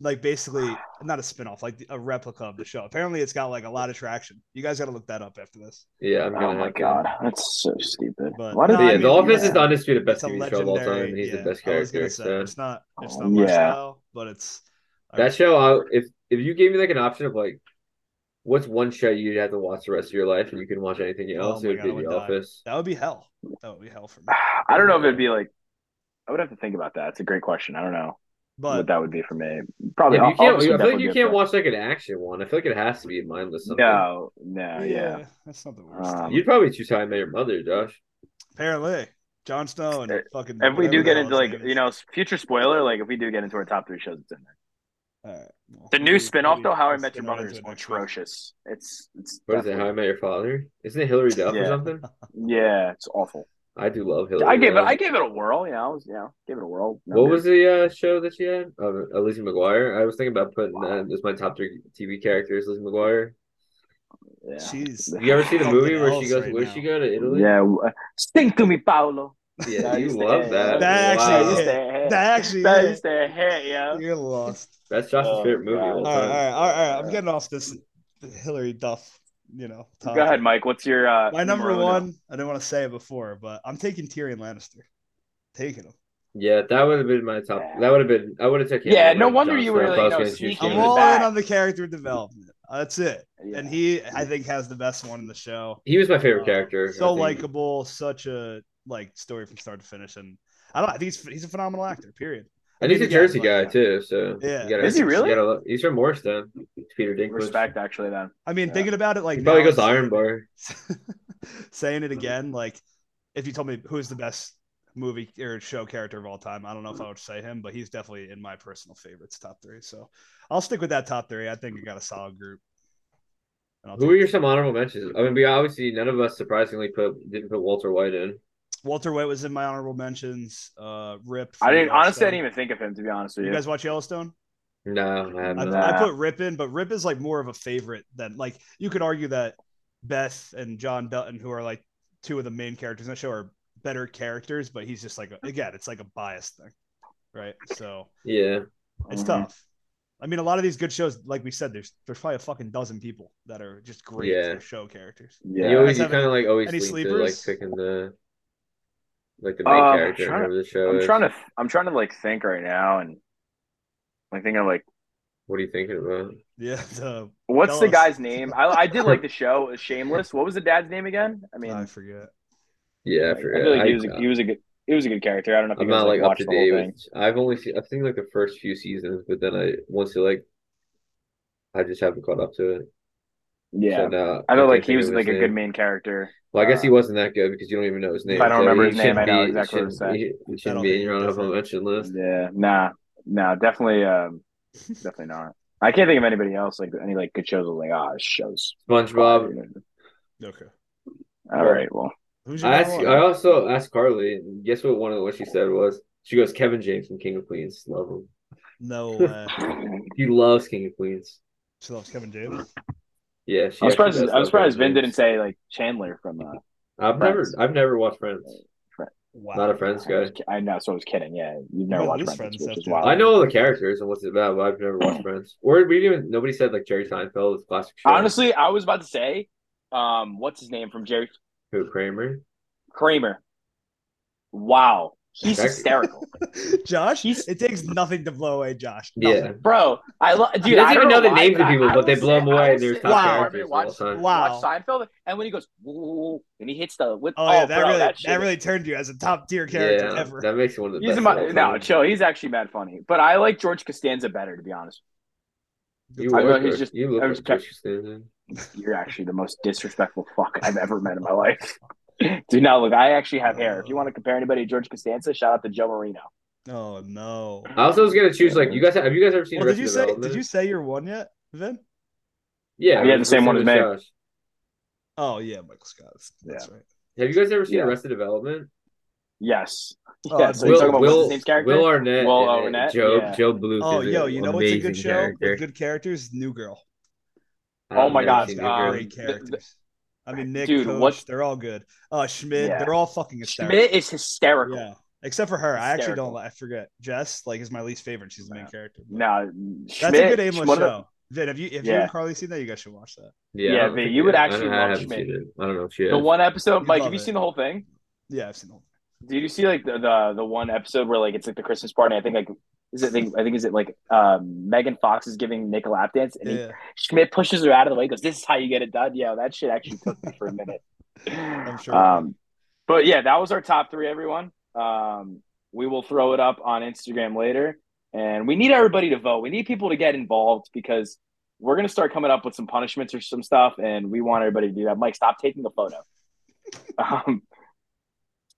[SPEAKER 3] like basically not a spin-off, like a replica of the show. Apparently it's got like a lot of traction. You guys gotta look that up after this.
[SPEAKER 2] Yeah, I'm gonna.
[SPEAKER 1] Oh my
[SPEAKER 2] have to.
[SPEAKER 1] god, that's so stupid.
[SPEAKER 3] But-
[SPEAKER 1] Why
[SPEAKER 2] But
[SPEAKER 1] did
[SPEAKER 3] No,
[SPEAKER 2] yeah,
[SPEAKER 1] they
[SPEAKER 3] I
[SPEAKER 2] The
[SPEAKER 3] mean,
[SPEAKER 2] Office
[SPEAKER 3] yeah.
[SPEAKER 2] is the undisputed best
[SPEAKER 3] it's a
[SPEAKER 2] TV show of all
[SPEAKER 3] legendary-
[SPEAKER 2] time. He's the
[SPEAKER 3] yeah,
[SPEAKER 2] best
[SPEAKER 3] I was gonna
[SPEAKER 2] character.
[SPEAKER 3] say,
[SPEAKER 2] so.
[SPEAKER 3] It's not it's
[SPEAKER 1] Oh,
[SPEAKER 3] not my
[SPEAKER 1] yeah.
[SPEAKER 3] style, but it's
[SPEAKER 2] That show, I, if if you gave me like an option of like, what's one show you'd have to watch the rest of your life, and you can watch anything
[SPEAKER 3] Oh
[SPEAKER 2] else,
[SPEAKER 3] my
[SPEAKER 2] it would
[SPEAKER 3] God, I
[SPEAKER 2] be
[SPEAKER 3] would
[SPEAKER 2] The
[SPEAKER 3] die.
[SPEAKER 2] Office.
[SPEAKER 3] that would be hell. That would be hell for me.
[SPEAKER 1] I don't know if it'd be like. I would have to think about that. It's a great question. I don't know what
[SPEAKER 3] But
[SPEAKER 1] that would be for me. Probably.
[SPEAKER 2] Yeah, you
[SPEAKER 1] Office
[SPEAKER 2] can't.
[SPEAKER 1] would
[SPEAKER 2] I feel like
[SPEAKER 1] definitely
[SPEAKER 2] you
[SPEAKER 1] be up
[SPEAKER 2] can't watch like an action one. I feel like it has to be a mindless
[SPEAKER 1] there.
[SPEAKER 2] something.
[SPEAKER 1] No, no, yeah.
[SPEAKER 3] yeah, that's not the worst.
[SPEAKER 1] Um,
[SPEAKER 2] You'd probably choose How I Met Your Mother, Josh.
[SPEAKER 3] Apparently. Jon Snow and
[SPEAKER 1] If
[SPEAKER 3] fucking
[SPEAKER 1] If we
[SPEAKER 3] whatever
[SPEAKER 1] do
[SPEAKER 3] the
[SPEAKER 1] get
[SPEAKER 3] hell
[SPEAKER 1] into
[SPEAKER 3] his
[SPEAKER 1] like
[SPEAKER 3] name is.
[SPEAKER 1] you know future spoiler, like if we do get into our top three shows, it's in there.
[SPEAKER 3] All right, well,
[SPEAKER 1] The new
[SPEAKER 3] maybe-
[SPEAKER 1] spin-off
[SPEAKER 3] maybe
[SPEAKER 1] though, How I
[SPEAKER 3] we'll
[SPEAKER 1] Met Your
[SPEAKER 3] spin
[SPEAKER 1] Mother
[SPEAKER 3] out
[SPEAKER 1] is
[SPEAKER 3] into it next week.
[SPEAKER 1] atrocious. It's it's
[SPEAKER 2] What is it? How I Met Your Father? Isn't it Hillary Duff
[SPEAKER 1] Yeah.
[SPEAKER 2] or something?
[SPEAKER 1] yeah, it's awful.
[SPEAKER 2] I do love Hillary.
[SPEAKER 1] I gave it.
[SPEAKER 2] Duff.
[SPEAKER 1] I gave it a whirl. You know, I was, you know, gave it a whirl.
[SPEAKER 2] What was the uh, show that she had? Uh, uh, Lizzie McGuire. I was thinking about putting that as my top three TV characters. Lizzie McGuire.
[SPEAKER 1] Yeah.
[SPEAKER 3] Jeez.
[SPEAKER 2] You ever see the
[SPEAKER 3] Something
[SPEAKER 2] movie where
[SPEAKER 3] else
[SPEAKER 2] she goes?
[SPEAKER 3] right
[SPEAKER 2] where
[SPEAKER 3] now.
[SPEAKER 2] she go to Italy?
[SPEAKER 1] Yeah, w- sting to me, Paolo.
[SPEAKER 2] yeah.
[SPEAKER 1] That
[SPEAKER 2] You
[SPEAKER 1] used to-
[SPEAKER 2] love that.
[SPEAKER 3] That actually
[SPEAKER 2] Wow.
[SPEAKER 3] is- That actually
[SPEAKER 1] That
[SPEAKER 3] is.
[SPEAKER 1] used to hit, yo.
[SPEAKER 3] You're lost.
[SPEAKER 2] That's Josh's
[SPEAKER 1] Oh,
[SPEAKER 2] favorite movie.
[SPEAKER 1] God.
[SPEAKER 2] All
[SPEAKER 3] All
[SPEAKER 2] the
[SPEAKER 3] right, all
[SPEAKER 2] time.
[SPEAKER 3] right, all right, all right. I'm getting off this Hillary Duff, you know.
[SPEAKER 1] Go ahead, Mike. What's your uh,
[SPEAKER 3] My number
[SPEAKER 1] now?
[SPEAKER 3] one, I didn't want to say it before, but I'm taking Tyrion Lannister. Taking him.
[SPEAKER 2] Yeah, that would have been my top.
[SPEAKER 1] Yeah.
[SPEAKER 2] That would have been. I would have taken.
[SPEAKER 1] Yeah,
[SPEAKER 2] him
[SPEAKER 1] no
[SPEAKER 2] over
[SPEAKER 1] wonder
[SPEAKER 2] Jon
[SPEAKER 1] you were
[SPEAKER 2] Snow if
[SPEAKER 1] like,
[SPEAKER 2] I was
[SPEAKER 1] no,
[SPEAKER 2] gonna choose
[SPEAKER 1] sneaky
[SPEAKER 2] him.
[SPEAKER 3] I'm
[SPEAKER 1] Taking him
[SPEAKER 3] all
[SPEAKER 1] back.
[SPEAKER 3] in on the character development. That's it.
[SPEAKER 1] Yeah.
[SPEAKER 3] And he, I think, has the best one in the show.
[SPEAKER 2] He was my favorite
[SPEAKER 3] Uh,
[SPEAKER 2] character. I
[SPEAKER 3] So
[SPEAKER 2] think.
[SPEAKER 3] likable, such a like story from start to finish, and I don't. I think he's he's a phenomenal actor. Period.
[SPEAKER 2] and he's a
[SPEAKER 3] Again,
[SPEAKER 2] Jersey
[SPEAKER 3] like,
[SPEAKER 2] guy too. So
[SPEAKER 3] Yeah.
[SPEAKER 2] you gotta-
[SPEAKER 1] Is he
[SPEAKER 2] you
[SPEAKER 1] really?
[SPEAKER 2] gotta lo- he's from Morristown. It's Peter Dinklage.
[SPEAKER 1] respect actually then.
[SPEAKER 3] I mean,
[SPEAKER 1] Yeah.
[SPEAKER 3] thinking about it, like
[SPEAKER 2] He probably
[SPEAKER 3] now
[SPEAKER 2] goes to
[SPEAKER 3] it's-
[SPEAKER 2] Iron Bar.
[SPEAKER 3] saying it again, like if you told me who's the best movie or show character of all time, I don't know if I would say him, but he's definitely in my personal favorites, top three. So I'll stick with that top three. I think we got a solid group. And I'll
[SPEAKER 2] Who
[SPEAKER 3] take
[SPEAKER 2] are your some honorable mentions? I mean, we obviously none of us surprisingly put didn't put Walter White in.
[SPEAKER 3] Walter White was in my honorable mentions. Uh, Rip.
[SPEAKER 1] I
[SPEAKER 3] from
[SPEAKER 1] didn't honestly. I
[SPEAKER 3] Yellowstone.
[SPEAKER 1] didn't even think of him to be honest with
[SPEAKER 3] You
[SPEAKER 1] you.
[SPEAKER 3] guys watch Yellowstone?
[SPEAKER 2] No, I
[SPEAKER 3] I,
[SPEAKER 2] haven't.
[SPEAKER 1] Nah.
[SPEAKER 3] I put Rip in, but Rip is like more of a favorite than like you could argue that Beth and John Dutton, who are like two of the main characters in the show, are better characters, but he's just like again, it's like a bias thing, right? So
[SPEAKER 2] yeah.
[SPEAKER 3] it's
[SPEAKER 1] Mhm.
[SPEAKER 2] Mm-hmm.
[SPEAKER 3] tough. I mean, a lot of these good shows, like we said, there's there's probably a fucking dozen people that are just great
[SPEAKER 2] Yeah.
[SPEAKER 3] for show characters.
[SPEAKER 2] And
[SPEAKER 1] Yeah.
[SPEAKER 2] You always
[SPEAKER 3] Guys
[SPEAKER 2] you
[SPEAKER 3] have
[SPEAKER 2] kind of like always
[SPEAKER 3] any
[SPEAKER 2] lean to like
[SPEAKER 3] sleepers?
[SPEAKER 2] picking the like the main
[SPEAKER 1] Um,
[SPEAKER 2] character
[SPEAKER 1] trying-
[SPEAKER 2] whoever the show
[SPEAKER 1] I'm
[SPEAKER 2] is.
[SPEAKER 1] trying to I'm trying to like think right now and I think I'm like
[SPEAKER 2] What are you thinking about?
[SPEAKER 3] Yeah, the,
[SPEAKER 1] what's
[SPEAKER 3] Tell
[SPEAKER 1] the
[SPEAKER 3] us.
[SPEAKER 1] guy's name? I I did like the show Shameless. What was the dad's name again? I mean
[SPEAKER 3] I forget.
[SPEAKER 2] Yeah,
[SPEAKER 1] I
[SPEAKER 2] I forget.
[SPEAKER 1] feel like
[SPEAKER 2] I,
[SPEAKER 1] he was a, he was a good he was a good character. I don't know if
[SPEAKER 2] I'm
[SPEAKER 1] you guys
[SPEAKER 2] not like up
[SPEAKER 1] watched
[SPEAKER 2] to
[SPEAKER 1] the whole
[SPEAKER 2] date
[SPEAKER 1] thing.
[SPEAKER 2] with. I've only seen I've seen like the first few seasons, but then I once you like I just haven't caught up to it.
[SPEAKER 1] Yeah.
[SPEAKER 2] So now
[SPEAKER 1] I feel
[SPEAKER 2] can't
[SPEAKER 1] like he
[SPEAKER 2] think
[SPEAKER 1] was
[SPEAKER 2] of
[SPEAKER 1] like
[SPEAKER 2] his
[SPEAKER 1] a good
[SPEAKER 2] name.
[SPEAKER 1] main character.
[SPEAKER 2] Well, I guess he
[SPEAKER 1] uh,
[SPEAKER 2] wasn't that good because you don't even know his name.
[SPEAKER 1] I don't
[SPEAKER 2] so
[SPEAKER 1] remember
[SPEAKER 2] he
[SPEAKER 1] his name,
[SPEAKER 2] shouldn't
[SPEAKER 1] I know
[SPEAKER 2] be- he
[SPEAKER 1] exactly what I'm
[SPEAKER 2] shouldn't- He, he shouldn't
[SPEAKER 3] That'll
[SPEAKER 2] be in
[SPEAKER 3] be
[SPEAKER 2] your honorable
[SPEAKER 3] different.
[SPEAKER 2] mention list.
[SPEAKER 1] Yeah, nah, nah, definitely, um, definitely not. I can't think of anybody else like any like good shows. that, Like ah, this shows.
[SPEAKER 2] SpongeBob.
[SPEAKER 3] Okay.
[SPEAKER 1] All right, well,
[SPEAKER 3] Who's your
[SPEAKER 2] I asked,
[SPEAKER 3] number
[SPEAKER 2] I
[SPEAKER 3] one?
[SPEAKER 2] also asked Carly. and Guess what? One of what she said was she goes Kevin James from King of Queens. Love him.
[SPEAKER 3] No way.
[SPEAKER 2] He loves King of Queens.
[SPEAKER 3] She loves Kevin James.
[SPEAKER 2] Yeah, she
[SPEAKER 1] I'm
[SPEAKER 2] actually
[SPEAKER 1] surprised.
[SPEAKER 2] does
[SPEAKER 1] I'm
[SPEAKER 2] love
[SPEAKER 1] surprised Vin
[SPEAKER 2] Kevin
[SPEAKER 1] didn't
[SPEAKER 2] James.
[SPEAKER 1] say like Chandler from. Uh,
[SPEAKER 2] I've never
[SPEAKER 1] Friends.
[SPEAKER 2] I've never watched Friends.
[SPEAKER 3] Wow.
[SPEAKER 2] Not a Friends
[SPEAKER 1] I
[SPEAKER 2] guy.
[SPEAKER 1] was ki- I know, so I was kidding. Yeah, you've never
[SPEAKER 3] Well,
[SPEAKER 1] watched
[SPEAKER 3] it is
[SPEAKER 1] Friends,
[SPEAKER 3] Friends,
[SPEAKER 1] which is
[SPEAKER 3] after
[SPEAKER 1] wild.
[SPEAKER 3] all.
[SPEAKER 2] I know all the characters and what's it about, but I've never watched Friends. Or we didn't even nobody said like Jerry Seinfeld is classic show.
[SPEAKER 1] Honestly, I was about to say, um, what's his name from Jerry
[SPEAKER 2] Who Kramer?
[SPEAKER 1] Kramer? Wow, he's
[SPEAKER 2] Exactly.
[SPEAKER 1] hysterical,
[SPEAKER 3] Josh,
[SPEAKER 1] He's-
[SPEAKER 3] it takes nothing to blow away Josh.
[SPEAKER 2] Yeah.
[SPEAKER 1] bro. I love. Dude,
[SPEAKER 2] he doesn't
[SPEAKER 1] I don't
[SPEAKER 2] even know the
[SPEAKER 1] why,
[SPEAKER 2] names of
[SPEAKER 1] I-
[SPEAKER 2] people,
[SPEAKER 1] I
[SPEAKER 2] but they
[SPEAKER 1] was
[SPEAKER 2] blow them
[SPEAKER 1] sitting- I
[SPEAKER 2] away
[SPEAKER 1] was
[SPEAKER 2] and they're
[SPEAKER 1] sitting
[SPEAKER 2] top
[SPEAKER 1] in the
[SPEAKER 3] Wow.
[SPEAKER 1] apartment
[SPEAKER 2] characters all the
[SPEAKER 1] watching-
[SPEAKER 2] time.
[SPEAKER 3] Wow.
[SPEAKER 1] watch Seinfeld, and when he goes, "Ooh," and he hits the with.
[SPEAKER 3] Oh, yeah, that
[SPEAKER 1] bro,
[SPEAKER 3] really
[SPEAKER 1] that,
[SPEAKER 3] that,
[SPEAKER 1] shit is-
[SPEAKER 3] really turned you as a top tier character
[SPEAKER 2] yeah,
[SPEAKER 3] ever.
[SPEAKER 2] That makes you one of the
[SPEAKER 1] He's
[SPEAKER 2] best.
[SPEAKER 1] a,
[SPEAKER 2] of all
[SPEAKER 1] mo- no
[SPEAKER 2] time.
[SPEAKER 1] chill. He's actually mad funny, but I like George Costanza better, to be honest.
[SPEAKER 2] You
[SPEAKER 1] I know,
[SPEAKER 2] look
[SPEAKER 1] he's
[SPEAKER 2] like-
[SPEAKER 1] just-
[SPEAKER 2] you look
[SPEAKER 1] I
[SPEAKER 2] like
[SPEAKER 1] was kept-
[SPEAKER 2] George Costanza.
[SPEAKER 1] You're actually the most disrespectful fuck I've ever met in my life. Dude, now look, I actually have hair. If you want to compare anybody to George Costanza, shout out to Joe Marino.
[SPEAKER 3] Oh no.
[SPEAKER 2] I also was gonna choose like you guys. Have you guys ever seen
[SPEAKER 3] Well, did
[SPEAKER 2] Arrested
[SPEAKER 3] you say
[SPEAKER 2] Development?
[SPEAKER 3] did you say your one yet, Vin?
[SPEAKER 2] Yeah,
[SPEAKER 1] We had the
[SPEAKER 2] it's
[SPEAKER 1] same one as
[SPEAKER 2] with
[SPEAKER 1] me.
[SPEAKER 2] Josh.
[SPEAKER 3] Oh yeah, Michael Scott. That's, that's right.
[SPEAKER 2] Have you guys ever seen
[SPEAKER 1] Yeah.
[SPEAKER 2] Arrested Development?
[SPEAKER 1] Yes.
[SPEAKER 3] Oh,
[SPEAKER 1] yeah, so
[SPEAKER 3] Will-
[SPEAKER 1] you're talking about what's his
[SPEAKER 2] Will,
[SPEAKER 1] name's character?
[SPEAKER 2] Will Arnett,
[SPEAKER 1] Will
[SPEAKER 2] in it.
[SPEAKER 1] Arnett,
[SPEAKER 2] Joe
[SPEAKER 1] yeah.
[SPEAKER 2] Joe Bluth.
[SPEAKER 3] Oh
[SPEAKER 2] is
[SPEAKER 3] yo,
[SPEAKER 2] an
[SPEAKER 3] you know what's a
[SPEAKER 2] amazing
[SPEAKER 3] good show
[SPEAKER 2] character.
[SPEAKER 3] with good characters? New Girl.
[SPEAKER 1] Oh my
[SPEAKER 2] I've never
[SPEAKER 1] God,
[SPEAKER 2] seen
[SPEAKER 3] They're
[SPEAKER 2] New
[SPEAKER 1] um,
[SPEAKER 2] Girl.
[SPEAKER 1] th-
[SPEAKER 3] great characters. I mean Nick,
[SPEAKER 1] Dude,
[SPEAKER 3] Coach,
[SPEAKER 1] what-
[SPEAKER 3] they're all good. Uh Schmidt,
[SPEAKER 1] Yeah.
[SPEAKER 3] they're all fucking hysterical.
[SPEAKER 1] Schmidt is hysterical.
[SPEAKER 3] Yeah. Except for her. I actually
[SPEAKER 1] Hysterical.
[SPEAKER 3] don't like I forget. Jess, like, is my least favorite. She's the main
[SPEAKER 1] Yeah.
[SPEAKER 3] character. but-
[SPEAKER 1] No,
[SPEAKER 3] That's
[SPEAKER 1] Schmidt.
[SPEAKER 3] a good aimless
[SPEAKER 1] one of the-
[SPEAKER 3] show. Vin, have you if you
[SPEAKER 1] Yeah.
[SPEAKER 3] and Carly seen that, you guys should watch that.
[SPEAKER 2] Yeah,
[SPEAKER 1] Yeah,
[SPEAKER 2] I don't
[SPEAKER 1] but
[SPEAKER 2] think-
[SPEAKER 1] you would
[SPEAKER 2] I don't-
[SPEAKER 1] actually
[SPEAKER 2] I
[SPEAKER 1] love
[SPEAKER 2] haven't
[SPEAKER 1] Schmidt.
[SPEAKER 2] seen it. I don't know if she
[SPEAKER 1] The
[SPEAKER 2] has.
[SPEAKER 1] one episode,
[SPEAKER 3] You'd
[SPEAKER 1] Mike,
[SPEAKER 3] love
[SPEAKER 1] have you
[SPEAKER 3] it.
[SPEAKER 1] seen the whole thing?
[SPEAKER 3] Yeah, I've seen the whole
[SPEAKER 1] Did you see like the, the the one episode where like it's like the Christmas party? I think like is it I think, I think is it like um Megan Fox is giving Nick a lap dance and
[SPEAKER 3] thing.
[SPEAKER 1] he,
[SPEAKER 3] Yeah.
[SPEAKER 1] Schmidt pushes her out of the way. Goes, this is how you get it done. Yeah, that shit actually took me for a minute.
[SPEAKER 3] I'm sure.
[SPEAKER 1] Um, but yeah, that was our top three, everyone. Um, we will throw it up on Instagram later, and we need everybody to vote. We need people to get involved because we're gonna start coming up with some punishments or some stuff, and we want everybody to do that. Mike, stop taking the photo. um,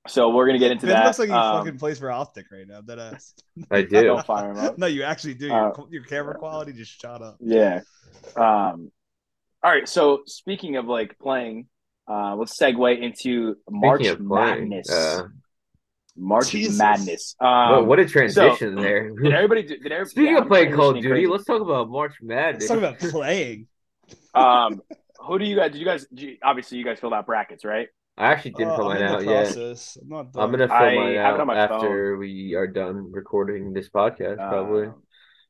[SPEAKER 1] so we're gonna get into
[SPEAKER 3] Vin
[SPEAKER 1] that.
[SPEAKER 3] looks like he
[SPEAKER 1] Um,
[SPEAKER 3] fucking plays for optic right now. That ass.
[SPEAKER 2] I do.
[SPEAKER 1] Don't fire him up.
[SPEAKER 3] no, you actually do. Your,
[SPEAKER 1] Oh. Uh,
[SPEAKER 3] qu- your camera quality just shot up.
[SPEAKER 1] Yeah. Um, all right. So speaking of like playing, uh, let's segue into March
[SPEAKER 2] Speaking of playing,
[SPEAKER 1] Madness.
[SPEAKER 2] uh,
[SPEAKER 1] March
[SPEAKER 3] Jesus.
[SPEAKER 1] Madness. Um,
[SPEAKER 2] what, what a transition there.
[SPEAKER 1] Did everybody? Do, did everybody?
[SPEAKER 2] Speaking
[SPEAKER 1] yeah,
[SPEAKER 2] of playing
[SPEAKER 1] I'm
[SPEAKER 2] Call of
[SPEAKER 1] transitioning
[SPEAKER 2] Duty,
[SPEAKER 1] crazy.
[SPEAKER 2] let's talk about March
[SPEAKER 3] Let's
[SPEAKER 2] Madness.
[SPEAKER 3] talk about playing.
[SPEAKER 1] um, who do you guys? Did you guys? did you- obviously, you guys filled out brackets, right?
[SPEAKER 2] I actually didn't
[SPEAKER 1] Oh,
[SPEAKER 3] Uh,
[SPEAKER 2] fill
[SPEAKER 3] I'm
[SPEAKER 2] mine
[SPEAKER 3] in the
[SPEAKER 2] out yet.
[SPEAKER 3] process. I'm not
[SPEAKER 2] I'm
[SPEAKER 3] done.
[SPEAKER 2] gonna fill
[SPEAKER 1] I
[SPEAKER 2] mine
[SPEAKER 1] have it on
[SPEAKER 2] out
[SPEAKER 1] my
[SPEAKER 2] after we are done recording this podcast, probably.
[SPEAKER 1] Um,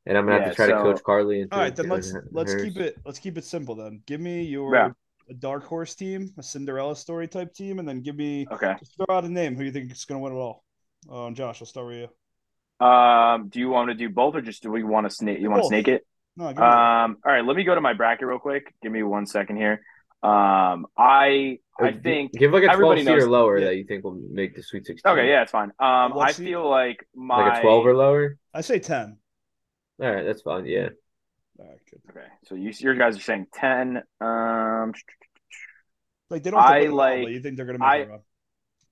[SPEAKER 2] And I'm gonna have
[SPEAKER 1] yeah,
[SPEAKER 2] to try to
[SPEAKER 1] so-
[SPEAKER 2] coach Carly into
[SPEAKER 3] All right, then
[SPEAKER 2] doing
[SPEAKER 3] let's
[SPEAKER 2] her-
[SPEAKER 3] let's
[SPEAKER 2] hers.
[SPEAKER 3] keep it let's keep it simple then. Give me your
[SPEAKER 1] Yeah.
[SPEAKER 3] a dark horse team, a Cinderella story type team, and then give me
[SPEAKER 1] okay.
[SPEAKER 3] just throw out a name who you think is gonna win it all. Um, Josh, I'll start with you.
[SPEAKER 1] Um, do you want to do both, or just do we want to snake? You want to
[SPEAKER 3] Both.
[SPEAKER 1] snake it?
[SPEAKER 3] No, give me
[SPEAKER 1] Um, all right. Let me go to my bracket real quick. Give me one second here. Um, I
[SPEAKER 2] Or
[SPEAKER 1] I
[SPEAKER 2] gi-
[SPEAKER 1] think
[SPEAKER 2] give like a twelve
[SPEAKER 1] everybody
[SPEAKER 2] seed or
[SPEAKER 1] knows-
[SPEAKER 2] lower
[SPEAKER 3] yeah.
[SPEAKER 2] that you think will make the Sweet Sixteen.
[SPEAKER 1] Okay, yeah, it's fine. Um,
[SPEAKER 3] What
[SPEAKER 1] I
[SPEAKER 3] seed?
[SPEAKER 1] feel like my
[SPEAKER 2] like a twelve or lower.
[SPEAKER 3] I say ten.
[SPEAKER 2] All right, that's fine. Yeah,
[SPEAKER 3] All right, good.
[SPEAKER 1] Okay, so you your guys are saying ten. Um,
[SPEAKER 3] Like they don't. Have to
[SPEAKER 1] I
[SPEAKER 3] win it all, but
[SPEAKER 1] like-
[SPEAKER 3] you think they're gonna
[SPEAKER 1] I-
[SPEAKER 3] make it?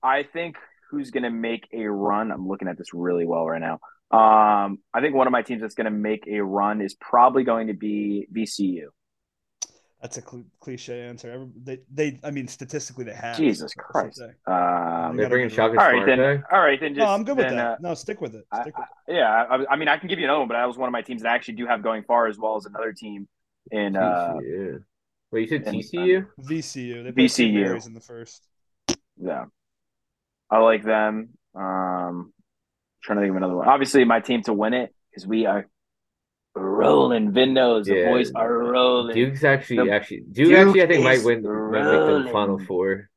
[SPEAKER 1] I think who's gonna make a run? I'm looking at this really well right now. Um, I think one of my teams that's gonna make a run is probably going to be VCU.
[SPEAKER 3] That's a cl- cliche answer. Every- They, they, I mean, statistically, they have.
[SPEAKER 1] Jesus
[SPEAKER 3] That's the
[SPEAKER 1] Christ.
[SPEAKER 3] thing.
[SPEAKER 1] Um,
[SPEAKER 2] They're bringing Shaka
[SPEAKER 1] all right
[SPEAKER 2] Smart
[SPEAKER 1] then.
[SPEAKER 2] back.
[SPEAKER 1] All right then. Just,
[SPEAKER 3] No, I'm good with
[SPEAKER 1] then,
[SPEAKER 3] that.
[SPEAKER 1] uh,
[SPEAKER 3] no, stick with it.
[SPEAKER 1] I-
[SPEAKER 3] Stick with
[SPEAKER 1] yeah, I, I mean, I can give you another one, but that was one of my teams that I actually do have going far, as well as another team in uh,
[SPEAKER 2] TCU. Wait, you said
[SPEAKER 1] and- uh,
[SPEAKER 2] TCU?
[SPEAKER 3] it. VCU. They played St.
[SPEAKER 1] VCU.
[SPEAKER 3] Mary's in the first.
[SPEAKER 1] Yeah. I like them. Um trying to think of another one. Obviously my team to win it because we are rolling Vindos. The
[SPEAKER 2] Yeah.
[SPEAKER 1] boys are rolling.
[SPEAKER 2] Duke's actually
[SPEAKER 1] The-
[SPEAKER 2] actually Duke,
[SPEAKER 1] Duke
[SPEAKER 2] actually I think might
[SPEAKER 1] is
[SPEAKER 2] win might make the
[SPEAKER 1] rolling.
[SPEAKER 2] final four.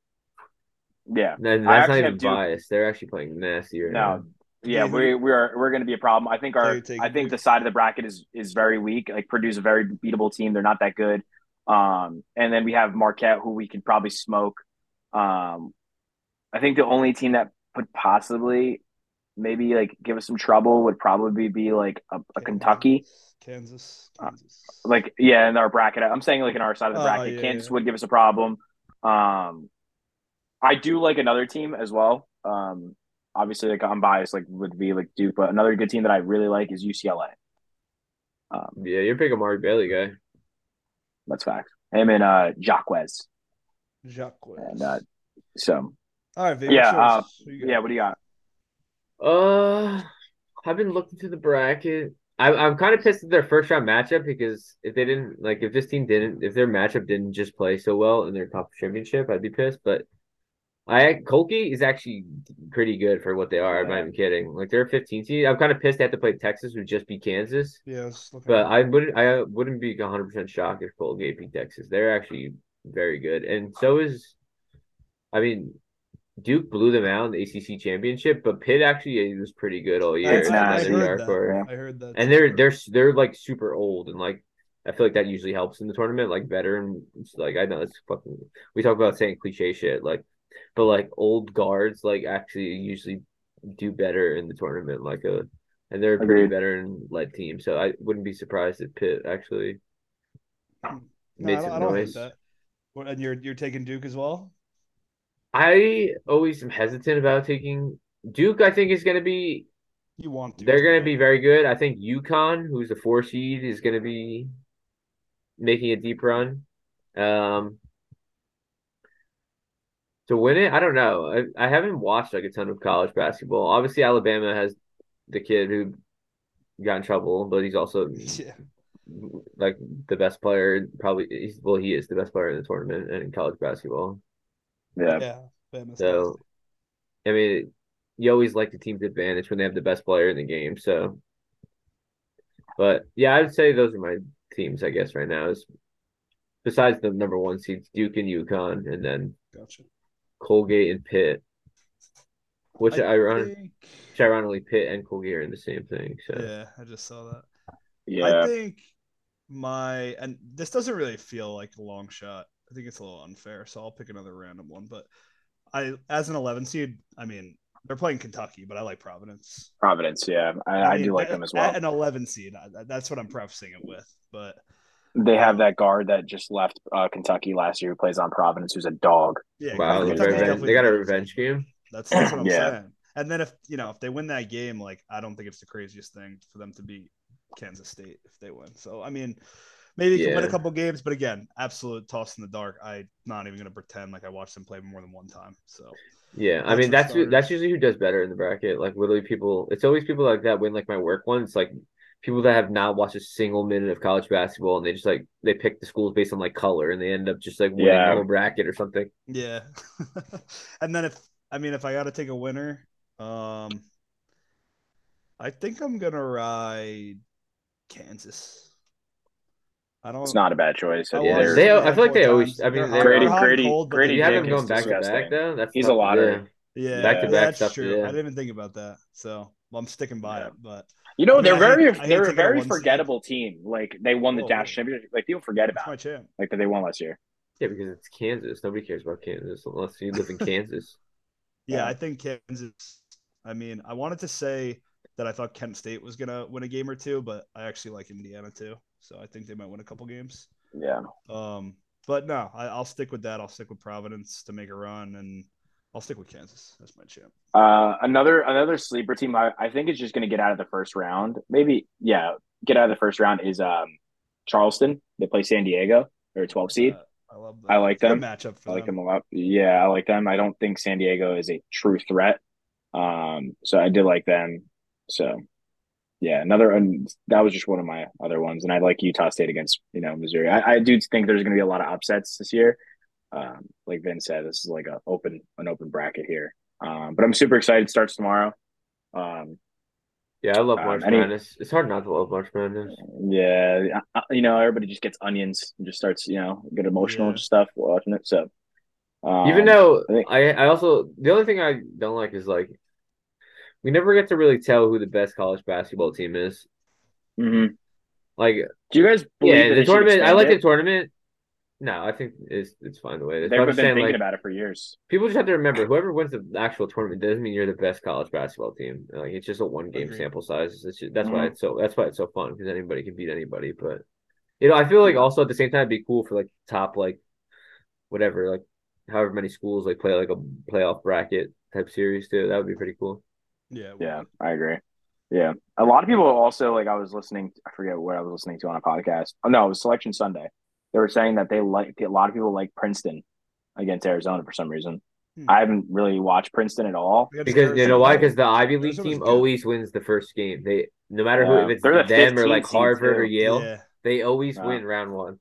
[SPEAKER 1] Yeah.
[SPEAKER 2] No,
[SPEAKER 1] I actually
[SPEAKER 2] that's not
[SPEAKER 1] have
[SPEAKER 2] even
[SPEAKER 1] Duke-
[SPEAKER 2] biased. They're actually playing nasty right
[SPEAKER 1] No. Yeah,
[SPEAKER 3] Yeah, who-
[SPEAKER 1] we we are we're gonna be a problem. I think
[SPEAKER 3] Who
[SPEAKER 1] our
[SPEAKER 3] you taking,
[SPEAKER 1] I think
[SPEAKER 3] Duke?
[SPEAKER 1] the side of the bracket is is very weak. Like Purdue's a very beatable team. They're not that good. Um and then we have Marquette who we could probably smoke. Um I think the only team that could possibly maybe like give us some trouble would probably be like a, a Kentucky.
[SPEAKER 3] Kansas.
[SPEAKER 1] Uh,
[SPEAKER 3] Kansas.
[SPEAKER 1] like yeah in our bracket i'm saying like in our side of the
[SPEAKER 3] Oh,
[SPEAKER 1] bracket
[SPEAKER 3] yeah,
[SPEAKER 1] kansas
[SPEAKER 3] yeah.
[SPEAKER 1] would give us a problem um i do like another team as well um obviously like i'm biased like would be like duke but another good team that i really like is ucla um
[SPEAKER 2] now. Yeah, you're big Amari Bailey guy.
[SPEAKER 1] that's facts him and uh jacques
[SPEAKER 3] Jacques.
[SPEAKER 1] and uh so
[SPEAKER 3] All right, Vader,
[SPEAKER 1] yeah,
[SPEAKER 3] show us who you got.
[SPEAKER 1] yeah what do you got
[SPEAKER 2] Uh, I've been looking to the bracket. I'm I'm kind of pissed at their first round matchup because if they didn't like if this team didn't if their matchup didn't just play so well in their conference championship, I'd be pissed. But I Colkey is actually pretty good for what they are. I'm not even kidding. Like they're a 15 seed. I'm kind of pissed they have to play Texas, who just beat Kansas.
[SPEAKER 3] Yeah, I was just looking.
[SPEAKER 2] But
[SPEAKER 3] at-
[SPEAKER 2] I wouldn't I wouldn't be 100 percent shocked if Colgate beat Texas. They're actually very good, and so is, I mean, Duke blew them out in the ACC championship, but Pitt actually was pretty good all year.
[SPEAKER 1] I- I
[SPEAKER 2] and
[SPEAKER 1] heard
[SPEAKER 2] dark
[SPEAKER 3] that.
[SPEAKER 2] horse.
[SPEAKER 3] I heard that.
[SPEAKER 2] and they're they're they're like super old, and like I feel like that usually helps in the tournament. Like veteran, it's like I know it's fucking. We talk about saying cliche shit, like, but like old guards like actually usually do better in the tournament. Like a and they're a pretty
[SPEAKER 1] Agreed.
[SPEAKER 2] veteran led team, so I wouldn't be surprised if Pitt actually
[SPEAKER 3] No,
[SPEAKER 2] made
[SPEAKER 3] Hmm. I don't, I
[SPEAKER 2] some
[SPEAKER 3] don't hate
[SPEAKER 2] noise.
[SPEAKER 3] that. What- And you're you're taking Duke as well.
[SPEAKER 2] I always am hesitant about taking Duke. I think is going to be
[SPEAKER 3] You want Duke?
[SPEAKER 2] They're
[SPEAKER 3] to
[SPEAKER 2] going to
[SPEAKER 3] win.
[SPEAKER 2] be very good. I think UConn, who's the four seed, is going to be making a deep run. Um, to win it, I don't know. I, I haven't watched like a ton of college basketball. Obviously, Alabama has the kid who got in trouble, but he's also
[SPEAKER 3] Yeah.
[SPEAKER 2] like the best player. Probably, he's, well, he is the best player in the tournament and in college basketball.
[SPEAKER 1] yeah
[SPEAKER 3] Yeah. Bama's
[SPEAKER 2] So, I mean, you always like the team's advantage when they have the best player in the game. So, but yeah, I would say those are my teams, I guess, right now. Is besides the number one seeds, Duke and UConn, and then
[SPEAKER 3] Gotcha.
[SPEAKER 2] Colgate and Pitt, which
[SPEAKER 3] I
[SPEAKER 2] iron-
[SPEAKER 3] think-
[SPEAKER 2] which ironically, Pitt and Colgate are in the same thing. So,
[SPEAKER 3] Yeah, I just saw that.
[SPEAKER 1] yeah
[SPEAKER 3] I think my and this doesn't really feel like a long shot. I think it's a little unfair, so I'll pick another random one. But I, as an 11 seed, I mean, they're playing Kentucky, but I like Providence.
[SPEAKER 1] providence yeah i, I,
[SPEAKER 3] mean,
[SPEAKER 1] do like
[SPEAKER 3] at-
[SPEAKER 1] them as well
[SPEAKER 3] At an 11 seed, I, that's what I'm prefacing it with. But
[SPEAKER 1] they have that guard that just left uh, kentucky last year who plays on providence who's a dog
[SPEAKER 3] yeah,
[SPEAKER 2] wow,
[SPEAKER 1] Kentucky's
[SPEAKER 2] the
[SPEAKER 3] Kentucky's
[SPEAKER 2] reven-
[SPEAKER 3] definitely
[SPEAKER 2] they got a
[SPEAKER 3] the better
[SPEAKER 2] revenge
[SPEAKER 3] team.
[SPEAKER 2] game.
[SPEAKER 3] That's, that's what I'm
[SPEAKER 1] Yeah.
[SPEAKER 3] saying. And then if you know if they win that game, like I don't think it's the craziest thing for them to beat Kansas State if they win. So I mean, maybe you can win a
[SPEAKER 2] Yeah.
[SPEAKER 3] couple games, but again, absolute toss in the dark. I'm not even gonna pretend like I watched them play more than one time. So
[SPEAKER 2] Yeah, I
[SPEAKER 3] That's
[SPEAKER 2] mean
[SPEAKER 3] for
[SPEAKER 2] that's who- that's
[SPEAKER 3] starters.
[SPEAKER 2] usually who does better in the bracket. Like literally, people. It's always people like that win like my work one. It's like people that have not watched a single minute of college basketball, and they just like they pick the schools based on like color, and they end up just like winning
[SPEAKER 1] Yeah.
[SPEAKER 2] the whole bracket or something.
[SPEAKER 3] yeah. and then if I mean if I gotta take a winner, um, I think I'm gonna ride Kansas. I don't.
[SPEAKER 1] it's not a bad choice
[SPEAKER 3] I
[SPEAKER 2] Yeah,
[SPEAKER 3] watched
[SPEAKER 1] They're-
[SPEAKER 2] they-
[SPEAKER 3] them
[SPEAKER 2] I feel like they
[SPEAKER 3] four
[SPEAKER 2] always-
[SPEAKER 3] times.
[SPEAKER 2] I mean,
[SPEAKER 3] They're
[SPEAKER 2] they-
[SPEAKER 3] hot-
[SPEAKER 1] Grady-
[SPEAKER 3] they're hot and
[SPEAKER 1] Grady-
[SPEAKER 3] cold, but
[SPEAKER 1] Grady
[SPEAKER 3] they-
[SPEAKER 2] You have them
[SPEAKER 1] Dick
[SPEAKER 2] going
[SPEAKER 1] is
[SPEAKER 2] back to back
[SPEAKER 1] disgusting.
[SPEAKER 2] though. That's
[SPEAKER 1] He's
[SPEAKER 2] tough
[SPEAKER 1] a
[SPEAKER 2] to
[SPEAKER 1] lottery.
[SPEAKER 2] do.
[SPEAKER 3] Yeah,
[SPEAKER 2] Back to
[SPEAKER 3] yeah,
[SPEAKER 2] back
[SPEAKER 3] that's
[SPEAKER 2] stuff,
[SPEAKER 3] true.
[SPEAKER 2] yeah.
[SPEAKER 3] I didn't even think about that. So well, I'm sticking by
[SPEAKER 1] Yeah.
[SPEAKER 3] it, but
[SPEAKER 1] You know,
[SPEAKER 3] I mean,
[SPEAKER 1] they're
[SPEAKER 3] I
[SPEAKER 1] very
[SPEAKER 3] hate- I hate
[SPEAKER 1] they're a
[SPEAKER 3] taking a
[SPEAKER 1] very
[SPEAKER 3] one seed.
[SPEAKER 1] forgettable team. Like they won the
[SPEAKER 3] Oh.
[SPEAKER 1] Dash Championship. Like people forget
[SPEAKER 3] it's
[SPEAKER 1] about
[SPEAKER 3] my
[SPEAKER 1] it.
[SPEAKER 3] champ.
[SPEAKER 1] like that they won last year.
[SPEAKER 2] Yeah, because it's Kansas. Nobody cares about Kansas unless you live in Kansas.
[SPEAKER 3] Yeah,
[SPEAKER 1] Yeah.
[SPEAKER 3] I think Kansas. I mean, I wanted to say that I thought Kent State was gonna win a game or two, but I actually like Indiana too, so I think they might win a couple games.
[SPEAKER 1] Yeah,
[SPEAKER 3] Um, but no, I, I'll stick with that. I'll stick with Providence to make a run, and I'll stick with Kansas. That's my champ.
[SPEAKER 1] uh, another another sleeper team. I, I think is just going to get out of the first round. Maybe yeah, get out of the first round is um, Charleston. They play San Diego. or 12 seed.
[SPEAKER 3] Uh, I love
[SPEAKER 1] I like
[SPEAKER 3] Good
[SPEAKER 1] them.
[SPEAKER 3] matchup for
[SPEAKER 1] I like
[SPEAKER 2] Uh-huh.
[SPEAKER 3] them.
[SPEAKER 1] them a lot. Yeah, I like them. I don't think San Diego is a true threat. Um, so I did like them. So yeah, another and that was just one of my other ones. And I like Utah State against you know Missouri. I, I do think there's going to be a lot of upsets this year. Um, like Vin said, this is like a open an open bracket here. Um, but I'm super excited. It starts tomorrow. Um,
[SPEAKER 2] Yeah, I love
[SPEAKER 1] Um,
[SPEAKER 2] March
[SPEAKER 1] any-
[SPEAKER 2] Madness. It's hard not to love March Madness.
[SPEAKER 1] yeah, I- I- you know everybody just gets onions and just starts you know get emotional and
[SPEAKER 3] Yeah.
[SPEAKER 1] stuff watching it. So um,
[SPEAKER 2] Even though
[SPEAKER 1] I think-
[SPEAKER 2] I, I also the only thing I don't like is like we never get to really tell who the best college basketball team is.
[SPEAKER 1] mhm.
[SPEAKER 2] Like
[SPEAKER 1] do you guys believe
[SPEAKER 2] yeah,
[SPEAKER 1] that
[SPEAKER 2] the
[SPEAKER 1] they should
[SPEAKER 2] tournament. I
[SPEAKER 1] expand
[SPEAKER 2] like
[SPEAKER 1] it?
[SPEAKER 2] the tournament. No, I think it's it's fine the way it is.
[SPEAKER 1] They've
[SPEAKER 2] But I'm
[SPEAKER 1] been
[SPEAKER 2] just saying,
[SPEAKER 1] thinking
[SPEAKER 2] like,
[SPEAKER 1] about it for years.
[SPEAKER 2] people just have to remember whoever wins the actual tournament doesn't mean you're the best college basketball team. Like it's just a one game
[SPEAKER 3] Agreed.
[SPEAKER 2] sample size. It's ju- that's why
[SPEAKER 1] Mhm.
[SPEAKER 2] it's so that's why it's so fun because anybody can beat anybody. But you know, I feel
[SPEAKER 1] Mm-hmm.
[SPEAKER 2] like also at the same time it'd be cool for like top like whatever like however many schools like play like a playoff bracket type series too. That would be pretty cool.
[SPEAKER 3] Yeah. it
[SPEAKER 1] Yeah,
[SPEAKER 3] would.
[SPEAKER 1] I agree. Yeah, a lot of people also like. I was listening. I forget what I was listening to on a podcast. Oh no, it was Selection Sunday. They were saying that they like a lot of people like Princeton against Arizona for some reason.
[SPEAKER 3] Hmm.
[SPEAKER 1] I haven't really watched Princeton at all.
[SPEAKER 3] We got
[SPEAKER 2] Because you
[SPEAKER 3] Thursday
[SPEAKER 2] know why?
[SPEAKER 3] night.
[SPEAKER 2] Because the Ivy League
[SPEAKER 3] Thursday was
[SPEAKER 2] team
[SPEAKER 3] good.
[SPEAKER 2] always wins the first game. They no matter who
[SPEAKER 1] Yeah.
[SPEAKER 2] if it's
[SPEAKER 1] They're the
[SPEAKER 2] them or
[SPEAKER 1] 15
[SPEAKER 2] like
[SPEAKER 1] seed,
[SPEAKER 2] Harvard or
[SPEAKER 1] too.
[SPEAKER 2] Yale,
[SPEAKER 3] Yeah.
[SPEAKER 2] they always
[SPEAKER 1] Yeah.
[SPEAKER 2] win round one.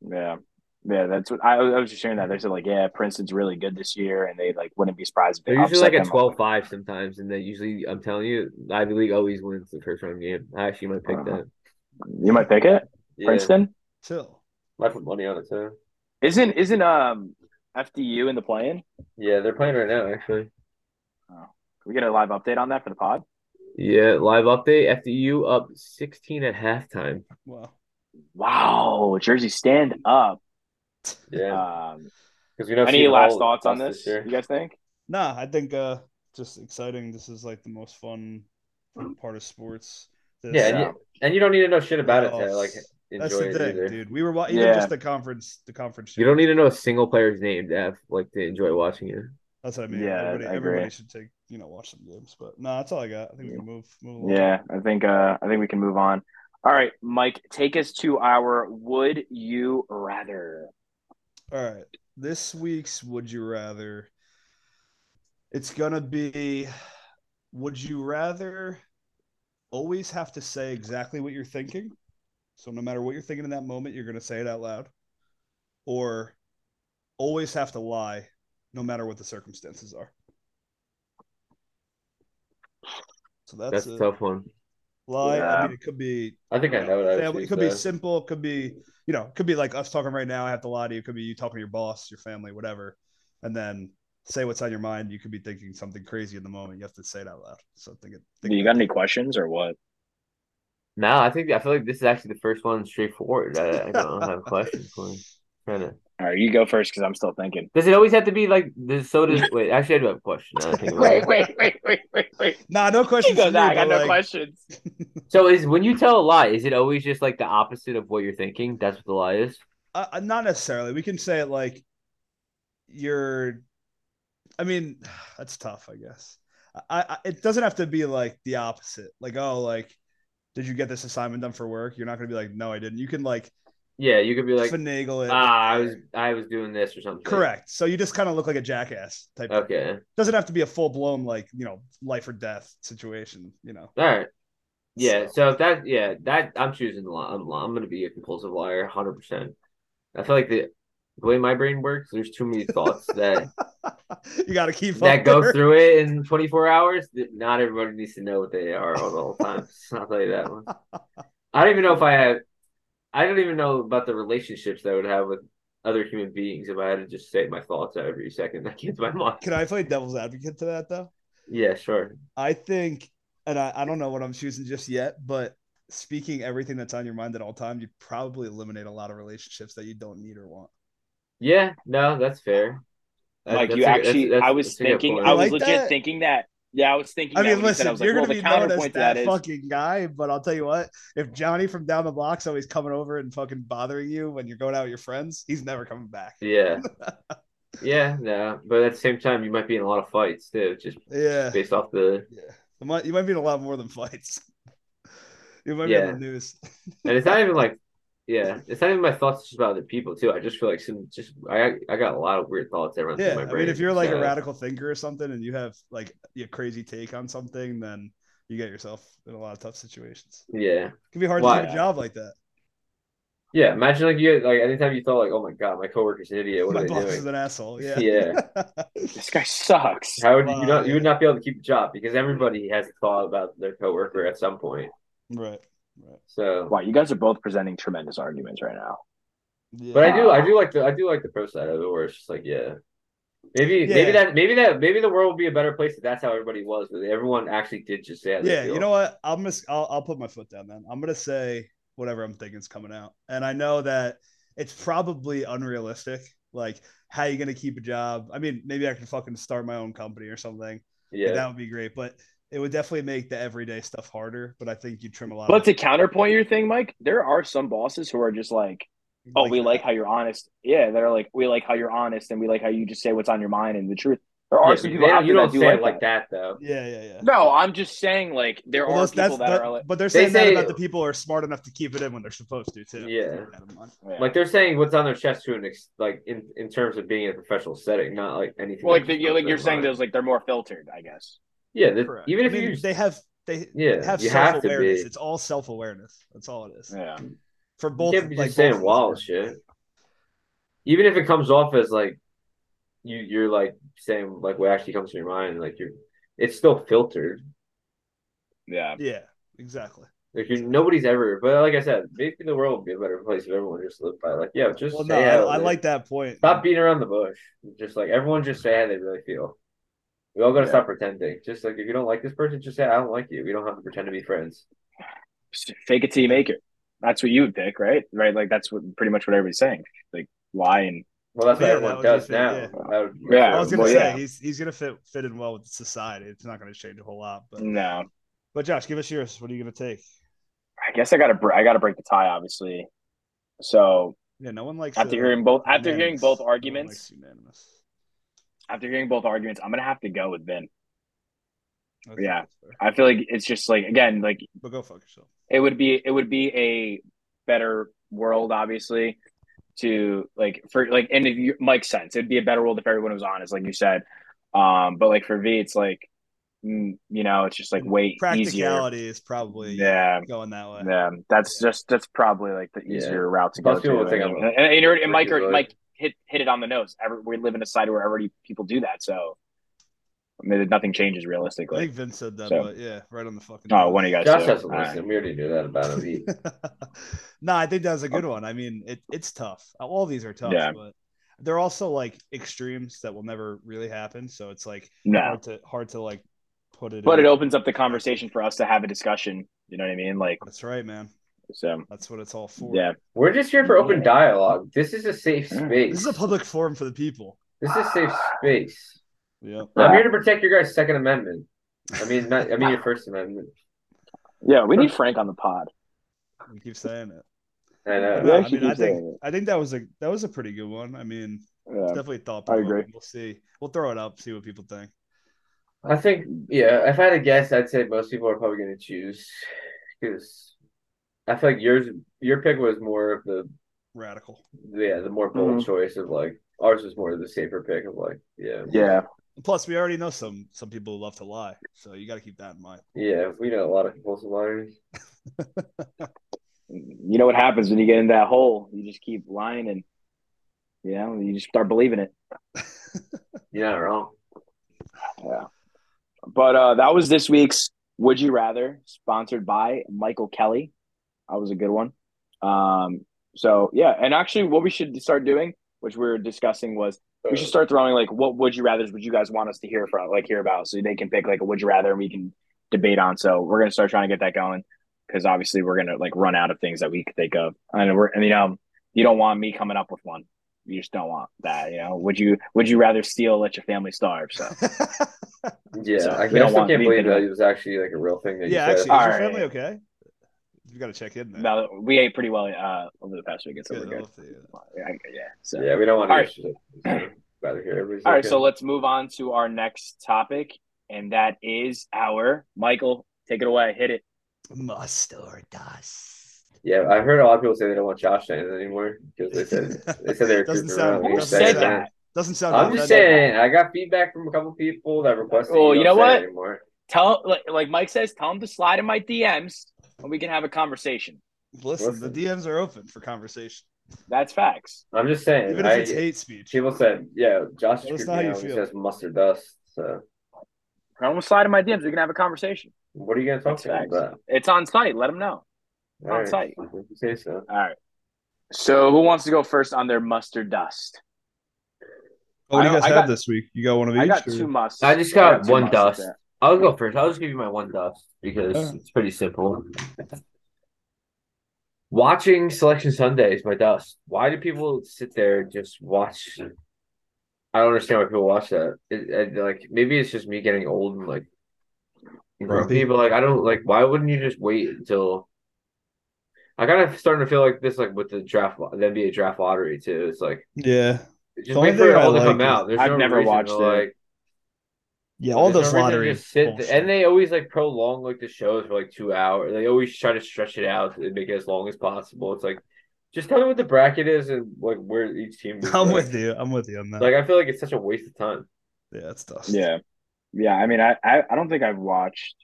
[SPEAKER 1] Yeah, yeah, that's what I, I was just hearing that they said like, yeah, Princeton's really good this year, and they like wouldn't be surprised if they
[SPEAKER 2] They're usually
[SPEAKER 1] upset
[SPEAKER 2] like a
[SPEAKER 1] them.
[SPEAKER 2] 12-5 sometimes, and they usually I'm telling you, the Ivy League always wins the first round game. I actually might pick
[SPEAKER 1] Uh-huh.
[SPEAKER 2] that.
[SPEAKER 1] You might pick it,
[SPEAKER 2] Yeah,
[SPEAKER 1] Princeton.
[SPEAKER 3] Chill.
[SPEAKER 2] might put money on it too.
[SPEAKER 1] Isn't isn't um FDU in the play-in? Can
[SPEAKER 2] Yeah, they're playing right now actually.
[SPEAKER 1] we get a live update on that for the pod?
[SPEAKER 2] Yeah, live update. FDU up 16 at halftime.
[SPEAKER 3] Wow.
[SPEAKER 1] Wow, Jersey, stand up.
[SPEAKER 2] Yeah,
[SPEAKER 1] Um,
[SPEAKER 2] because we know.
[SPEAKER 1] any last thoughts on this? you guys think?
[SPEAKER 3] Nah, I think uh just exciting. This is like the most fun part of sports. This,
[SPEAKER 2] Yeah, and you, and you don't need to know shit about it
[SPEAKER 3] Oh,
[SPEAKER 2] to like enjoy
[SPEAKER 3] that's the
[SPEAKER 2] it
[SPEAKER 3] thing,
[SPEAKER 2] either.
[SPEAKER 3] dude. We were watching even
[SPEAKER 1] Yeah.
[SPEAKER 3] just the conference, the conference.
[SPEAKER 2] You don't
[SPEAKER 3] show.
[SPEAKER 2] need to know a single player's name to have like to enjoy watching it.
[SPEAKER 3] That's what I mean.
[SPEAKER 1] Yeah,
[SPEAKER 3] everybody,
[SPEAKER 1] I agree.
[SPEAKER 3] everybody should take you know watch some games, but no, that's all I got. I think we can move move. along.
[SPEAKER 1] Yeah, I think uh, I think we can move on. All right, Mike, take us to our "Would You Rather."
[SPEAKER 3] All right. This week's Would You Rather. It's gonna be Would you rather always have to say exactly what you're thinking? So no matter what you're thinking in that moment, you're gonna say it out loud. Or always have to lie, no matter what the circumstances are. So that's,
[SPEAKER 2] That's,
[SPEAKER 3] a
[SPEAKER 2] a tough one.
[SPEAKER 3] lie.
[SPEAKER 1] Yeah.
[SPEAKER 3] I mean, it could be
[SPEAKER 2] I think I know what I would
[SPEAKER 3] yeah, it
[SPEAKER 2] choose,
[SPEAKER 3] could be
[SPEAKER 2] though.
[SPEAKER 3] simple. It could be, you know, it could be like us talking right now. I have to lie to you. It could be you talking to your boss, your family, whatever. And then say what's on your mind. You could be thinking something crazy in the moment. You have to say it out loud. So think it. Think
[SPEAKER 1] You got any questions or what?
[SPEAKER 2] No, I think I feel like this is actually the first one straightforward. I, I don't have a question for you. Trying to-
[SPEAKER 1] All right, you go first because I'm still thinking.
[SPEAKER 2] Does it always have to be like this? So does wait. Actually, I do have a question. now that I think about it.
[SPEAKER 1] wait, wait, wait, wait, wait.
[SPEAKER 3] Nah, no
[SPEAKER 1] He
[SPEAKER 3] questions.
[SPEAKER 1] goes,
[SPEAKER 3] for me,
[SPEAKER 1] "Ah, I got
[SPEAKER 3] but,
[SPEAKER 1] no
[SPEAKER 3] like,
[SPEAKER 1] questions.
[SPEAKER 2] So is when you tell a lie, is it always just like the opposite of what you're thinking? That's what the lie is.
[SPEAKER 3] Uh, uh, not necessarily. We can say it like you're. I mean, that's tough. I guess. I, I it doesn't have to be like the opposite. Like oh, like did you get this assignment done for work? You're not gonna be like no, I didn't. You can like,
[SPEAKER 2] Yeah, you could be like,
[SPEAKER 3] finagle it.
[SPEAKER 2] ah, I was I was doing this or something.
[SPEAKER 3] Correct. So you just kind of look like a jackass type.
[SPEAKER 1] Uh,
[SPEAKER 3] of
[SPEAKER 2] Okay.
[SPEAKER 3] Doesn't have to be a full blown like you know life or death situation. You know.
[SPEAKER 2] All right. Yeah.
[SPEAKER 3] So-
[SPEAKER 2] So, if that yeah that I'm choosing the lie. I'm, li- I'm gonna be a compulsive liar, hundred percent. I feel like the the way my brain works, there's too many thoughts that
[SPEAKER 3] you got to keep
[SPEAKER 2] that
[SPEAKER 3] up
[SPEAKER 2] go
[SPEAKER 3] there.
[SPEAKER 2] through it in 24 hours, th- not everybody needs to know what they are all the whole time. I'll tell you that one. I don't even know if I have. I don't even know about the relationships that I would have with other human beings if I had to just say my thoughts out every second that came to my mind.
[SPEAKER 3] Can I play devil's advocate to that though?
[SPEAKER 2] Yeah, sure.
[SPEAKER 3] I think, and I, I don't know what I'm choosing just yet, but speaking everything that's on your mind at all time, you probably eliminate a lot of relationships that you don't need or want.
[SPEAKER 2] Yeah, no, that's fair. That-
[SPEAKER 1] Like
[SPEAKER 2] that's
[SPEAKER 1] you
[SPEAKER 2] a- that's-
[SPEAKER 1] actually,
[SPEAKER 2] that's-
[SPEAKER 1] I was
[SPEAKER 2] that's a good
[SPEAKER 1] thinking,
[SPEAKER 2] point.
[SPEAKER 1] I
[SPEAKER 3] You
[SPEAKER 1] was
[SPEAKER 3] like
[SPEAKER 1] legit
[SPEAKER 3] that?
[SPEAKER 1] thinking that. Yeah, I was thinking.
[SPEAKER 3] I
[SPEAKER 1] that
[SPEAKER 3] mean,
[SPEAKER 1] when you said,
[SPEAKER 3] listen,
[SPEAKER 1] I was like,
[SPEAKER 3] you're
[SPEAKER 1] well,
[SPEAKER 3] gonna
[SPEAKER 1] the
[SPEAKER 3] be known as
[SPEAKER 1] counterpoint to that
[SPEAKER 3] that
[SPEAKER 1] is
[SPEAKER 3] fucking guy, but I'll tell you what: if Johnny from down the block's always coming over and fucking bothering you when you're going out with your friends, he's never coming back.
[SPEAKER 2] Yeah. Yeah, no, but at the same time, you might be in a lot of fights too, just
[SPEAKER 3] Yeah.
[SPEAKER 2] based off the.
[SPEAKER 3] Yeah. You might, you might be in a lot more than fights. You might be
[SPEAKER 2] Yeah.
[SPEAKER 3] on the news.
[SPEAKER 2] And it's not even like Yeah, it's not even my thoughts it's just about other people too. I just feel like some just I I got a lot of weird thoughts that run
[SPEAKER 3] Yeah,
[SPEAKER 2] through my
[SPEAKER 3] I
[SPEAKER 2] brain.
[SPEAKER 3] mean, if you're like
[SPEAKER 2] so-
[SPEAKER 3] a radical thinker or something, and you have like a crazy take on something, then you get yourself in a lot of tough situations.
[SPEAKER 2] Yeah,
[SPEAKER 3] It can be hard
[SPEAKER 2] Why?
[SPEAKER 3] to get a job like that.
[SPEAKER 2] yeah. Imagine like you like anytime you thought like, oh my god, my coworker's an idiot. What
[SPEAKER 3] My
[SPEAKER 2] are they
[SPEAKER 3] boss
[SPEAKER 2] doing?
[SPEAKER 3] is an asshole. Yeah.
[SPEAKER 2] Yeah.
[SPEAKER 1] This guy sucks.
[SPEAKER 2] How would you
[SPEAKER 3] Wow,
[SPEAKER 2] not? You
[SPEAKER 3] yeah.
[SPEAKER 2] would not be able to keep a job because everybody has a thought about their coworker at some point.
[SPEAKER 3] right. Right.
[SPEAKER 2] So,
[SPEAKER 1] Wow, you guys are both presenting tremendous arguments right now.
[SPEAKER 3] Yeah.
[SPEAKER 2] but I do, I do like the, I do like the pro side of it, where it's just like, yeah, maybe, maybe
[SPEAKER 3] Yeah.
[SPEAKER 2] that, maybe that, maybe the world would be a better place if that's how everybody was. But everyone actually did just say, how they
[SPEAKER 3] yeah, you
[SPEAKER 2] feel.
[SPEAKER 3] know what? I'm gonna I'll, I'll put my foot down then. I'm gonna say whatever I'm thinking is coming out, and I know that it's probably unrealistic. Like, how you gonna keep a job? I mean, maybe I can fucking start my own company or something.
[SPEAKER 2] yeah,
[SPEAKER 3] That would be great, but it would definitely make the everyday stuff harder. But I think you trim a lot.
[SPEAKER 1] But to counterpoint your thing, Mike, there are some bosses who are just like, oh, we like how you're honest. Yeah, they're like, we like how you're honest and we like how you just say what's on your mind and the truth. There are
[SPEAKER 2] Yeah,
[SPEAKER 1] some
[SPEAKER 2] you
[SPEAKER 1] people out
[SPEAKER 2] don't,
[SPEAKER 1] there
[SPEAKER 2] you
[SPEAKER 1] that
[SPEAKER 2] don't
[SPEAKER 1] do
[SPEAKER 2] say
[SPEAKER 1] like,
[SPEAKER 2] it like
[SPEAKER 1] that.
[SPEAKER 2] that though.
[SPEAKER 3] Yeah, yeah, yeah.
[SPEAKER 1] No, I'm just saying, like, there
[SPEAKER 3] Well,
[SPEAKER 1] are
[SPEAKER 3] those-
[SPEAKER 1] people that,
[SPEAKER 3] that-
[SPEAKER 1] are like,
[SPEAKER 3] but they're saying
[SPEAKER 2] say-
[SPEAKER 3] that about the people who are smart enough to keep it in when they're supposed to too.
[SPEAKER 2] Yeah.
[SPEAKER 3] Keep that in mind.
[SPEAKER 1] yeah.
[SPEAKER 2] Like they're saying what's on their chest to an ex- like in in terms of being in a professional setting, not like anything.
[SPEAKER 1] well, like,
[SPEAKER 2] that's
[SPEAKER 1] the,
[SPEAKER 2] just
[SPEAKER 1] yeah,
[SPEAKER 2] on
[SPEAKER 1] like you're
[SPEAKER 2] their
[SPEAKER 1] saying,
[SPEAKER 2] mind.
[SPEAKER 1] those like they're more filtered, I guess.
[SPEAKER 2] Yeah, that-
[SPEAKER 3] Correct.
[SPEAKER 2] even if
[SPEAKER 3] I mean,
[SPEAKER 2] you,
[SPEAKER 3] they have they
[SPEAKER 2] yeah,
[SPEAKER 3] have
[SPEAKER 2] you have to
[SPEAKER 3] self-awareness.
[SPEAKER 2] be.
[SPEAKER 3] It's all self-awareness. That's all it is.
[SPEAKER 1] Yeah.
[SPEAKER 3] For
[SPEAKER 2] You
[SPEAKER 3] both,
[SPEAKER 2] can't be
[SPEAKER 3] like,
[SPEAKER 2] just saying
[SPEAKER 3] both
[SPEAKER 2] wild shit. Even if it comes off as like you you're like saying like what actually comes to your mind, like you're it's still filtered.
[SPEAKER 1] Yeah.
[SPEAKER 3] Yeah, exactly.
[SPEAKER 2] Like you nobody's ever but like I said, maybe the world would be a better place if everyone just lived by like, yeah, just
[SPEAKER 3] Well, no,
[SPEAKER 2] say how
[SPEAKER 3] I, I
[SPEAKER 2] they-
[SPEAKER 3] like that point.
[SPEAKER 2] stop beating around the bush. Just like everyone just say how they really feel. We all gotta
[SPEAKER 1] Yeah.
[SPEAKER 2] stop pretending. Just like if you don't like this person, just say I don't like you. We don't have to pretend to be friends.
[SPEAKER 1] Just Fake it till you make it. That's what you would pick, right? Right. Like, that's what pretty much what everybody's saying. Like, lie and
[SPEAKER 2] Well that's what
[SPEAKER 3] Yeah, that
[SPEAKER 2] everyone
[SPEAKER 3] would be
[SPEAKER 2] does
[SPEAKER 3] fair,
[SPEAKER 2] now.
[SPEAKER 3] yeah.
[SPEAKER 2] I would-
[SPEAKER 1] Yeah,
[SPEAKER 3] I was gonna
[SPEAKER 1] well,
[SPEAKER 3] say
[SPEAKER 1] yeah.
[SPEAKER 3] he's he's gonna fit fit in well with society. It's not gonna change a whole lot,
[SPEAKER 2] Mm.
[SPEAKER 3] but
[SPEAKER 1] no.
[SPEAKER 3] but Josh, give us yours. What are you gonna take?
[SPEAKER 1] I guess I gotta br- I gotta break the tie, obviously. So
[SPEAKER 3] Yeah, no one likes.
[SPEAKER 1] after
[SPEAKER 3] uh,
[SPEAKER 1] hearing both after hearing
[SPEAKER 3] unanimous.
[SPEAKER 1] both
[SPEAKER 3] No one
[SPEAKER 1] arguments,
[SPEAKER 3] likes unanimous.
[SPEAKER 1] after hearing both arguments, I'm gonna have to go with Vin.
[SPEAKER 3] I think
[SPEAKER 1] Yeah.
[SPEAKER 3] that's fair.
[SPEAKER 1] I feel like it's just like again, like
[SPEAKER 3] but go fuck yourself.
[SPEAKER 1] it would be it would be a better world, obviously, to like for like and if you Mike's sense, it'd be a better world if everyone was honest, like you said. Um, but like for V, it's like mm, you know, it's just like way E-, easier.
[SPEAKER 3] Practicality is probably
[SPEAKER 1] Yeah.
[SPEAKER 3] going that way.
[SPEAKER 1] Yeah, that's just that's probably like the
[SPEAKER 2] Yeah.
[SPEAKER 1] easier route to
[SPEAKER 2] Most
[SPEAKER 1] go
[SPEAKER 2] people
[SPEAKER 1] to.
[SPEAKER 2] would think
[SPEAKER 1] And,
[SPEAKER 2] I'm a-
[SPEAKER 1] and, and, you're- and Mike,
[SPEAKER 2] Right.
[SPEAKER 1] Mike hit hit it on the nose. Every, we live in a society where already people do that, so I mean, nothing changes
[SPEAKER 3] I
[SPEAKER 1] realistically.
[SPEAKER 3] think Vince said that,
[SPEAKER 1] So-
[SPEAKER 3] but yeah, right on the fucking.
[SPEAKER 1] Oh, one of you guys.
[SPEAKER 2] Josh
[SPEAKER 1] do.
[SPEAKER 2] has to
[SPEAKER 1] All
[SPEAKER 2] listen. We already knew that about him. He-
[SPEAKER 3] no, I think that's a good one. I mean, it, it's tough. Uh, All these are tough,
[SPEAKER 1] Yeah.
[SPEAKER 3] but they're also like extremes that will never really happen. So it's like
[SPEAKER 1] No,
[SPEAKER 3] hard to hard to like put it.
[SPEAKER 1] but
[SPEAKER 3] in.
[SPEAKER 1] it opens up the conversation for us to have a discussion. You know what I mean? Like
[SPEAKER 3] That's right, man.
[SPEAKER 1] so.
[SPEAKER 3] That's what it's all for.
[SPEAKER 1] Yeah,
[SPEAKER 2] We're just here for open
[SPEAKER 1] Yeah.
[SPEAKER 2] dialogue. This is a safe
[SPEAKER 1] Yeah.
[SPEAKER 2] space.
[SPEAKER 3] This is a Ah. public forum for the people.
[SPEAKER 2] This is a safe space.
[SPEAKER 3] Yeah.
[SPEAKER 2] I'm
[SPEAKER 1] Yeah.
[SPEAKER 2] here to protect your guys' Second Amendment. I mean, not, I mean
[SPEAKER 3] Ah.
[SPEAKER 2] your First Amendment.
[SPEAKER 1] yeah, we need Frank on the pod.
[SPEAKER 3] We keep saying it.
[SPEAKER 2] I know.
[SPEAKER 1] We
[SPEAKER 3] No, I
[SPEAKER 1] actually
[SPEAKER 3] mean, I
[SPEAKER 1] keep saying
[SPEAKER 3] think
[SPEAKER 1] it.
[SPEAKER 3] I think that was a that was a pretty good one. I mean, it's
[SPEAKER 1] Yeah.
[SPEAKER 3] definitely thought.
[SPEAKER 1] I agree.
[SPEAKER 3] provoking. We'll see. We'll throw it up. See what people think.
[SPEAKER 2] I think, yeah. If I had to guess, I'd say most people are probably going to choose because I feel like yours, your pick was more of the
[SPEAKER 3] Radical.
[SPEAKER 2] yeah, the more bold
[SPEAKER 1] Mhm.
[SPEAKER 2] choice of like ours was more of the safer pick of like yeah,
[SPEAKER 1] Uh, Yeah,
[SPEAKER 3] Plus, we already know some some people who love to lie, so you got to keep that in mind.
[SPEAKER 2] yeah. We know a lot of compulsive liars.
[SPEAKER 1] you know what happens when you get in that hole? You just keep lying, and you know, you just start believing it.
[SPEAKER 2] You're not wrong.
[SPEAKER 1] Yeah. But uh, that was this week's Would You Rather, sponsored by Michael Kelly. That was a good one. Um, so, yeah. And actually, what we should start doing, which we were discussing, was we should start throwing like what would you rather's would you guys want us to hear from, like hear about, so they can pick like a would you rather and we can debate on. So we're gonna start trying to get that going because obviously we're gonna like run out of things that we could think of. And we're and you know you don't want me coming up with one. You just don't want that. You know, would you would you rather steal, let your family starve? So.
[SPEAKER 2] Yeah,
[SPEAKER 1] So,
[SPEAKER 2] I,
[SPEAKER 1] we don't
[SPEAKER 2] I still
[SPEAKER 1] want
[SPEAKER 2] can't
[SPEAKER 1] me
[SPEAKER 2] believe
[SPEAKER 1] to-
[SPEAKER 2] that it was actually like a real thing that you
[SPEAKER 3] yeah,
[SPEAKER 2] said.
[SPEAKER 3] actually, is your
[SPEAKER 1] All right.
[SPEAKER 3] family okay? You got to check in there.
[SPEAKER 1] No, we ate pretty well uh, over the past weekend, so
[SPEAKER 3] Good,
[SPEAKER 1] we're
[SPEAKER 3] I
[SPEAKER 1] good.
[SPEAKER 3] love to hear that.
[SPEAKER 1] Yeah, I- yeah. So.
[SPEAKER 2] Yeah, we don't want
[SPEAKER 1] All
[SPEAKER 2] to
[SPEAKER 1] right.
[SPEAKER 2] shit. So, rather hear everybody's
[SPEAKER 1] All right,
[SPEAKER 2] okay.
[SPEAKER 1] so let's move on to our next topic, and that is our Michael. Take it away. Hit it.
[SPEAKER 3] Must or uh, dust.
[SPEAKER 2] Yeah, I've heard a lot of people say they don't want Josh Jennings anymore because they said they said they were
[SPEAKER 3] Doesn't
[SPEAKER 2] creeping
[SPEAKER 3] sound-
[SPEAKER 2] around.
[SPEAKER 1] Who
[SPEAKER 3] That's
[SPEAKER 1] said
[SPEAKER 3] sad.
[SPEAKER 1] that?
[SPEAKER 3] Doesn't sound.
[SPEAKER 2] I'm just saying, I got feedback from a couple people that requested.
[SPEAKER 1] Oh,
[SPEAKER 2] you
[SPEAKER 1] you know
[SPEAKER 2] don't say it
[SPEAKER 1] what?
[SPEAKER 2] Anymore.
[SPEAKER 1] Tell like, like Mike says, tell him to slide in my DMs and we can have a conversation.
[SPEAKER 3] Listen,
[SPEAKER 2] Listen.
[SPEAKER 3] the DMs are open for conversation,
[SPEAKER 1] That's facts.
[SPEAKER 2] I'm just saying.
[SPEAKER 3] even
[SPEAKER 2] I,
[SPEAKER 3] if it's hate speech.
[SPEAKER 2] people said, yeah, Josh
[SPEAKER 3] Let us
[SPEAKER 2] is
[SPEAKER 3] know how
[SPEAKER 2] creeping
[SPEAKER 3] you
[SPEAKER 2] out. He
[SPEAKER 3] feel.
[SPEAKER 2] says mustard dust. So
[SPEAKER 1] Tell him to slide in my DMs. We can have a conversation.
[SPEAKER 2] what are you gonna talk
[SPEAKER 1] That's
[SPEAKER 2] to him
[SPEAKER 1] facts.
[SPEAKER 2] about?
[SPEAKER 1] It's on site. Let him know.
[SPEAKER 2] All
[SPEAKER 1] On
[SPEAKER 2] right,
[SPEAKER 1] site.
[SPEAKER 2] if you say so.
[SPEAKER 1] All right. So who wants to go first on their mustard dust?
[SPEAKER 3] Oh, what do you
[SPEAKER 1] I-
[SPEAKER 3] guys
[SPEAKER 1] I
[SPEAKER 3] have
[SPEAKER 1] got-
[SPEAKER 3] this week? You got one of each.
[SPEAKER 1] I got
[SPEAKER 3] or-
[SPEAKER 1] two musts.
[SPEAKER 2] I just got one dust. I'll go first. I'll just give you my one dust because
[SPEAKER 3] Alright.
[SPEAKER 2] it's pretty simple. Watching Selection Sunday is my dust. Why do people sit there and just watch? I don't understand why people watch that. It, it- like maybe it's just me getting old and like grumpy,
[SPEAKER 3] Grumpy.
[SPEAKER 2] but like I don't like. Why wouldn't you just wait until? I kind of starting to feel like this, like with the draft, the NBA draft lottery too. It's like
[SPEAKER 3] Yeah,
[SPEAKER 2] just
[SPEAKER 3] The
[SPEAKER 2] wait
[SPEAKER 3] only
[SPEAKER 2] for
[SPEAKER 3] thing
[SPEAKER 2] it
[SPEAKER 3] I
[SPEAKER 2] all to
[SPEAKER 3] like
[SPEAKER 2] come
[SPEAKER 3] is-
[SPEAKER 2] out. There's
[SPEAKER 1] I've
[SPEAKER 2] no
[SPEAKER 1] never
[SPEAKER 2] reason to,
[SPEAKER 1] watched it.
[SPEAKER 2] like,
[SPEAKER 3] yeah. All
[SPEAKER 2] there's
[SPEAKER 3] those
[SPEAKER 2] no reason to
[SPEAKER 3] lottery
[SPEAKER 2] just sit
[SPEAKER 3] bullshit.
[SPEAKER 2] and they always like prolong like the shows for like two hours. They always try to stretch it out and make it as long as possible. It's like just tell me what the bracket is and like where each team. Is,
[SPEAKER 3] I'm
[SPEAKER 2] like.
[SPEAKER 3] with you. I'm with you on that.
[SPEAKER 2] Like I feel like it's such a waste of time.
[SPEAKER 3] yeah, it's dust.
[SPEAKER 1] Yeah. Yeah. I mean, I, I, I don't think I've watched.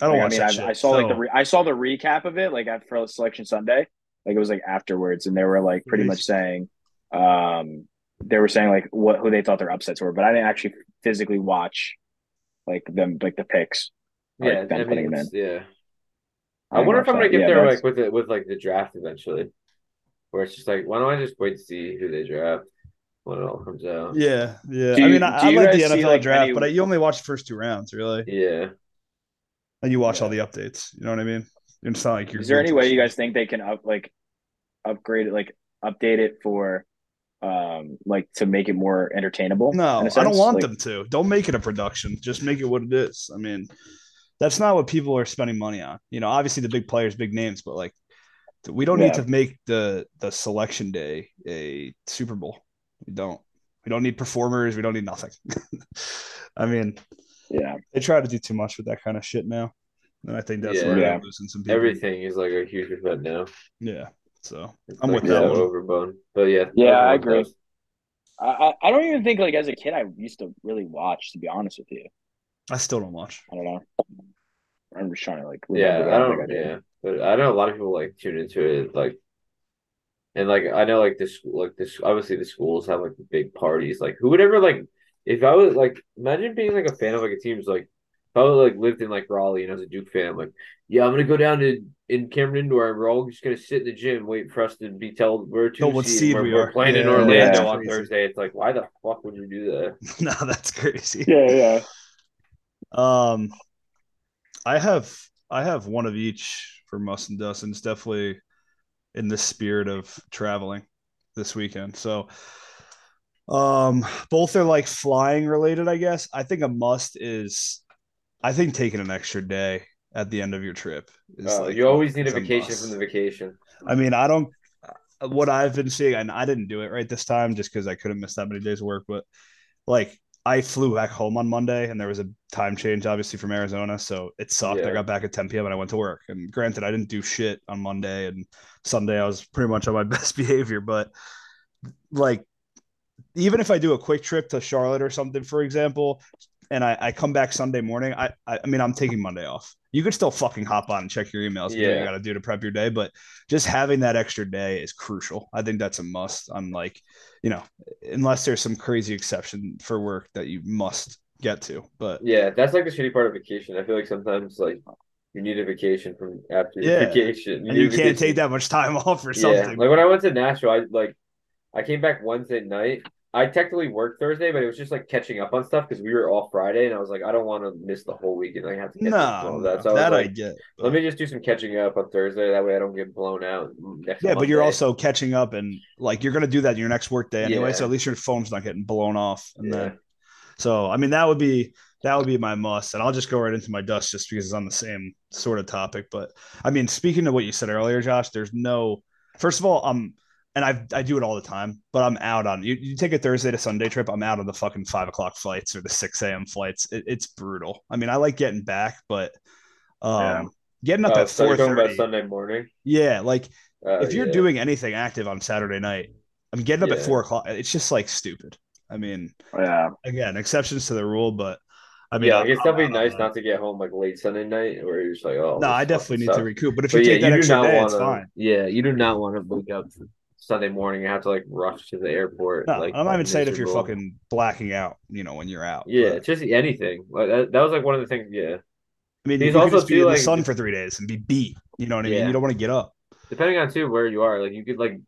[SPEAKER 3] I don't
[SPEAKER 1] like, I
[SPEAKER 3] watch
[SPEAKER 1] mean,
[SPEAKER 3] that
[SPEAKER 1] I've-
[SPEAKER 3] shit.
[SPEAKER 1] I saw like the
[SPEAKER 3] so-
[SPEAKER 1] re- I saw the recap of it, like at for Selection Sunday, like it was like afterwards, and they were like pretty much saying, um, they were saying like what who they thought their upsets were, but I didn't actually physically watch like them like the picks. I like
[SPEAKER 2] Yeah,
[SPEAKER 1] them
[SPEAKER 2] I
[SPEAKER 1] putting
[SPEAKER 2] mean,
[SPEAKER 1] it
[SPEAKER 2] it's- yeah.
[SPEAKER 1] I
[SPEAKER 2] I wonder
[SPEAKER 1] watch
[SPEAKER 2] if I'm gonna
[SPEAKER 1] that.
[SPEAKER 2] get
[SPEAKER 1] Yeah,
[SPEAKER 2] there
[SPEAKER 1] that's-
[SPEAKER 2] like with it with like the draft eventually, where it's just like why don't I just wait to see who they draft when it all comes out?
[SPEAKER 3] Yeah, yeah.
[SPEAKER 1] Do
[SPEAKER 3] I
[SPEAKER 1] you-
[SPEAKER 3] mean, I,
[SPEAKER 1] do
[SPEAKER 3] I
[SPEAKER 1] you
[SPEAKER 3] like the
[SPEAKER 1] guys see,
[SPEAKER 3] NFL
[SPEAKER 1] like,
[SPEAKER 3] draft,
[SPEAKER 1] any-
[SPEAKER 3] but I, you only watch the first two rounds, really,
[SPEAKER 2] Yeah.
[SPEAKER 3] and you watch all the updates. You know what I mean? It's not like you're.
[SPEAKER 1] Is there any
[SPEAKER 3] guilty.
[SPEAKER 1] way you guys think they can up like upgrade it, like update it for, um, like to make it more entertainable?
[SPEAKER 3] No,
[SPEAKER 1] in a
[SPEAKER 3] I don't
[SPEAKER 1] sense?
[SPEAKER 3] want
[SPEAKER 1] Like,
[SPEAKER 3] them to. Don't make it a production. Just make it what it is. I mean, that's not what people are spending money on. You know, obviously the big players, big names, but like we don't need
[SPEAKER 1] Yeah.
[SPEAKER 3] to make the the selection day a Super Bowl. We don't. We don't need performers. We don't need nothing. I mean,
[SPEAKER 1] Yeah,
[SPEAKER 3] they try to do too much with that kind of shit now, and I think that's
[SPEAKER 2] Yeah.
[SPEAKER 3] where
[SPEAKER 1] Yeah.
[SPEAKER 3] they're losing some people.
[SPEAKER 2] Everything is like a huge event now.
[SPEAKER 3] Yeah. So
[SPEAKER 2] It's
[SPEAKER 3] I'm
[SPEAKER 2] like
[SPEAKER 3] with that
[SPEAKER 2] so
[SPEAKER 3] one.
[SPEAKER 2] overblown. But yeah,
[SPEAKER 1] Yeah,
[SPEAKER 2] that's
[SPEAKER 1] I
[SPEAKER 2] my
[SPEAKER 1] agree.
[SPEAKER 2] dust.
[SPEAKER 1] I, I I don't even think like as a kid I used to really watch. To be honest with you,
[SPEAKER 3] I still don't watch.
[SPEAKER 1] I don't know. I'm just trying to like
[SPEAKER 2] Yeah,
[SPEAKER 1] remember.
[SPEAKER 2] I
[SPEAKER 1] don't
[SPEAKER 2] don't.
[SPEAKER 1] think I did.
[SPEAKER 2] yeah, but I know a lot of people like tune into it, like, and like I know like this, like this. Obviously, the schools have like the big parties. Like, who would ever like? If I was like, imagine being like a fan of like a team's like. If I like lived in like Raleigh and I was a Duke fan, I'm like, yeah, I'm gonna go down to in Cameron Indoor and we're all just gonna sit in the gym, wait for us to be told we're two
[SPEAKER 3] Told what
[SPEAKER 2] seed,
[SPEAKER 3] seed
[SPEAKER 2] we're,
[SPEAKER 3] we
[SPEAKER 2] we're
[SPEAKER 3] are.
[SPEAKER 2] playing in
[SPEAKER 3] Yeah,
[SPEAKER 2] Orlando
[SPEAKER 1] yeah.
[SPEAKER 2] on
[SPEAKER 3] Crazy.
[SPEAKER 2] Thursday. It's like, why the fuck would you do that?
[SPEAKER 3] no, that's crazy.
[SPEAKER 1] Yeah, yeah.
[SPEAKER 3] Um, I have I have one of each for Must and Dust, and it's definitely in the spirit of traveling this weekend. So, um, both are like flying related, I guess. I think a must is, I think taking an extra day at the end of your trip is
[SPEAKER 2] Uh,
[SPEAKER 3] like
[SPEAKER 2] you always need a
[SPEAKER 3] it's a
[SPEAKER 2] vacation
[SPEAKER 3] must.
[SPEAKER 2] from the vacation.
[SPEAKER 3] I mean, I don't. What I've been seeing, and I didn't do it right this time just because I couldn't miss that many days of work. But like, I flew back home on Monday, and there was a time change, obviously from Arizona, so it sucked.
[SPEAKER 2] Yeah.
[SPEAKER 3] I got back at 10 p.m. and I went to work. And granted, I didn't do shit on Monday and Sunday. I was pretty much on my best behavior, but like, even if I do a quick trip to Charlotte or something, for example, and I, I come back Sunday morning, I, I I mean I'm taking Monday off. You could still fucking hop on and check your emails. and do what
[SPEAKER 2] Yeah.
[SPEAKER 3] you got to do to prep your day, but just having that extra day is crucial. I think that's a must. I'm like, you know, unless there's some crazy exception for work that you must get to, but
[SPEAKER 2] Yeah, that's like the shitty part of vacation. I feel like sometimes like you need a vacation from after your
[SPEAKER 3] Yeah.
[SPEAKER 2] vacation.
[SPEAKER 3] and
[SPEAKER 2] need
[SPEAKER 3] you
[SPEAKER 2] a
[SPEAKER 3] can't
[SPEAKER 2] vacation.
[SPEAKER 3] take that much time off or
[SPEAKER 2] Yeah,
[SPEAKER 3] something.
[SPEAKER 2] like when I went to Nashville, I like I came back Wednesday night. I technically worked Thursday, but it was just like catching up on stuff because we were off Friday, and I was like, I don't want to miss the whole weekend. I have to catch up on
[SPEAKER 3] no,
[SPEAKER 2] all
[SPEAKER 3] no,
[SPEAKER 2] that. So I was
[SPEAKER 3] that I
[SPEAKER 2] like,
[SPEAKER 3] get.
[SPEAKER 2] let me just do some catching up on Thursday. That way, I don't get blown out. Next
[SPEAKER 3] Yeah, but you're
[SPEAKER 2] Monday.
[SPEAKER 3] also catching up and like you're gonna do that your next work day anyway.
[SPEAKER 2] Yeah.
[SPEAKER 3] So at least your phone's not getting blown off. And then so I mean that would be that would be my must. And I'll just go right into my dust just because it's on the same sort of topic. But I mean, speaking to what you said earlier, Josh, there's no first of all, I'm and I I do it all the time, but I'm out on you. You take a Thursday to Sunday trip, I'm out on the fucking five o'clock flights or the six a.m. flights. It, it's brutal. I mean, I like getting back, but um,
[SPEAKER 1] Yeah.
[SPEAKER 3] Getting up
[SPEAKER 2] Oh,
[SPEAKER 3] at
[SPEAKER 2] so you're
[SPEAKER 3] four
[SPEAKER 2] talking about
[SPEAKER 3] thirty.
[SPEAKER 2] Sunday morning.
[SPEAKER 3] Yeah, like
[SPEAKER 2] Uh,
[SPEAKER 3] if you're
[SPEAKER 2] yeah.
[SPEAKER 3] doing anything active on Saturday night, I'm getting up at
[SPEAKER 2] Yeah.
[SPEAKER 3] four o'clock. It's just like stupid. I mean,
[SPEAKER 1] Yeah.
[SPEAKER 3] again, exceptions to the rule, but I mean,
[SPEAKER 2] yeah,
[SPEAKER 3] I-
[SPEAKER 2] like it's
[SPEAKER 3] I'm
[SPEAKER 2] definitely
[SPEAKER 3] out on
[SPEAKER 2] nice
[SPEAKER 3] that.
[SPEAKER 2] not to get home like late Sunday night, where you're just like, oh.
[SPEAKER 3] No,
[SPEAKER 2] this
[SPEAKER 3] I
[SPEAKER 2] fucking
[SPEAKER 3] definitely need
[SPEAKER 2] sucks.
[SPEAKER 3] to recoup. But if
[SPEAKER 2] But
[SPEAKER 3] you
[SPEAKER 2] yeah,
[SPEAKER 3] take that
[SPEAKER 2] you do
[SPEAKER 3] extra
[SPEAKER 2] not
[SPEAKER 3] day,
[SPEAKER 2] want
[SPEAKER 3] it's
[SPEAKER 2] to.
[SPEAKER 3] fine.
[SPEAKER 2] Yeah, you do not want to wake up Sunday morning and have to like rush to the airport.
[SPEAKER 3] No,
[SPEAKER 2] like,
[SPEAKER 3] I'm not even saying if you're
[SPEAKER 2] miserable.
[SPEAKER 3] fucking blacking out, you know, when you're out.
[SPEAKER 2] Yeah,
[SPEAKER 3] but-
[SPEAKER 2] just anything. Like that, that was like one of the things. Yeah,
[SPEAKER 3] I mean,
[SPEAKER 2] He's
[SPEAKER 3] you could
[SPEAKER 2] also
[SPEAKER 3] just be
[SPEAKER 2] too,
[SPEAKER 3] in the
[SPEAKER 2] like-
[SPEAKER 3] sun for three days and be beat. You know what I mean?
[SPEAKER 2] Yeah.
[SPEAKER 3] You don't want to get up.
[SPEAKER 2] depending on too where you are, like you could like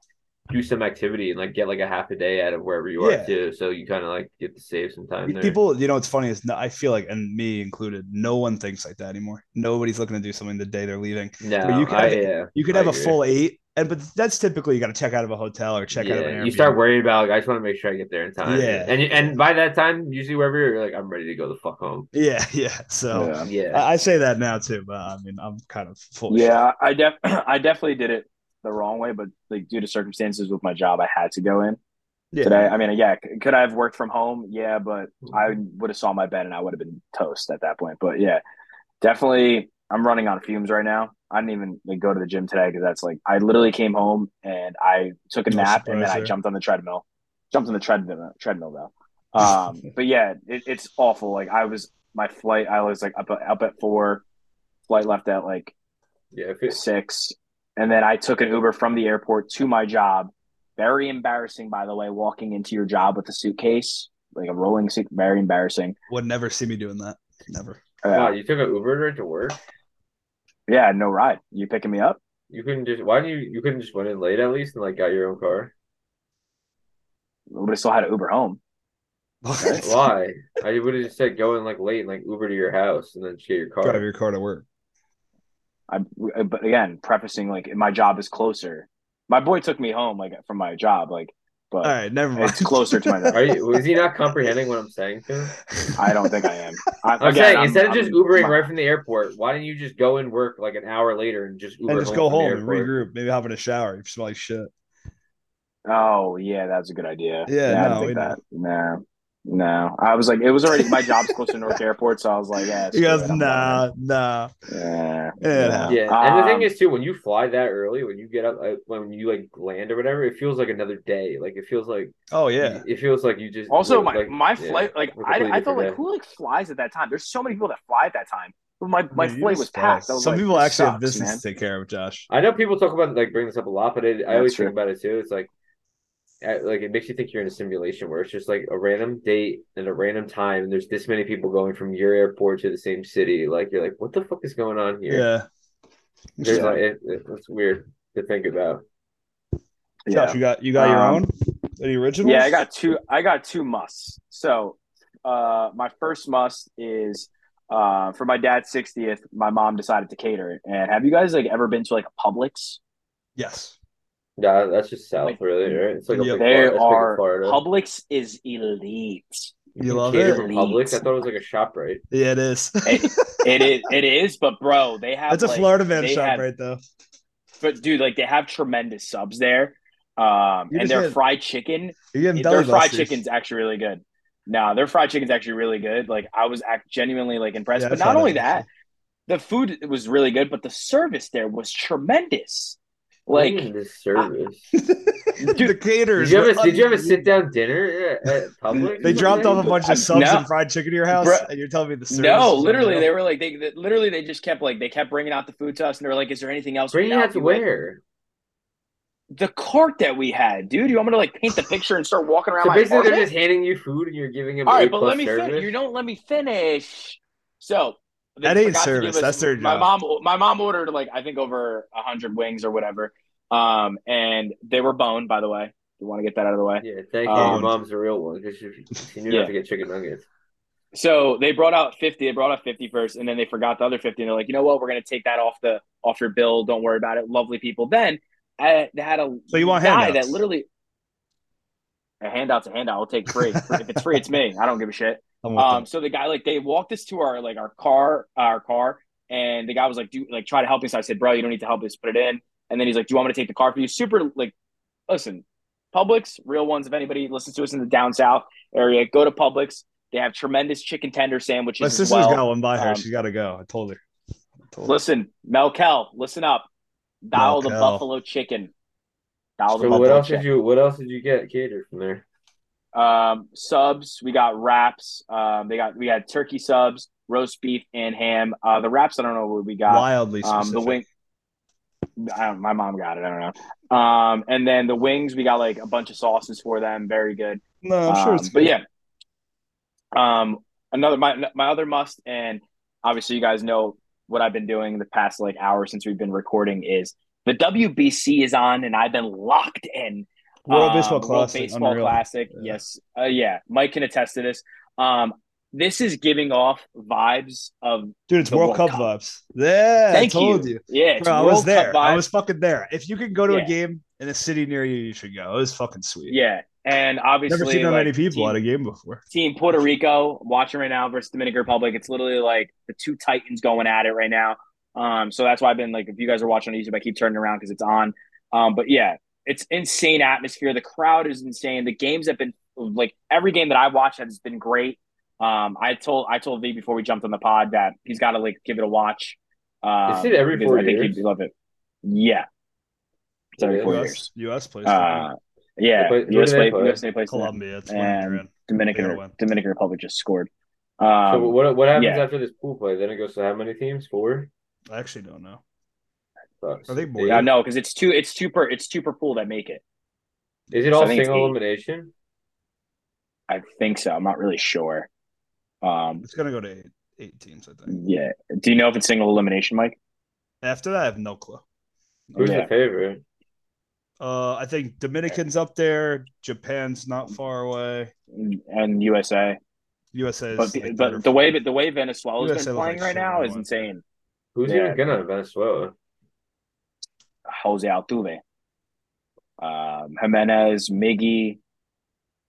[SPEAKER 2] do some activity and like get like a half a day out of wherever you
[SPEAKER 3] Yeah.
[SPEAKER 2] are too. So you kind of like get to save some time there.
[SPEAKER 3] People, you know, it's funny. It's not, I feel like, and me included, no one thinks like that anymore. Nobody's looking to do something the day they're leaving.
[SPEAKER 2] no,
[SPEAKER 3] you could
[SPEAKER 2] I,
[SPEAKER 3] have-
[SPEAKER 2] yeah,
[SPEAKER 3] You could
[SPEAKER 2] I
[SPEAKER 3] have a
[SPEAKER 2] agree.
[SPEAKER 3] full eight, and but that's typically you got to check out of a hotel or check out of an
[SPEAKER 2] Yeah,
[SPEAKER 3] Airbnb.
[SPEAKER 2] you start worrying about like I just want to make sure I get there in time.
[SPEAKER 3] Yeah.
[SPEAKER 2] and and by that time, usually wherever you're like, I'm ready to go the fuck home.
[SPEAKER 3] Yeah, yeah. So
[SPEAKER 1] Yeah.
[SPEAKER 2] Yeah,
[SPEAKER 3] I, I say that now too, but I mean, I'm kind of full. of shit.
[SPEAKER 1] Yeah, I def I definitely did it the wrong way, but like due to circumstances with my job, I had to go in
[SPEAKER 3] yeah.
[SPEAKER 1] today. I mean, yeah, c- could I have worked from home? Yeah, but I would have saw my bed and I would have been toast at that point. But yeah, definitely, I'm running on fumes right now. I didn't even like, go to the gym today because that's like I literally came home and I took a
[SPEAKER 3] No
[SPEAKER 1] nap and
[SPEAKER 3] surprise
[SPEAKER 1] then I
[SPEAKER 3] there.
[SPEAKER 1] jumped on the treadmill. Jumped on the treadmill, treadmill though. Um, but yeah, it, it's awful. Like I was my flight, I was like up up at four. Flight left at like
[SPEAKER 2] yeah. If it's
[SPEAKER 1] six. And then I took an Uber from the airport to my job. Very embarrassing, by the way, walking into your job with a suitcase, like a rolling suit. Very embarrassing.
[SPEAKER 3] Would never see me doing that. Never.
[SPEAKER 2] wow,
[SPEAKER 1] Uh,
[SPEAKER 2] you took an Uber right to work.
[SPEAKER 1] yeah, no ride. You picking me up?
[SPEAKER 2] You couldn't just why didn't you you couldn't just went in late at least and like got your own car.
[SPEAKER 1] Nobody still had an Uber home.
[SPEAKER 2] Why? I would have just said go in like late and like Uber to your house and then just get your car.
[SPEAKER 3] Drive your car to work.
[SPEAKER 1] I, but again, prefacing like my job is closer. My boy took me home, like from my job, like, but
[SPEAKER 3] All right, never mind.
[SPEAKER 1] it's closer to my.
[SPEAKER 2] Are you? Is he not comprehending what I'm saying? To him?
[SPEAKER 1] I don't think I am. I,
[SPEAKER 2] I'm
[SPEAKER 1] again,
[SPEAKER 2] saying instead of
[SPEAKER 1] I'm-
[SPEAKER 2] just Ubering
[SPEAKER 1] my-
[SPEAKER 2] right from the airport, why didn't you just go and work like an hour later and just Uber
[SPEAKER 3] and just go
[SPEAKER 2] from the
[SPEAKER 3] home and
[SPEAKER 2] airport?
[SPEAKER 3] regroup. Maybe hop in a shower. You smell like shit.
[SPEAKER 1] Oh yeah, that's a good idea.
[SPEAKER 3] Yeah,
[SPEAKER 1] I
[SPEAKER 3] no,
[SPEAKER 1] didn't
[SPEAKER 3] we
[SPEAKER 1] think that. No, no. I was like, it was already my job's close to North Airport, so I was like, yeah.
[SPEAKER 3] He
[SPEAKER 1] screw
[SPEAKER 3] goes,
[SPEAKER 1] it, I'm
[SPEAKER 3] nah, nah.
[SPEAKER 1] done. Yeah,
[SPEAKER 3] Yeah.
[SPEAKER 2] Yeah, and the
[SPEAKER 1] Um,
[SPEAKER 2] thing is too, when you fly that early, when you get up, uh, when you like land or whatever, it feels like another day. Like it feels like
[SPEAKER 3] Oh yeah.
[SPEAKER 2] it feels like you just
[SPEAKER 1] Also, my
[SPEAKER 2] like,
[SPEAKER 1] my
[SPEAKER 2] yeah,
[SPEAKER 1] flight, like
[SPEAKER 2] we're
[SPEAKER 1] I,
[SPEAKER 2] completely
[SPEAKER 1] I felt like
[SPEAKER 2] different
[SPEAKER 1] who like flies at that time. There's so many people that fly at that time. But my my
[SPEAKER 3] Dude, you
[SPEAKER 1] flight
[SPEAKER 3] just
[SPEAKER 1] was
[SPEAKER 3] fell.
[SPEAKER 1] packed. I was
[SPEAKER 3] Some
[SPEAKER 1] like,
[SPEAKER 3] people
[SPEAKER 1] this
[SPEAKER 3] actually have
[SPEAKER 1] sucks,
[SPEAKER 3] business
[SPEAKER 1] man.
[SPEAKER 3] to take care of, Josh.
[SPEAKER 2] I know people talk about like bring this up a lot, but it, I always
[SPEAKER 1] That's true.
[SPEAKER 2] think about it too. It's like, I- like it makes you think you're in a simulation where it's just like a random date and a random time, and there's this many people going from your airport to the same city. Like you're like, what the fuck is going on here?
[SPEAKER 3] Yeah.
[SPEAKER 2] There's
[SPEAKER 1] Yeah.
[SPEAKER 2] like it, it- it's weird to think about.
[SPEAKER 3] Josh,
[SPEAKER 1] Yeah.
[SPEAKER 3] you got you got your
[SPEAKER 1] Um,
[SPEAKER 3] own? Any originals?
[SPEAKER 1] Yeah, I got two. I got two musts. So, uh, my first must is uh, for my dad's 60th. My mom decided to cater it. And have you guys like ever been to like a Publix?
[SPEAKER 3] Yes.
[SPEAKER 2] Nah, that's just south,
[SPEAKER 1] Like,
[SPEAKER 2] really. Right? It's like a
[SPEAKER 3] yeah,
[SPEAKER 2] big
[SPEAKER 1] They
[SPEAKER 2] Florida,
[SPEAKER 1] are
[SPEAKER 2] Florida.
[SPEAKER 1] Publix is elite.
[SPEAKER 2] You
[SPEAKER 3] You
[SPEAKER 2] can
[SPEAKER 3] love
[SPEAKER 2] cater
[SPEAKER 3] it?
[SPEAKER 2] from Publix. I thought it was like a shop, right?
[SPEAKER 3] Yeah, it is.
[SPEAKER 1] It- It is, it is, but bro, they have
[SPEAKER 3] That's a
[SPEAKER 1] like-
[SPEAKER 3] Florida man
[SPEAKER 1] they
[SPEAKER 3] shop
[SPEAKER 1] have-
[SPEAKER 3] right though.
[SPEAKER 1] But dude, like they have tremendous subs there, um, and
[SPEAKER 3] You just
[SPEAKER 1] their
[SPEAKER 3] had-
[SPEAKER 1] fried chicken,
[SPEAKER 3] You're getting belly
[SPEAKER 1] their fried
[SPEAKER 3] busters.
[SPEAKER 1] chicken's actually really good. Nah, their fried chicken's actually really good. Like I was act- genuinely like impressed.
[SPEAKER 3] Yeah,
[SPEAKER 1] but
[SPEAKER 3] I
[SPEAKER 1] not
[SPEAKER 3] tried
[SPEAKER 1] only
[SPEAKER 3] that,
[SPEAKER 1] that, the food was really good, but the service there was tremendous. Like,
[SPEAKER 2] Mm, this service.
[SPEAKER 3] the
[SPEAKER 2] Did
[SPEAKER 3] caterers.
[SPEAKER 2] you
[SPEAKER 3] were
[SPEAKER 2] have a Did you have a sit
[SPEAKER 3] unbelievable.
[SPEAKER 2] down dinner at at Publix?
[SPEAKER 3] They dropped off a bunch
[SPEAKER 1] I-
[SPEAKER 3] of subs
[SPEAKER 1] no.
[SPEAKER 3] and fried chicken to your house,
[SPEAKER 1] Bruh.
[SPEAKER 3] and you're telling me the service.
[SPEAKER 1] no,
[SPEAKER 3] is
[SPEAKER 1] literally, they
[SPEAKER 3] unreal?
[SPEAKER 1] were like, they, they literally they just kept like they kept bringing out the food to us, and they were like, "Is there anything else?" we
[SPEAKER 2] Bring
[SPEAKER 1] can
[SPEAKER 2] it
[SPEAKER 1] help
[SPEAKER 2] out to
[SPEAKER 1] you with?"
[SPEAKER 2] where?
[SPEAKER 1] the cart that we had, dude. You want me to like paint the picture and start walking around
[SPEAKER 2] So
[SPEAKER 1] my
[SPEAKER 2] basically,
[SPEAKER 1] apartment?
[SPEAKER 2] they're just handing you food and you're giving them.
[SPEAKER 1] All
[SPEAKER 2] A
[SPEAKER 1] right, but
[SPEAKER 2] plus
[SPEAKER 1] let me
[SPEAKER 2] service.
[SPEAKER 1] finish. You don't let me finish. So they
[SPEAKER 3] That ain't
[SPEAKER 1] forgot to give
[SPEAKER 3] service.
[SPEAKER 1] us-
[SPEAKER 3] That's their
[SPEAKER 1] My
[SPEAKER 3] job.
[SPEAKER 1] mom, my mom ordered like I think over hundred wings or whatever, um, and they were boned. By the way, you want to get that out of the way.
[SPEAKER 2] Yeah, thank you. Your
[SPEAKER 1] Um,
[SPEAKER 2] mom's a real one because she, she knew
[SPEAKER 1] Yeah.
[SPEAKER 2] not to get chicken nuggets.
[SPEAKER 1] So they brought out fifty. They brought out fifty first, and then they forgot the other fifty. And they're like, you know what? We're gonna take that off the off your bill. Don't worry about it. Lovely people. Then I, they had a
[SPEAKER 3] So you want
[SPEAKER 1] guy
[SPEAKER 3] handouts?
[SPEAKER 1] that literally a handout's a handout. I'll take free. if it's free, it's me. I don't give a shit.
[SPEAKER 3] I'm with
[SPEAKER 1] Um,
[SPEAKER 3] them.
[SPEAKER 1] so the guy like they walked us to our like our car, our car, and the guy was like, "Do like try to help me?" So I said, "Bro, you don't need to help. Just put it in." And then he's like, "Do you want me to take the car for you?" Super like, listen, Publix, real ones. If anybody listens to us in the down south area, go to Publix. They have tremendous chicken tender sandwiches
[SPEAKER 3] My
[SPEAKER 1] as
[SPEAKER 3] sister's
[SPEAKER 1] well.
[SPEAKER 3] got one by her.
[SPEAKER 1] Um,
[SPEAKER 3] She's got to go. I told her. Total.
[SPEAKER 1] Listen, Melkel, listen up. Dial the
[SPEAKER 3] Melkel.
[SPEAKER 1] buffalo chicken. Dial the
[SPEAKER 4] So what
[SPEAKER 1] buffalo
[SPEAKER 4] else did
[SPEAKER 1] chicken.
[SPEAKER 4] you what else did you get catered from there?
[SPEAKER 1] Um, subs, we got wraps. Um, they got we had turkey subs, roast beef, and ham. Uh, the wraps, I don't know what we got.
[SPEAKER 3] Wildly specific.
[SPEAKER 1] Um, the wing. I don't, my mom got it. I don't know. Um, and then the wings, we got like a bunch of sauces for them. Very good.
[SPEAKER 3] no, Oh, I'm sure
[SPEAKER 1] Um,
[SPEAKER 3] it's
[SPEAKER 1] but
[SPEAKER 3] good.
[SPEAKER 1] yeah. Um, another my my other must, and obviously you guys know what I've been doing the past like hour since we've been recording is the WBC is on, and I've been locked in.
[SPEAKER 3] World
[SPEAKER 1] Um,
[SPEAKER 3] Baseball
[SPEAKER 1] World
[SPEAKER 3] Classic.
[SPEAKER 1] Baseball
[SPEAKER 3] unreal.
[SPEAKER 1] Classic.
[SPEAKER 3] Yeah.
[SPEAKER 1] Yes. Uh, yeah. Mike can attest to this. Um, this is giving off vibes of
[SPEAKER 3] Dude, it's
[SPEAKER 1] the
[SPEAKER 3] World,
[SPEAKER 1] World
[SPEAKER 3] Cup,
[SPEAKER 1] Cup.
[SPEAKER 3] vibes. Yeah,
[SPEAKER 1] Thank
[SPEAKER 3] I told you.
[SPEAKER 1] yeah. It's
[SPEAKER 3] Bro, I
[SPEAKER 1] World
[SPEAKER 3] was there.
[SPEAKER 1] Cup
[SPEAKER 3] I
[SPEAKER 1] vibes.
[SPEAKER 3] was fucking there. If you could go to
[SPEAKER 1] Yeah.
[SPEAKER 3] a game in a city near you, you should go. It was fucking sweet.
[SPEAKER 1] Yeah, and obviously,
[SPEAKER 3] Never seen that
[SPEAKER 1] like,
[SPEAKER 3] many people
[SPEAKER 1] team,
[SPEAKER 3] at a game before.
[SPEAKER 1] team Puerto Rico watching right now versus Dominican Republic. It's literally like the two titans going at it right now. Um, so that's why I've been like, if you guys are watching on YouTube, I keep turning around because it's on. Um, but yeah, it's insane atmosphere. The crowd is insane. The games have been like every game that I watched has been great. Um, I told I told V before we jumped on the pod that he's got to like give it a watch. Um,
[SPEAKER 4] it every
[SPEAKER 1] because
[SPEAKER 4] four
[SPEAKER 1] I think
[SPEAKER 4] years?
[SPEAKER 1] he'd love it. Yeah, it's every
[SPEAKER 4] Yeah,
[SPEAKER 1] four
[SPEAKER 4] that's-
[SPEAKER 1] years.
[SPEAKER 3] US, US plays
[SPEAKER 1] Uh, yeah,
[SPEAKER 4] But- but
[SPEAKER 1] US
[SPEAKER 4] they
[SPEAKER 1] play,
[SPEAKER 4] play-
[SPEAKER 1] US they play tonight.
[SPEAKER 3] Colombia. It's where you're in. They
[SPEAKER 1] Dominican
[SPEAKER 3] win.
[SPEAKER 1] Dominican Republic just scored. Um,
[SPEAKER 4] so what what happens
[SPEAKER 1] yeah.
[SPEAKER 4] after this pool play? Then it goes to how many teams? Four.
[SPEAKER 3] I actually don't know.
[SPEAKER 4] Fuck.
[SPEAKER 3] Are they
[SPEAKER 4] Eight?
[SPEAKER 3] bored?
[SPEAKER 1] yeah, no, because it's two. It's two per. It's two per pool that make it.
[SPEAKER 4] Is it
[SPEAKER 1] So I
[SPEAKER 4] all
[SPEAKER 1] think it's
[SPEAKER 4] single
[SPEAKER 1] eight.
[SPEAKER 4] elimination?
[SPEAKER 1] I think so. I'm not really sure. Um,
[SPEAKER 3] It's gonna go to eight, eight teams, I think.
[SPEAKER 1] yeah. Do you know if it's single elimination, Mike?
[SPEAKER 3] After that, I have no clue.
[SPEAKER 4] Who's
[SPEAKER 1] Yeah.
[SPEAKER 4] the favorite?
[SPEAKER 3] Uh, I think Dominican's up there. Japan's not far away.
[SPEAKER 1] And USA,
[SPEAKER 3] USA.
[SPEAKER 1] but but the way the way Venezuela's
[SPEAKER 3] USA
[SPEAKER 1] been
[SPEAKER 3] looks
[SPEAKER 1] playing
[SPEAKER 3] like
[SPEAKER 1] right
[SPEAKER 3] shit
[SPEAKER 1] now
[SPEAKER 3] right
[SPEAKER 1] is
[SPEAKER 3] now.
[SPEAKER 1] insane.
[SPEAKER 4] Who's
[SPEAKER 1] Yeah.
[SPEAKER 4] even good on Venezuela?
[SPEAKER 1] Jose Altuve, um, Jimenez, Miggy.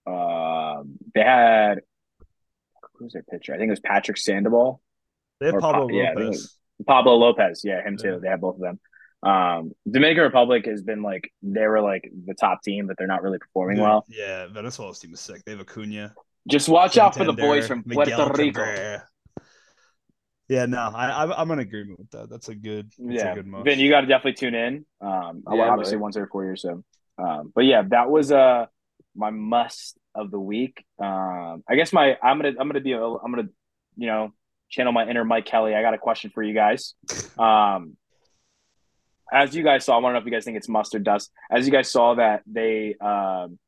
[SPEAKER 1] Um, they had who's their pitcher? I think it was Patrick Sandoval.
[SPEAKER 3] they have
[SPEAKER 1] or
[SPEAKER 3] Pablo
[SPEAKER 1] Pop- yeah, I think
[SPEAKER 3] Lopez.
[SPEAKER 1] Pablo Lopez, yeah, him too.
[SPEAKER 3] Yeah.
[SPEAKER 1] They have both of them. Um, Dominican Republic has been like they were like the top team, but they're not really performing
[SPEAKER 3] Dude,
[SPEAKER 1] well.
[SPEAKER 3] yeah, Venezuela's team is sick. They have Acuna.
[SPEAKER 1] Just watch out for the
[SPEAKER 3] Santander,
[SPEAKER 1] boys from
[SPEAKER 3] Miguel
[SPEAKER 1] Puerto Rico.
[SPEAKER 3] Cabrera. Yeah, no, I, I'm I'm in agreement with that. That's a good. That's
[SPEAKER 1] Yeah,
[SPEAKER 3] a good must.
[SPEAKER 1] Vin, you got to definitely tune in. Um, I-
[SPEAKER 4] Yeah,
[SPEAKER 1] obviously
[SPEAKER 4] Mike.
[SPEAKER 1] once every four years. So, um, but yeah, that was uh my must of the week. Um, I guess my I'm gonna I'm gonna be a, I'm gonna you know channel my inner Mike Kelly. I got a question for you guys. Um, as you guys saw, I don't know if you guys think it's mustard dust. As you guys saw that they um,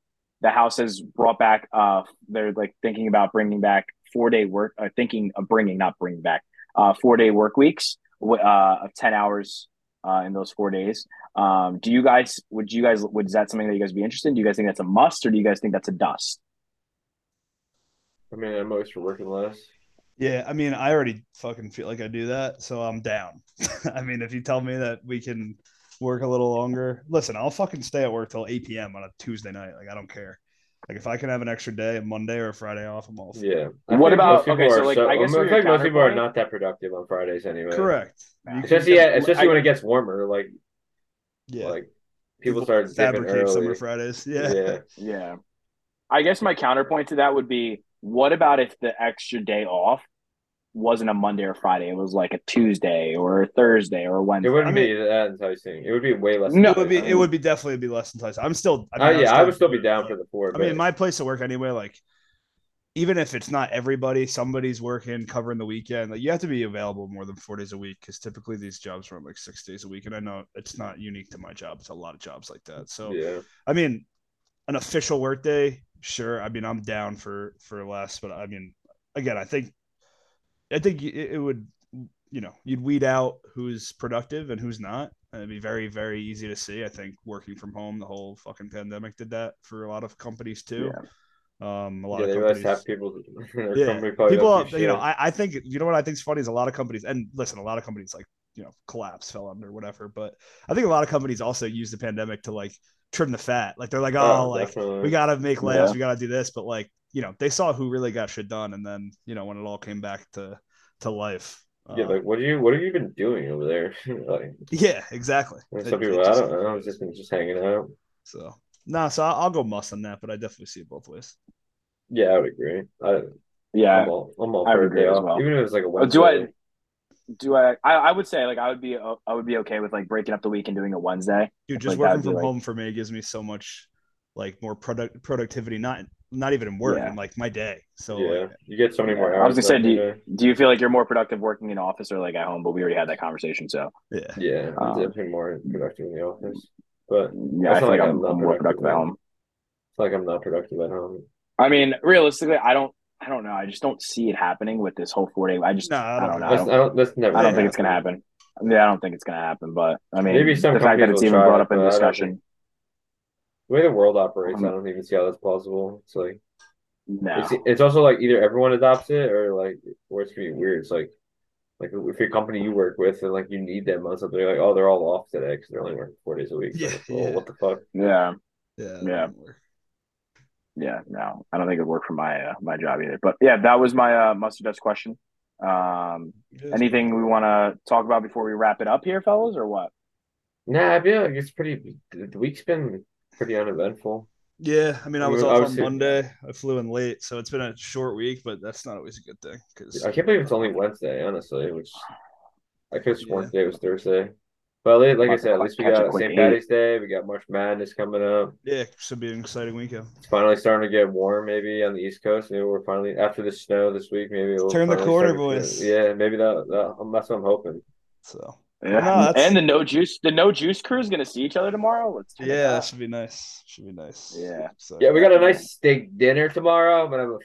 [SPEAKER 1] the House has brought back. Uh, they're like thinking about bringing back four day work. Uh, thinking of bringing, not bringing back uh, four day work weeks w- uh, of ten hours uh, in those four days. Um, do you guys? Would you guys? Would is that something that you guys be interested in? Do you guys think that's a must, or do you guys think that's a dust?
[SPEAKER 4] I mean, I'm always for working less.
[SPEAKER 3] Yeah, I mean, I already fucking feel like I do that, so I'm down. I mean, if you tell me that we can work a little longer, listen, I'll fucking stay at work till 8 p.m. on a Tuesday night. Like, I don't care. Like, if I can have an extra day, a Monday or a Friday off, I'm all for it.
[SPEAKER 4] Yeah.
[SPEAKER 1] What
[SPEAKER 4] think
[SPEAKER 1] about-
[SPEAKER 4] most people
[SPEAKER 1] okay, so,
[SPEAKER 4] are
[SPEAKER 1] like, I guess
[SPEAKER 4] I
[SPEAKER 1] for your
[SPEAKER 4] think most people are
[SPEAKER 1] counterpoint-
[SPEAKER 4] not that productive on Fridays anyway.
[SPEAKER 3] Correct.
[SPEAKER 1] Yeah.
[SPEAKER 3] You can-
[SPEAKER 4] Especially
[SPEAKER 1] Because-
[SPEAKER 4] especially
[SPEAKER 1] I-
[SPEAKER 4] when it gets warmer, like
[SPEAKER 3] yeah.
[SPEAKER 4] like people start dipping
[SPEAKER 3] fabricate summer
[SPEAKER 4] early.
[SPEAKER 3] Fridays.
[SPEAKER 4] Yeah.
[SPEAKER 3] Yeah.
[SPEAKER 1] Yeah. I guess my counterpoint to that would be what about if the extra day off wasn't a Monday or Friday? It was like a Tuesday or a Thursday or a
[SPEAKER 4] It
[SPEAKER 1] Wednesday.
[SPEAKER 4] wouldn't
[SPEAKER 3] I mean-
[SPEAKER 4] be that enticing. It would be way less.
[SPEAKER 1] No,
[SPEAKER 3] It would be.
[SPEAKER 4] enticing.
[SPEAKER 3] It would be definitely be less enticing. I'm still.
[SPEAKER 4] Uh,
[SPEAKER 3] mean, I'm
[SPEAKER 4] yeah, I would still be down for the four.
[SPEAKER 3] I
[SPEAKER 4] but
[SPEAKER 3] mean, my place of work anyway, like even if it's not everybody, somebody's working, covering the weekend. Like you have to be available more than four days a week because typically these jobs run like six days a week. And I know it's not unique to my job; it's a lot of jobs like that. So
[SPEAKER 4] yeah,
[SPEAKER 3] I mean, an official work day, sure. I mean, I'm down for for less, but I mean, again, I think I think y- it, it would you know you'd weed out who's productive and who's not. And it'd be very very easy to see. I think working from home, the whole fucking pandemic did that for a lot of companies too. Um, a lot
[SPEAKER 4] yeah,
[SPEAKER 3] of
[SPEAKER 4] they
[SPEAKER 3] companies
[SPEAKER 4] realize half people. their
[SPEAKER 3] yeah.
[SPEAKER 4] company probably
[SPEAKER 3] people,
[SPEAKER 4] don't
[SPEAKER 3] are,
[SPEAKER 4] do
[SPEAKER 3] you know,
[SPEAKER 4] shit.
[SPEAKER 3] I, I think you know what I think's funny is a lot of companies, and listen, a lot of companies like you know collapse, fell under, whatever. But I think a lot of companies also use the pandemic to like trim the fat. Like they're like, oh,
[SPEAKER 4] Oh,
[SPEAKER 3] like
[SPEAKER 4] definitely.
[SPEAKER 3] we gotta make layoffs,
[SPEAKER 1] Yeah.
[SPEAKER 3] we gotta do this. But like you know, they saw who really got shit done, and then you know when it all came back to to life.
[SPEAKER 4] yeah,
[SPEAKER 3] uh,
[SPEAKER 4] like what are you? What have you been doing over there? like
[SPEAKER 3] yeah, exactly.
[SPEAKER 4] and
[SPEAKER 3] It-
[SPEAKER 4] some
[SPEAKER 3] it
[SPEAKER 4] people, I
[SPEAKER 3] just-
[SPEAKER 4] don't know. I've just been just hanging out.
[SPEAKER 3] So nah, so I'll, I'll go must on that, but I definitely see it both ways.
[SPEAKER 4] Yeah, I would agree. I,
[SPEAKER 1] Yeah.
[SPEAKER 4] I'm all, I'm all
[SPEAKER 1] I
[SPEAKER 4] for
[SPEAKER 1] would
[SPEAKER 4] a
[SPEAKER 1] agree
[SPEAKER 4] day
[SPEAKER 1] as
[SPEAKER 4] off,
[SPEAKER 1] well.
[SPEAKER 4] even if it's like a
[SPEAKER 1] do I-
[SPEAKER 4] Wednesday.
[SPEAKER 1] do I, I? I would say like I would be o- I would be okay with like breaking up the week and doing a Wednesday.
[SPEAKER 3] Dude, just
[SPEAKER 1] Like, that
[SPEAKER 3] working
[SPEAKER 1] would be,
[SPEAKER 3] from
[SPEAKER 1] like-
[SPEAKER 3] home for me gives me so much like more product productivity, not not even in work,
[SPEAKER 1] Yeah.
[SPEAKER 3] in like my day. So
[SPEAKER 2] yeah,
[SPEAKER 3] like,
[SPEAKER 2] you get so many more
[SPEAKER 1] I
[SPEAKER 2] hours.
[SPEAKER 1] was gonna say,
[SPEAKER 2] left
[SPEAKER 1] do
[SPEAKER 2] in
[SPEAKER 1] you- Do you feel like you're more productive working in office or like at home? But we already had that conversation, so
[SPEAKER 3] yeah.
[SPEAKER 2] there. yeah, I'm
[SPEAKER 1] Um,
[SPEAKER 2] definitely more productive in the office, but it's
[SPEAKER 1] yeah, I
[SPEAKER 2] That's
[SPEAKER 1] feel like
[SPEAKER 2] not like
[SPEAKER 1] I'm,
[SPEAKER 2] I'm not
[SPEAKER 1] I'm more
[SPEAKER 2] productive
[SPEAKER 1] productive at
[SPEAKER 2] at
[SPEAKER 1] home.
[SPEAKER 2] like I'm not productive at home.
[SPEAKER 1] I mean, realistically, I don't. I don't know. I just don't see it happening with this whole four day. I just
[SPEAKER 3] No, I don't
[SPEAKER 1] I don't know.
[SPEAKER 3] think
[SPEAKER 1] I
[SPEAKER 2] That's,
[SPEAKER 1] don't,
[SPEAKER 2] I don't. That's never.
[SPEAKER 1] I don't
[SPEAKER 2] gonna
[SPEAKER 1] think it's gonna happen. Yeah, I don't think it's gonna happen. But I mean,
[SPEAKER 2] Maybe some
[SPEAKER 1] the fact that
[SPEAKER 2] companies
[SPEAKER 1] it's even
[SPEAKER 2] will try
[SPEAKER 1] brought
[SPEAKER 2] it,
[SPEAKER 1] up in
[SPEAKER 2] but I don't
[SPEAKER 1] discussion.
[SPEAKER 2] The way the world operates,
[SPEAKER 1] Um,
[SPEAKER 2] I don't even see how that's plausible. It's like
[SPEAKER 1] No,
[SPEAKER 2] it's, e- it's also like either everyone adopts it or like or it's gonna be weird. It's like like if your company you work with and like you need them on something, they're like, oh, they're all off today because they're only working four days a week.
[SPEAKER 3] Yeah,
[SPEAKER 2] Like, well,
[SPEAKER 3] yeah.
[SPEAKER 2] what the fuck?
[SPEAKER 1] yeah.
[SPEAKER 3] Yeah.
[SPEAKER 1] Yeah.
[SPEAKER 3] that would work.
[SPEAKER 1] yeah, no, I don't think it worked for my uh, my job either. But yeah, that was my uh, mustard dust question. Um,
[SPEAKER 3] Yeah.
[SPEAKER 1] anything we want to talk about before we wrap it up here, fellas, or what?
[SPEAKER 2] Nah, I feel like it's pretty. The week's been pretty uneventful.
[SPEAKER 3] Yeah, I mean, I
[SPEAKER 2] I
[SPEAKER 3] was
[SPEAKER 2] mean,
[SPEAKER 3] off on
[SPEAKER 2] obviously-
[SPEAKER 3] Monday. I flew in late, so it's been a short week, but that's not always a good thing because
[SPEAKER 2] I can't believe it's only Wednesday, honestly. Which I could have sworn
[SPEAKER 3] Yeah.
[SPEAKER 2] today was Thursday. But like- like I said, at least we
[SPEAKER 1] Catch a
[SPEAKER 2] got
[SPEAKER 1] quick
[SPEAKER 2] St.
[SPEAKER 1] eight.
[SPEAKER 2] Patty's Day. We got March Madness coming up.
[SPEAKER 3] yeah, it should be an exciting weekend.
[SPEAKER 2] It's finally starting to get warm, maybe on the East Coast. Maybe we're finally after the snow this week. Maybe we'll
[SPEAKER 3] Turn the
[SPEAKER 2] finally
[SPEAKER 3] corner,
[SPEAKER 2] start to-
[SPEAKER 3] boys.
[SPEAKER 2] Yeah, maybe that, that. That's what I'm hoping.
[SPEAKER 3] So
[SPEAKER 1] Yeah,
[SPEAKER 3] No, that's-
[SPEAKER 1] and the no juice, the no juice crew is gonna see each other tomorrow. Let's do
[SPEAKER 3] yeah, that
[SPEAKER 1] that.
[SPEAKER 3] should be nice. Should be nice.
[SPEAKER 1] Yeah.
[SPEAKER 3] So,
[SPEAKER 2] Yeah, we got a nice steak dinner tomorrow. I'm gonna have a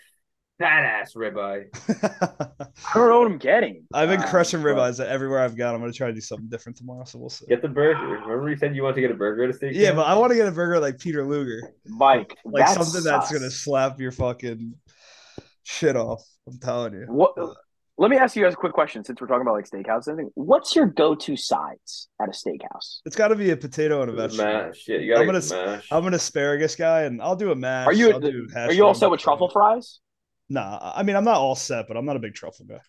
[SPEAKER 2] fat ass ribeye.
[SPEAKER 1] I don't know what I'm getting.
[SPEAKER 3] I've been
[SPEAKER 1] Um,
[SPEAKER 3] crushing
[SPEAKER 1] but-
[SPEAKER 3] ribeyes everywhere I've got. I'm gonna try to do something different tomorrow, so we'll see.
[SPEAKER 2] Get the burger. Remember you said you want to get a burger at a steak?
[SPEAKER 3] Yeah,
[SPEAKER 2] dinner?
[SPEAKER 3] but I want to get a burger like Peter Luger,
[SPEAKER 1] Mike,
[SPEAKER 3] like
[SPEAKER 1] that
[SPEAKER 3] something that's gonna
[SPEAKER 1] sucks.
[SPEAKER 3] slap your fucking shit off. I'm telling you.
[SPEAKER 1] What? Let me ask you guys a quick question. Since we're talking about like steakhouse and everything, what's your go-to sides at a steakhouse?
[SPEAKER 3] It's got to be a potato and a
[SPEAKER 2] It's
[SPEAKER 3] vegetable.
[SPEAKER 2] mash. Yeah, you gotta
[SPEAKER 3] I'm gonna
[SPEAKER 2] get
[SPEAKER 3] s-
[SPEAKER 2] mash.
[SPEAKER 3] I'm an asparagus guy, and I'll do a mash.
[SPEAKER 1] Are you-
[SPEAKER 3] I'll do hash
[SPEAKER 1] Are you also a
[SPEAKER 3] browns.
[SPEAKER 1] truffle fries?
[SPEAKER 3] Nah, I mean I'm not all set, but I'm not a big truffle guy.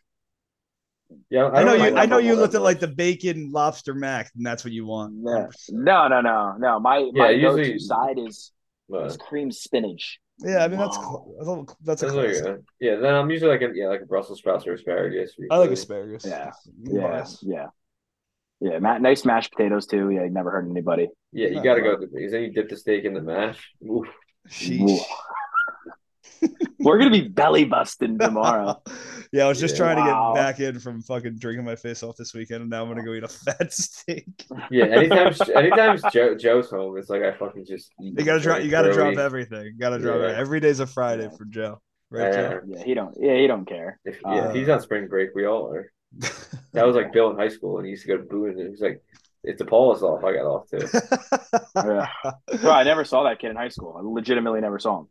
[SPEAKER 2] yeah,
[SPEAKER 3] I, know
[SPEAKER 2] don't
[SPEAKER 3] you.
[SPEAKER 2] like
[SPEAKER 3] I know you
[SPEAKER 2] truffle
[SPEAKER 3] looked
[SPEAKER 2] that
[SPEAKER 3] at like
[SPEAKER 2] much.
[SPEAKER 3] the bacon lobster mac, and that's what you want.
[SPEAKER 1] No,
[SPEAKER 3] 100%.
[SPEAKER 1] no, no, no, no. My my
[SPEAKER 2] usually-
[SPEAKER 1] go-to side is is
[SPEAKER 2] But-
[SPEAKER 1] cream spinach.
[SPEAKER 3] uh, Yeah, I mean that's
[SPEAKER 1] Wow.
[SPEAKER 3] cl- that's a, that's a
[SPEAKER 2] Those are
[SPEAKER 3] classic.
[SPEAKER 2] good. Yeah, then I'm usually like a, yeah, like a Brussels sprouts or asparagus.
[SPEAKER 3] I like
[SPEAKER 2] usually.
[SPEAKER 3] asparagus.
[SPEAKER 1] Yeah.
[SPEAKER 3] Mm,
[SPEAKER 1] Yeah,
[SPEAKER 3] nice.
[SPEAKER 1] yeah, yeah. Ma- nice mashed potatoes too. Yeah, you never hurt anybody.
[SPEAKER 2] Yeah, you
[SPEAKER 3] Yeah,
[SPEAKER 2] gotta
[SPEAKER 3] I
[SPEAKER 2] go. Because then you dip the steak in the mash. Oof.
[SPEAKER 3] Sheesh.
[SPEAKER 1] We're gonna be belly busting tomorrow.
[SPEAKER 3] yeah, I was just
[SPEAKER 2] Yeah.
[SPEAKER 3] trying
[SPEAKER 1] Wow.
[SPEAKER 3] to get back in from fucking drinking my face off this weekend, and now I'm gonna go eat a fat steak.
[SPEAKER 2] Yeah, anytime, anytime Joe, Joe's home, it's like I fucking just.
[SPEAKER 3] You gotta drop. You gotta drop
[SPEAKER 2] every.
[SPEAKER 3] everything. You gotta drop.
[SPEAKER 2] Yeah.
[SPEAKER 3] it. Every day's a Friday
[SPEAKER 1] Yeah.
[SPEAKER 3] for Joe, right? Joe?
[SPEAKER 1] yeah, he don't. Yeah, he don't care.
[SPEAKER 2] um, If, yeah, if he's
[SPEAKER 1] Ah.
[SPEAKER 3] Uh,
[SPEAKER 2] on spring break, we all are. That was like Bill in high school, and he used to go to Boone, and he's like, if the Paul is off, I got off too.
[SPEAKER 1] Yeah. Bro, I never saw that kid in high school. I legitimately never saw him.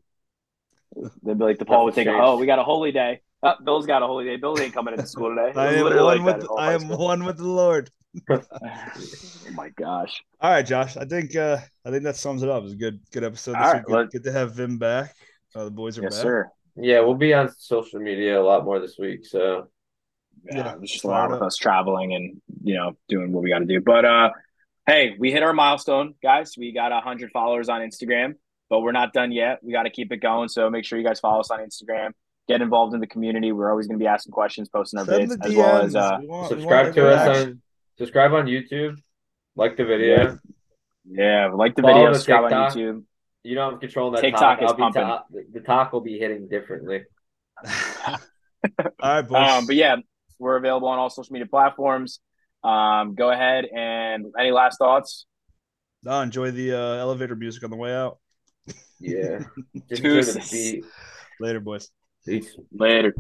[SPEAKER 1] They'd be like, the Paul would take a
[SPEAKER 2] Changed.
[SPEAKER 1] oh, we got a holy day. Oh, Bill's got a holy day. Bill ain't coming into school today. It
[SPEAKER 3] I
[SPEAKER 1] was
[SPEAKER 3] am
[SPEAKER 1] literally like
[SPEAKER 3] one with.
[SPEAKER 1] that in all
[SPEAKER 3] I
[SPEAKER 1] high
[SPEAKER 3] am
[SPEAKER 1] school.
[SPEAKER 3] one with the Lord.
[SPEAKER 1] oh my gosh.
[SPEAKER 3] All right, Josh. I think. Uh, I think that sums it up. It was a good. Good episode. This
[SPEAKER 1] All
[SPEAKER 3] week.
[SPEAKER 1] right,
[SPEAKER 3] good,
[SPEAKER 1] let-
[SPEAKER 3] good to have Vim back. Uh, the boys are
[SPEAKER 1] Yes,
[SPEAKER 3] back.
[SPEAKER 1] sir.
[SPEAKER 2] Yeah, we'll be on social media a lot more this week, so
[SPEAKER 1] Yeah,
[SPEAKER 3] Yeah,
[SPEAKER 1] it was just a lot
[SPEAKER 3] fired
[SPEAKER 1] with
[SPEAKER 3] up.
[SPEAKER 1] us traveling and you know doing what we got to do. But uh, hey, we hit our milestone, guys. We got hundred followers on Instagram, but we're not done yet. We got to keep it going. So make sure you guys follow us on Instagram. Get involved in the community. We're always going to be asking questions, posting our
[SPEAKER 3] Send
[SPEAKER 1] vids,
[SPEAKER 3] the
[SPEAKER 1] as well as
[SPEAKER 3] DMs.
[SPEAKER 1] uh,
[SPEAKER 3] We want- we want
[SPEAKER 2] subscribe to us
[SPEAKER 3] interaction.
[SPEAKER 2] on subscribe on YouTube, like the video.
[SPEAKER 1] Yeah. yeah, like the
[SPEAKER 2] Follow
[SPEAKER 1] video,
[SPEAKER 2] the
[SPEAKER 1] subscribe on
[SPEAKER 2] TikTok.
[SPEAKER 1] YouTube.
[SPEAKER 2] You know, I'm controlling that.
[SPEAKER 1] TikTok
[SPEAKER 2] talk.
[SPEAKER 1] is
[SPEAKER 2] I'll be
[SPEAKER 1] pumping.
[SPEAKER 2] ta- the talk will be hitting differently.
[SPEAKER 3] All right, boys.
[SPEAKER 1] Um, but yeah, we're available on all social media platforms. Um, go ahead and any last thoughts?
[SPEAKER 3] Nah, enjoy the uh, elevator music on the way out.
[SPEAKER 2] Yeah, just enjoy the
[SPEAKER 1] Deuces.
[SPEAKER 2] beat.
[SPEAKER 3] Later, boys.
[SPEAKER 2] Peace.
[SPEAKER 1] Later.